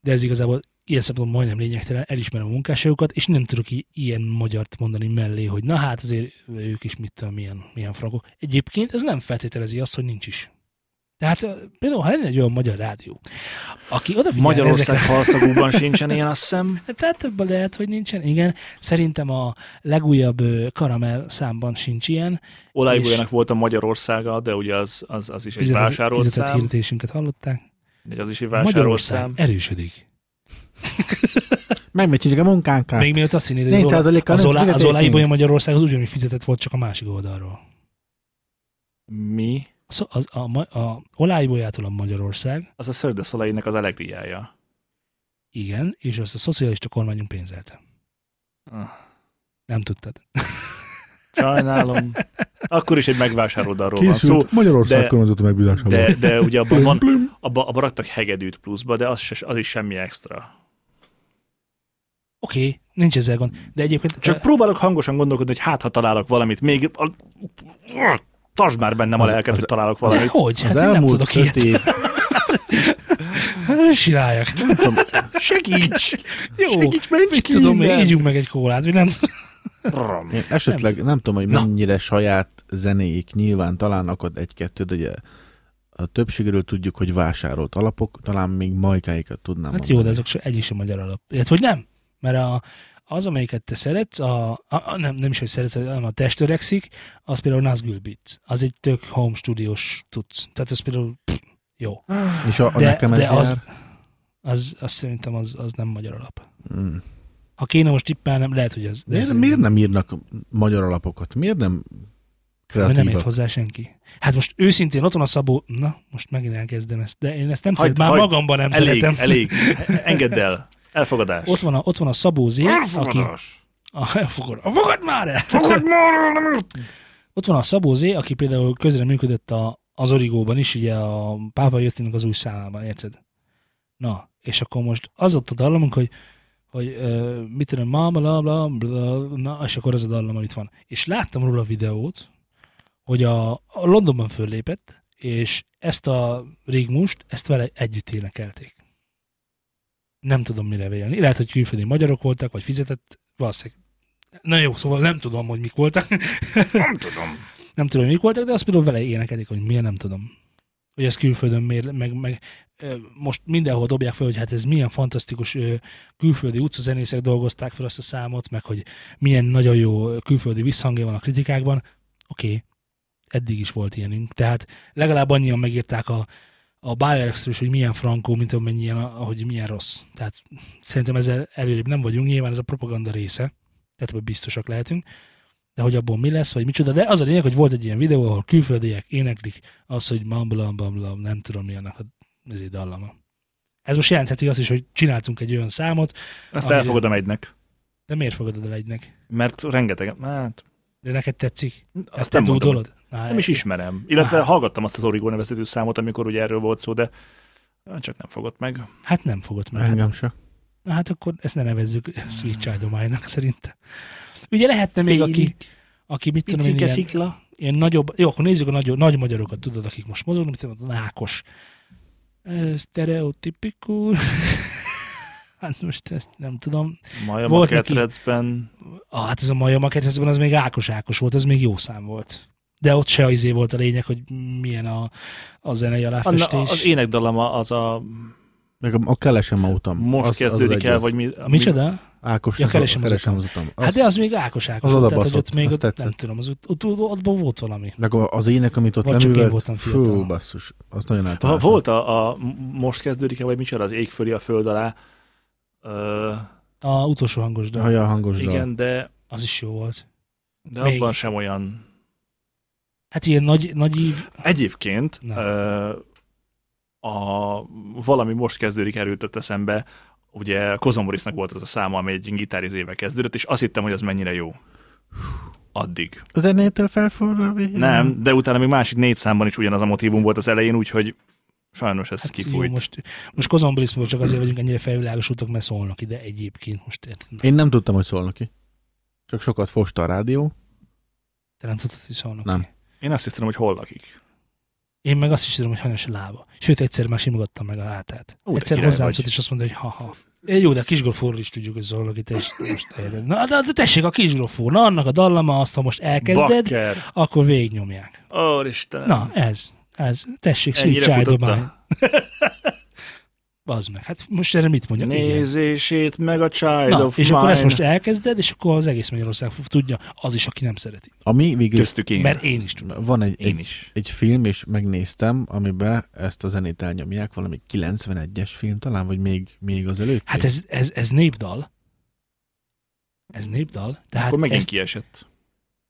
Speaker 2: de ez igazából ilyen szempontból majdnem lényegtelen, elismerem a munkásságukat, és nem tudok i- ilyen magyart mondani mellé, hogy na hát azért ők is mit tudom, milyen, milyen fragok. Egyébként ez nem feltételezi azt, hogy nincs is. Tehát ö, például, ha lenne egy olyan magyar rádió, aki odafigyel ezekre
Speaker 3: Magyarország halszagúban sincsen ilyen, azt
Speaker 2: [laughs]
Speaker 3: hiszem.
Speaker 2: Hát tehát többen lehet, hogy nincsen. Igen, szerintem a legújabb ö, karamell számban sincs ilyen.
Speaker 3: Olajbolyanak volt a Magyarországa, de ugye az, az, az is egy
Speaker 2: Fizetett, fizetett
Speaker 3: vásárolszám.
Speaker 2: hirdetésünket hallották.
Speaker 3: Az is egy
Speaker 2: Magyarország
Speaker 3: vásárolszám. [laughs]
Speaker 2: erősödik.
Speaker 4: Megmecsítjük a
Speaker 3: Hát.
Speaker 4: munkánkat.
Speaker 2: Még mielőtt azt hinnéd, hogy az
Speaker 4: 4
Speaker 2: olaj-
Speaker 4: százalékkal
Speaker 2: az,
Speaker 4: nem
Speaker 2: olá, az
Speaker 4: fizetésünk.
Speaker 2: olajbolya Magyarország az ugyanúgy fizetett volt, csak a másik oldalról.
Speaker 3: Mi?
Speaker 2: Az, az, a, ma- a olajbolyától a Magyarország,
Speaker 3: Az a szördeszolainak az elektriája.
Speaker 2: igen, és azt a szocialista kormányunk pénzelte.
Speaker 3: Ah.
Speaker 2: Nem tudtad.
Speaker 3: Sajnálom. Akkor is egy megvásárolt arról van szó.
Speaker 4: Magyarország
Speaker 3: de-
Speaker 4: kormányzati megbízása
Speaker 3: De,
Speaker 4: volt.
Speaker 3: de ugye abban,
Speaker 4: Plüm,
Speaker 3: van,
Speaker 4: plüm.
Speaker 3: abban, abban raktak hegedűt pluszba, de az, se, az is semmi extra.
Speaker 2: Oké, okay, nincs ezzel gond. De egyébként
Speaker 3: Csak
Speaker 2: ö,
Speaker 3: próbálok hangosan gondolkodni, hogy hát, ha találok valamit, még... A, tartsd már bennem a
Speaker 4: Az-
Speaker 3: lelket,
Speaker 4: az-
Speaker 3: hogy találok
Speaker 2: de
Speaker 3: valamit.
Speaker 2: hogy? Hát
Speaker 4: Az
Speaker 2: én nem
Speaker 4: elmúlt
Speaker 2: tudok
Speaker 4: öt
Speaker 2: ilyet. Hát,
Speaker 4: év,
Speaker 2: Siráljak.
Speaker 3: Segíts!
Speaker 2: [laughs] Jó,
Speaker 3: Segíts, menj
Speaker 2: mit
Speaker 3: ki
Speaker 2: tudom,
Speaker 3: innen!
Speaker 2: én, ígyunk meg egy kólát, vagy nem
Speaker 3: Ram.
Speaker 4: én esetleg
Speaker 2: Nem
Speaker 4: nem, tudom, hogy
Speaker 3: Na.
Speaker 4: mennyire saját zenéik, nyilván talán akad egy-kettő, de ugye a többségről tudjuk, hogy vásárolt alapok, talán még majkáikat tudnám
Speaker 2: Hát jó,
Speaker 4: mondani.
Speaker 2: de azok so- egy is a magyar alap. Illetve, hogy nem. Mert a, az, amelyiket te szeretsz, a, a, a nem, nem is, hogy szeretsz, hanem a test öregszik, az például Nazgül Beats. Az egy tök home stúdiós tudsz. Tehát az például pff, jó.
Speaker 4: És a, a
Speaker 2: De,
Speaker 4: nekem ez
Speaker 2: de az,
Speaker 4: jár?
Speaker 2: az, az, szerintem az, az nem magyar alap.
Speaker 4: Mm.
Speaker 2: Ha kéne most tippelnem, lehet, hogy az.
Speaker 4: De ez,
Speaker 2: ez-
Speaker 4: miért nem írnak magyar alapokat? Miért nem
Speaker 2: Mert nem ért
Speaker 4: kreatívak?
Speaker 2: hozzá senki. Hát most őszintén ott van a Szabó, na, most megint elkezdem ezt, de én ezt nem
Speaker 3: Hagyd,
Speaker 2: szeretem, már
Speaker 3: hagyd.
Speaker 2: magamban nem
Speaker 3: Elég,
Speaker 2: szeretem.
Speaker 3: elég. Engedd el. Elfogadás.
Speaker 2: Ott van a, ott van a Szabó Zé,
Speaker 3: Hm,
Speaker 2: aki,
Speaker 3: Elfogadás.
Speaker 2: A, [laughs] elfogad, a fogad már el! [laughs] Ott van a Szabó Zé, aki például közre működött a, az Origóban is, ugye a Páva Jöttinek az új számában, érted? Na, és akkor most az ott a dallamunk, hogy, hogy ö, mit tudom, ma, bla, bla, bla, na, és akkor az a dallam, amit van. És láttam róla a videót, hogy a, a Londonban föllépett, és ezt a rigmust, ezt vele együtt énekelték. Nem tudom mire vélni. Lehet, hogy külföldi magyarok voltak, vagy fizetett, valószínűleg. Na jó, szóval nem tudom, hogy mik voltak.
Speaker 3: [laughs] Nem tudom.
Speaker 2: nem tudom, mik voltak, de azt például vele énekelik, hogy miért nem tudom. Hogy ez külföldön miért, meg, meg ö, most mindenhol dobják fel, hogy hát ez milyen fantasztikus ö, külföldi utcazenészek dolgozták fel azt a számot, meg hogy milyen nagyon jó ö, külföldi visszhangja van a kritikákban. Oké, okay, eddig is volt ilyenünk. Tehát legalább annyian megírták a, a bioelectről is, hogy milyen frankó, mint amennyien, ahogy milyen rossz. Tehát szerintem ezzel előrébb nem vagyunk, nyilván ez a propaganda része, tehát ebben biztosak lehetünk de hogy abból mi lesz, vagy micsoda. De az a lényeg, hogy volt egy ilyen videó, ahol külföldiek éneklik azt, hogy mam, blam, blam, blam, nem tudom mi annak a ez egy dallama. Ez most jelentheti azt is, hogy csináltunk egy olyan számot,
Speaker 3: Ezt
Speaker 2: Ami-
Speaker 3: elfogadom egynek.
Speaker 2: de miért fogadod el egynek?
Speaker 3: Mert rengeteg... Hát,
Speaker 2: De neked tetszik?
Speaker 3: azt nem
Speaker 2: te
Speaker 3: mondom, hogy
Speaker 2: dúdolod? Na,
Speaker 3: Nem is ismerem. Illetve
Speaker 2: Aha.
Speaker 3: hallgattam azt az Origo nevezetű számot, amikor ugye erről volt szó, de csak nem fogott meg.
Speaker 2: Hát nem fogod meg.
Speaker 4: Engem se.
Speaker 2: Na hát akkor ezt ne nevezzük
Speaker 3: Hmm.
Speaker 2: Sweet Child szerintem. Ugye lehetne még, aki, aki mit tudom én, ilyen,
Speaker 3: szikla.
Speaker 2: ilyen nagyobb, jó, akkor nézzük a nagy, nagy magyarokat, tudod, akik most mozognak, mit tudom, Ákos. Ö, Sztereotipikus. [laughs] Hát most ezt nem tudom.
Speaker 3: Maja
Speaker 2: Volt
Speaker 3: volt
Speaker 2: neki.
Speaker 3: Ketrecben.
Speaker 2: Ah, hát ez a Maja Makettezben az még Ákos Ákos volt, ez még jó szám volt. De ott se izé volt a lényeg, hogy milyen a, a zenei
Speaker 3: Anna,
Speaker 2: aláfestés.
Speaker 3: az énekdalama az a
Speaker 4: Nekem a kelesem autam.
Speaker 3: most
Speaker 4: az,
Speaker 3: kezdődik
Speaker 4: az
Speaker 3: el,
Speaker 4: egyes.
Speaker 3: vagy mi?
Speaker 2: Micsoda?
Speaker 4: A Ákos.
Speaker 2: Ja, keresem az
Speaker 4: keresem az utam.
Speaker 2: Hát de az még Ákos Ákos.
Speaker 4: az
Speaker 2: volt,
Speaker 4: odabaszott,
Speaker 2: tehát, hogy ott még
Speaker 4: azt
Speaker 2: ott, nem
Speaker 4: tetszett.
Speaker 2: tudom, az ott, ott, ott, ott volt valami.
Speaker 4: Meg a- az ének, amit ott
Speaker 2: Vagy csak én
Speaker 4: leművelt,
Speaker 2: voltam
Speaker 4: fő
Speaker 2: fiatal.
Speaker 4: basszus, azt nagyon
Speaker 3: Ha,
Speaker 4: általáztam.
Speaker 3: volt a, a, most kezdődik-e, vagy micsoda, az ég fölé a föld alá. Ö,
Speaker 2: A utolsó hangos dal.
Speaker 4: Haja a hangos dal.
Speaker 3: igen, de,
Speaker 2: Az is jó volt.
Speaker 3: de
Speaker 2: Még.
Speaker 3: abban sem olyan
Speaker 2: Hát ilyen nagy, nagy ív.
Speaker 3: Egyébként
Speaker 2: Na.
Speaker 3: ö, a, valami most kezdődik erőtött eszembe, ugye Kozomorisnak volt az a száma, ami egy gitárizével kezdődött, és azt hittem, hogy az mennyire jó. Addig.
Speaker 4: Az ennétől felforra a végén?
Speaker 3: Nem, de utána még másik négy számban is ugyanaz a motivum volt az elején, úgyhogy sajnos ez hát
Speaker 2: Hát jó,
Speaker 3: kifújt.
Speaker 2: most, most kozombriszmos csak azért vagyunk ennyire felvilágosultak, mert szólnak ide egyébként most. érted?
Speaker 4: Én nem tudtam, hogy szól neki. Csak sokat fosta a rádió.
Speaker 2: Te nem tudod, hogy szólnak.
Speaker 4: Nem.
Speaker 2: ki.
Speaker 3: Én azt hiszem, hogy hol lakik.
Speaker 2: Én meg azt is tudom, hogy hanyas a lába. Sőt, egyszer már simogattam meg a hátát.
Speaker 3: Ó, de
Speaker 2: egyszer
Speaker 3: király
Speaker 2: hozzám
Speaker 3: vagy.
Speaker 2: szólt, és azt mondta, hogy ha-ha. É, Jó, de a kisgrofóról is tudjuk, hogy szólnak itt, és most érted. Na, de, de tessék, a kisgrofór, na annak a dallama, azt ha most elkezded,
Speaker 3: Bakker!
Speaker 2: akkor végignyomják.
Speaker 3: Ó, Istenem!
Speaker 2: Na, ez, ez, tessék, Sweet
Speaker 3: Ennyire
Speaker 2: Child of Mine.
Speaker 3: futotta.
Speaker 2: Bazd meg, hát most erre mit mondjak? Igen.
Speaker 3: Nézését meg a Child
Speaker 2: Na,
Speaker 3: of
Speaker 2: és
Speaker 3: Mine.
Speaker 2: akkor ezt most elkezded, és akkor az egész Magyarország f- tudja, az is, aki nem szereti.
Speaker 4: Ami végül is
Speaker 3: Köztük én.
Speaker 2: Mert én is tudom.
Speaker 4: van egy,
Speaker 3: Én
Speaker 4: egy,
Speaker 3: is.
Speaker 4: egy film, és megnéztem, amiben ezt a zenét elnyomják, valami 91-es film talán, vagy még, még az előtt.
Speaker 2: Hát ez, ez, ez népdal. Ez népdal. Tehát
Speaker 3: Akkor megint
Speaker 2: hát ezt,
Speaker 3: kiesett.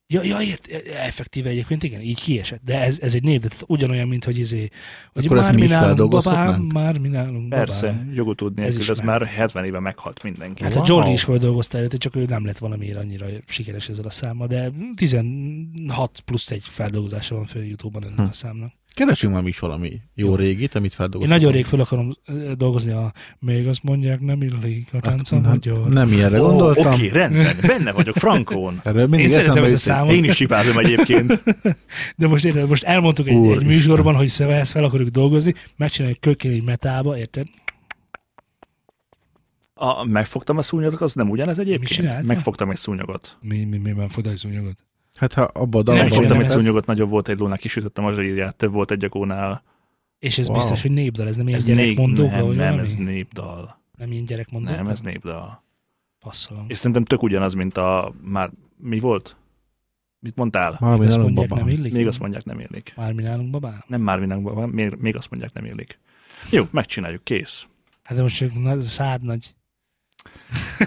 Speaker 2: Ja, ja, ért, e, effektíve egyébként, igen, így kiesett. De ez, ez egy név, de ugyanolyan, mint hogy izé, hogy
Speaker 4: Akkor ezt
Speaker 2: már
Speaker 4: mi
Speaker 2: mi
Speaker 4: is
Speaker 2: nálunk babám,
Speaker 4: feldolgozhatnánk?
Speaker 2: már mi nálunk
Speaker 3: Persze,
Speaker 2: babám.
Speaker 3: jogutód
Speaker 2: Ez
Speaker 3: nélkül,
Speaker 2: is
Speaker 3: ez, ez
Speaker 2: már.
Speaker 3: már 70 éve meghalt mindenki.
Speaker 2: Hát a Jolly is feldolgozta előtte, csak ő nem lett valamiért annyira sikeres ezzel a számmal, de 16 plusz egy feldolgozása van föl YouTube-ban ennek
Speaker 4: Hm.
Speaker 2: a számnak.
Speaker 4: Keresünk már mi is valami jó,
Speaker 2: Jó.
Speaker 4: régit, amit
Speaker 2: Én
Speaker 4: feldolgozunk.
Speaker 2: nagyon rég fel akarom ö, dolgozni a még azt mondják, nem illik a
Speaker 4: hát,
Speaker 2: tánc a magyar.
Speaker 4: nem ilyenre
Speaker 3: Ó,
Speaker 4: gondoltam.
Speaker 3: Oké, rendben, benne vagyok, Frankón.
Speaker 4: Erről mindig
Speaker 2: Én
Speaker 4: eszembe
Speaker 2: szeretem ezt a
Speaker 4: jut.
Speaker 2: számot,
Speaker 3: Én is csipázom egyébként.
Speaker 2: de most érted, most elmondtuk egy, egy
Speaker 4: Úristen.
Speaker 2: műsorban, hogy szeve- ezt fel akarjuk dolgozni, megcsináljuk kökény metába, érted?
Speaker 3: A, megfogtam a szúnyogot, az nem ugyanez egyébként?
Speaker 2: csináltál?
Speaker 3: Megfogtam egy szúnyogot.
Speaker 5: Mi, mi, miben fogták szúnyogot?
Speaker 4: Hát ha abba a
Speaker 2: Én
Speaker 4: dalban
Speaker 2: nem
Speaker 3: Megfogtam
Speaker 2: csináltam.
Speaker 3: egy
Speaker 4: benne-
Speaker 3: szúnyogot, nagyobb volt egy lónál, kisütöttem a zsírját, több volt egy akónál.
Speaker 2: És ez
Speaker 4: Wow.
Speaker 2: biztos, hogy népdal, ez nem ilyen
Speaker 3: Ez nép,
Speaker 2: gyerekmondó,
Speaker 3: nem,
Speaker 2: vagy
Speaker 3: nem,
Speaker 2: valami?
Speaker 3: ez népdal.
Speaker 2: Nem ilyen gyerekmondó?
Speaker 3: Nem, ez népdal.
Speaker 2: Passzolom.
Speaker 3: És szerintem tök ugyanaz, mint a... Már mi volt? Mit mondtál?
Speaker 4: Valami
Speaker 2: Még azt
Speaker 4: nálunk
Speaker 2: mondják,
Speaker 4: baba.
Speaker 2: nem illik?
Speaker 3: Még azt mondják, nem érlik.
Speaker 2: Már mi nálunk babám?
Speaker 3: Nem már mindenkor, még, még azt mondják, nem érlik. Jó, megcsináljuk, kész.
Speaker 2: Hát de most csak na, szád nagy.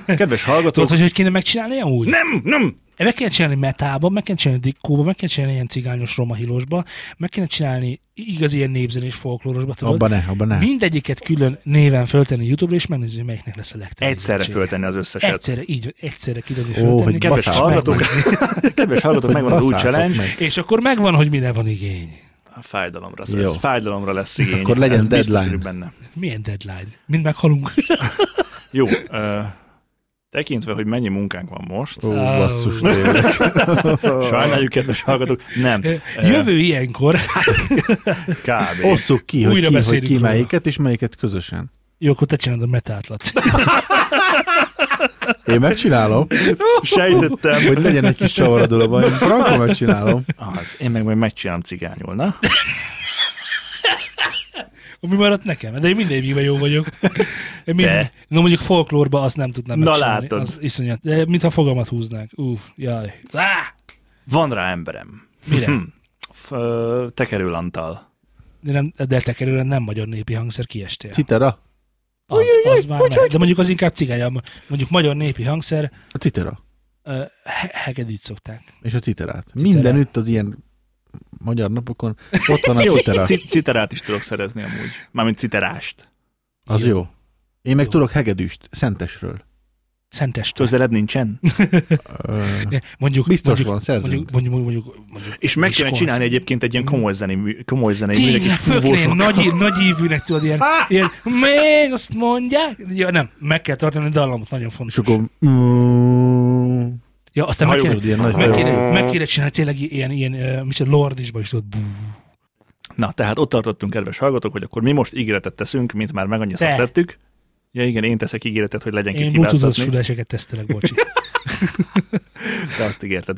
Speaker 3: Kedves
Speaker 2: Tudod,
Speaker 3: hallgatók,
Speaker 2: hogy hogy kéne megcsinálni ilyen úgy?
Speaker 3: nem, nem!
Speaker 2: Meg kéne csinálni metába, meg kéne csinálni dikkóba, meg kéne csinálni ilyen cigányos romahilosba, meg kéne csinálni igaz ilyen népzenés folklórosba, tudod?
Speaker 4: Abba ne, abba ne.
Speaker 2: Mindegyiket külön néven föltenni YouTube-ra, és megnézni, hogy melyiknek lesz a legtöbb.
Speaker 3: Egyszerre
Speaker 2: nézettsége.
Speaker 3: föltenni az összeset.
Speaker 2: Egyszerre, így van, egyszerre kidobni
Speaker 4: Ó,
Speaker 2: föltenni.
Speaker 4: hogy
Speaker 2: és
Speaker 3: Kedves
Speaker 4: Baszátok
Speaker 3: hallgatók, [laughs] kedves hallgatók,
Speaker 4: Hogy
Speaker 3: megvan az új
Speaker 4: baszátok
Speaker 3: challenge.
Speaker 4: meg.
Speaker 2: És akkor megvan, hogy mire van igény.
Speaker 3: A Fájdalomra
Speaker 4: Jó.
Speaker 3: lesz. Fájdalomra lesz igény.
Speaker 4: Akkor legyen
Speaker 3: Ez biztos
Speaker 4: deadline.
Speaker 3: vagyok benne.
Speaker 2: Milyen deadline? Mind
Speaker 4: [laughs]
Speaker 2: meghalunk.
Speaker 3: Jó. ö, tekintve, hogy mennyi munkánk van most,
Speaker 4: Ó, basszus, tényleg.
Speaker 2: [laughs]
Speaker 3: sajnáljuk, kedves hallgatók, nem. Ö,
Speaker 2: Jövő ilyenkor.
Speaker 3: Kb.
Speaker 4: Osszuk ki, hogy
Speaker 2: Újra
Speaker 4: ki, hogy
Speaker 2: beszélünk
Speaker 4: ki
Speaker 2: róla.
Speaker 4: melyiket, és melyiket közösen.
Speaker 2: Jó, akkor te csinálod a metát, Laci. [laughs]
Speaker 4: Én megcsinálom,
Speaker 3: Sejtettem.
Speaker 4: hogy legyen egy kis csavar a dologban. Én frankon megcsinálom.
Speaker 3: Az, én meg majd megcsinálom cigányul, na?
Speaker 2: Ami maradt nekem, de én minden évben jó vagyok. Én Mind,
Speaker 3: Te.
Speaker 2: no mondjuk folklórba azt nem tudnám
Speaker 3: Na
Speaker 2: megcsinálni.
Speaker 3: látod.
Speaker 2: Az iszonyat, de mintha fogamat húznák. Uff, jaj. Á,
Speaker 3: Van rá emberem.
Speaker 2: Mire?
Speaker 3: Hm. F- ö, Tekerő Antal.
Speaker 2: De, nem, de te kerülön nem magyar népi hangszer kiestél.
Speaker 4: Citera.
Speaker 2: Az, az már nem. De mondjuk az inkább cigány, mondjuk magyar népi hangszer,
Speaker 4: A citera.
Speaker 2: ö, he- hegedűt szokták.
Speaker 4: És a citerát. Mindenütt az ilyen magyar napokon ott van a
Speaker 3: Jó,
Speaker 4: citera.
Speaker 3: ci- citerát is tudok szerezni amúgy. Mármint citerást.
Speaker 4: Az jó. Én meg
Speaker 2: Jó.
Speaker 4: tudok hegedűst, Szentesről.
Speaker 2: Szentestől.
Speaker 3: Közelebb nincsen.
Speaker 4: Ö,
Speaker 2: Mondjuk,
Speaker 4: Biztos
Speaker 2: mondjuk,
Speaker 4: van,
Speaker 2: Mondjuk,
Speaker 4: szerzünk.
Speaker 2: mondjuk, mondjuk, mondjuk,
Speaker 3: És meg kéne
Speaker 2: Miskolc.
Speaker 3: csinálni egyébként egy ilyen komoly zenei, mű- komoly zenei műnek
Speaker 2: Tényleg,
Speaker 3: és
Speaker 2: főleg ilyen nagy, nagy ívűnek, tudod, ilyen, ilyen, még azt mondják, ja nem, meg kell tartani a dallamot, nagyon
Speaker 4: És
Speaker 2: fontos.
Speaker 4: akkor... Mm,
Speaker 2: Ja, aztán meg
Speaker 4: tudod,
Speaker 2: kéne,
Speaker 4: ilyen nagy
Speaker 2: meg
Speaker 4: hajó.
Speaker 2: kéne, meg kéne csinálni tényleg ilyen, ilyen uh, micsoda lordisba is, tudod, bú.
Speaker 3: Na, tehát ott tartottunk, kedves hallgatók, hogy akkor mi most ígéretet teszünk, mint már meg
Speaker 2: Te.
Speaker 3: annyiszor tettük. Ja igen, én teszek ígéretet, hogy legyen kit
Speaker 2: Én bluetooth
Speaker 3: hibáztatni,
Speaker 2: füleseket tesztelek,
Speaker 4: [laughs]
Speaker 2: bocsi.
Speaker 3: de azt ígérted.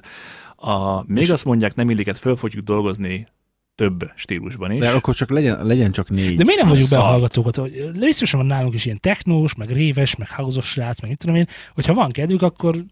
Speaker 3: A, még azt mondják, nem illiket föl fogjuk hát dolgozni több stílusban is.
Speaker 4: De akkor csak legyen, legyen csak négy.
Speaker 2: De miért nem vagyunk be a
Speaker 3: Szar.
Speaker 2: hallgatókat? Hogy Biztosan van nálunk is ilyen technós, meg réves, meg házos srác, meg mit tudom én. Hogyha van kedvük, akkor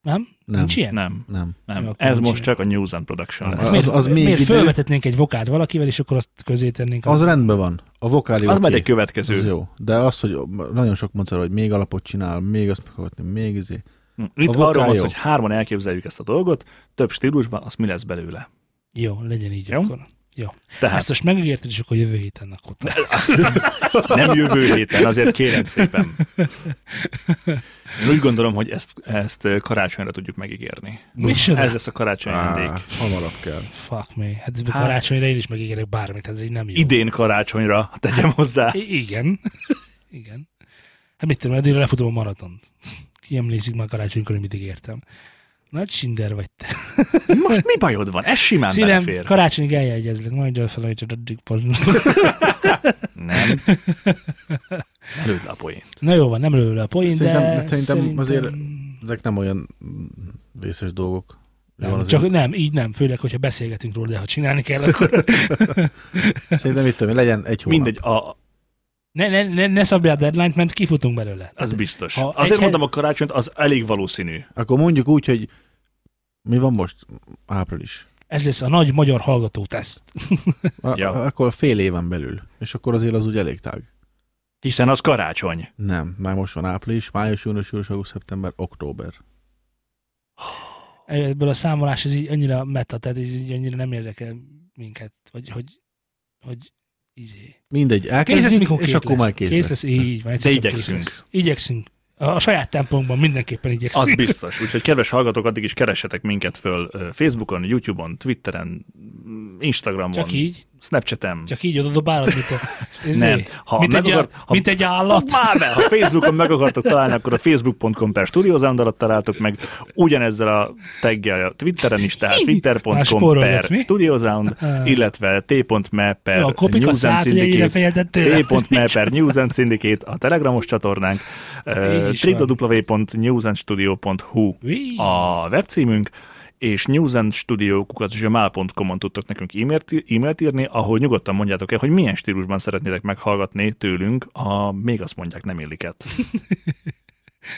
Speaker 2: nem?
Speaker 4: nem,
Speaker 2: Nincs ilyen?
Speaker 3: Nem,
Speaker 4: nem.
Speaker 3: nem.
Speaker 2: Akkor
Speaker 3: Ez
Speaker 2: nincs
Speaker 3: most
Speaker 2: ilyen.
Speaker 3: csak a News and Production lesz.
Speaker 4: Az-
Speaker 2: miért,
Speaker 4: az még
Speaker 2: miért
Speaker 4: idő-
Speaker 2: fölvetetnénk egy vokát valakivel, és akkor azt közé tennénk?
Speaker 4: Az rendben van. A vokáli
Speaker 3: Az
Speaker 4: oké.
Speaker 3: majd egy
Speaker 4: Az
Speaker 3: következő.
Speaker 4: jó. De az, hogy nagyon sok mondszor, hogy még alapot csinál, még azt meghallgatni, még izé.
Speaker 3: Hm. Itt
Speaker 4: A vokál
Speaker 3: arról van szó,
Speaker 4: jó.
Speaker 3: hogy hárman elképzeljük ezt a dolgot, több stílusban, az mi lesz belőle.
Speaker 2: Jó, legyen így
Speaker 3: Jó?
Speaker 2: akkor.
Speaker 3: Tehát
Speaker 2: Ezt most megígérted, és akkor jövő héten akkor.
Speaker 3: nem jövő héten, azért kérem szépen. Én úgy gondolom, hogy ezt, ezt karácsonyra tudjuk megígérni.
Speaker 2: Micsoda?
Speaker 3: Ez lesz a karácsonyi
Speaker 4: Á,
Speaker 3: vendég.
Speaker 4: hamarabb kell.
Speaker 2: Fuck me. Hát ez
Speaker 3: Hát-
Speaker 2: karácsonyra én is megígérek bármit, hát ez így nem jó.
Speaker 3: Idén karácsonyra,
Speaker 2: Hát,
Speaker 3: tegyem hozzá.
Speaker 2: I- igen. [laughs] igen. Hát mit tudom, addigra lefutom a maratont. Ki emlékszik már karácsonykor, hogy mit ígértem. Nagy sinder vagy te.
Speaker 3: Most mi bajod van? Ez simán
Speaker 2: Szívem,
Speaker 3: belefér.
Speaker 2: karácsonyig eljegyezlek, majd el felejtsed addig pozna. [laughs]
Speaker 3: Nem. Ne Lőd le a poént.
Speaker 2: Na jó van, nem lő le a poén,
Speaker 4: Szerintem-
Speaker 2: de
Speaker 4: szerintem azért- Ezek nem olyan mm, vészes dolgok. Jó,
Speaker 2: Nem,
Speaker 4: azért-
Speaker 2: csak nem, így nem, főleg, hogyha beszélgetünk róla, de ha csinálni kell, akkor [laughs]
Speaker 4: Szerintem itt tudom, én, legyen egy hónap.
Speaker 3: Mindegy, a,
Speaker 2: ne, ne, ne, ne szabja a deadline-t, mert kifutunk belőle. Hát
Speaker 3: az biztos.
Speaker 2: Ha
Speaker 3: Azért
Speaker 2: egy-
Speaker 3: mondtam a karácsonyt, az elég valószínű.
Speaker 4: Akkor mondjuk úgy, hogy mi van most? Április.
Speaker 2: Ez lesz a nagy magyar hallgató teszt.
Speaker 4: A,
Speaker 3: Ja.
Speaker 4: a, akkor fél éven belül. És akkor azért az úgy elég tág.
Speaker 3: Hiszen az karácsony.
Speaker 4: Nem, már most van április, május, június, július, augusztus, szeptember, október.
Speaker 2: ebből a számolás ez így annyira meta, tehát ez így annyira nem érdekel minket, vagy hogy, hogy izé.
Speaker 4: Mindegy,
Speaker 2: Kész lesz,
Speaker 4: elkezdjük,
Speaker 2: mikor
Speaker 4: és
Speaker 2: kész
Speaker 4: akkor
Speaker 2: lesz.
Speaker 4: már kész,
Speaker 2: kész lesz. így van. egyszerűen csak kész
Speaker 3: igyekszünk.
Speaker 2: lesz. Igyekszünk. A, a saját tempónkban mindenképpen [laughs] igyekszünk.
Speaker 3: Az biztos. Úgyhogy kedves hallgatók, addig is keressetek minket föl ö, Facebookon, Youtube-on, Twitteren, Instagramon,
Speaker 2: Csak így,
Speaker 3: Snapchaten.
Speaker 2: csak így oda dobálod, mint, a, izé,
Speaker 3: Nem. Ha
Speaker 2: mint,
Speaker 3: meg
Speaker 2: egy,
Speaker 3: akart-
Speaker 2: ha...
Speaker 3: ha-
Speaker 2: mint egy állat.
Speaker 3: Fogd Már be, ha Facebookon meg akartok találni, akkor a facebook.com per Studiozán alatt találtok meg, ugyanezzel a taggel a Twitteren is, tehát
Speaker 2: Már
Speaker 3: twitter.com
Speaker 2: spórolgatsz,
Speaker 3: per
Speaker 2: mi?
Speaker 3: Studiosound, illetve t.me
Speaker 2: Jó, a
Speaker 3: per
Speaker 2: kopik a
Speaker 3: News and
Speaker 2: száz, hogy ennyire
Speaker 3: Syndicate,
Speaker 2: fejeltettél.
Speaker 3: t.me per News and Syndicate, a telegramos csatornánk,
Speaker 2: Így is van.
Speaker 3: www.newsandstudio.hu
Speaker 2: Ui.
Speaker 3: a webcímünk, és newsandstudio.gmail.com-on tudtok nekünk e-mailt, e-mailt írni, ahol nyugodtan mondjátok el, hogy milyen stílusban szeretnétek meghallgatni tőlünk a még azt mondják nem illiket.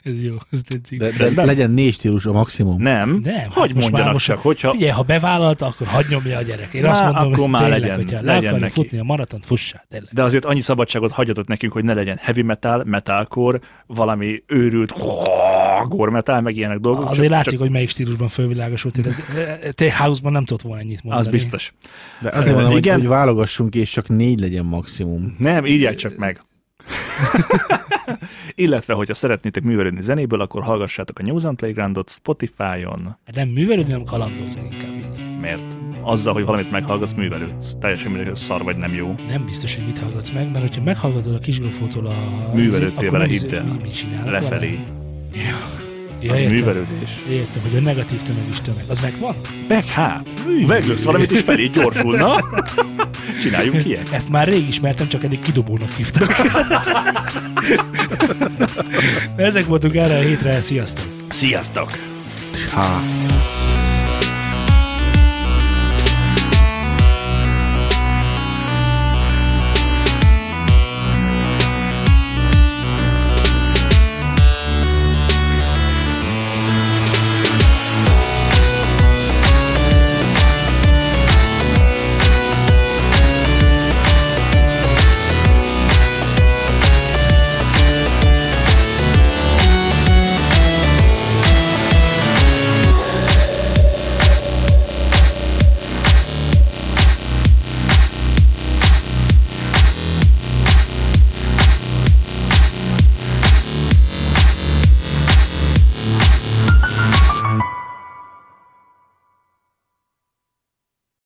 Speaker 2: Ez jó, ez tetszik.
Speaker 4: De, de legyen négy stílus a maximum.
Speaker 3: Nem?
Speaker 2: [laughs] Nem, hát
Speaker 3: hogy
Speaker 2: most már
Speaker 3: mondjanak
Speaker 2: most-
Speaker 3: csak, hogyha
Speaker 2: Figyelj, ha bevállalta, akkor hagyd nyomja a gyerek. Én
Speaker 3: Már
Speaker 2: azt mondom,
Speaker 3: akkor
Speaker 2: hogy
Speaker 3: már
Speaker 2: tényleg,
Speaker 3: legyen-
Speaker 2: hogyha le
Speaker 3: legyen
Speaker 2: akarja
Speaker 3: neki.
Speaker 2: futni a maratont, fussá, tényleg.
Speaker 3: de azért annyi szabadságot hagyatott nekünk, hogy ne legyen heavy metal, metalcore, valami őrült gore metal, meg ilyenek dolgok.
Speaker 2: Azért látszik, hogy melyik stílusban fölvilágosult. Tehát, eh, Te house-ban nem tudott volna ennyit mondani.
Speaker 3: az biztos.
Speaker 4: De azért mondom, hogy,
Speaker 3: igen.
Speaker 4: hogy válogassunk, és csak négy legyen maximum.
Speaker 3: Nem, írják csak meg. [laughs] Illetve, hogyha szeretnétek művelődni zenéből, akkor hallgassátok a News and Playgroundot Spotify-on,
Speaker 2: Hát Nem művelődni, nem kalandozni inkább.
Speaker 3: mert azzal, hogy valamit meghallgatsz, művelődsz. Teljesen mindegy, hogy szar vagy nem jó.
Speaker 2: Nem biztos, hogy mit hallgatsz meg, mert hogyha meghallgatod a kisgrófótól a...
Speaker 3: Művelődtél
Speaker 2: akkor
Speaker 3: vele,
Speaker 2: nem
Speaker 3: hidd
Speaker 2: izé-
Speaker 3: el.
Speaker 2: Mi, mit csinál?
Speaker 3: Lefelé.
Speaker 2: Ja,
Speaker 3: Az
Speaker 2: értem.
Speaker 3: művelődés.
Speaker 2: Értem, hogy a negatív tömeg is tömeg. Az megvan?
Speaker 3: Meg hát, meglősz valamit, és felé gyorsulna. Csináljunk ilyet.
Speaker 2: Ezt már rég ismertem, csak eddig kidobónak
Speaker 3: [laughs]
Speaker 2: hívtak. Ezek voltunk erre a hétre, sziasztok!
Speaker 3: Sziasztok!
Speaker 4: Ha.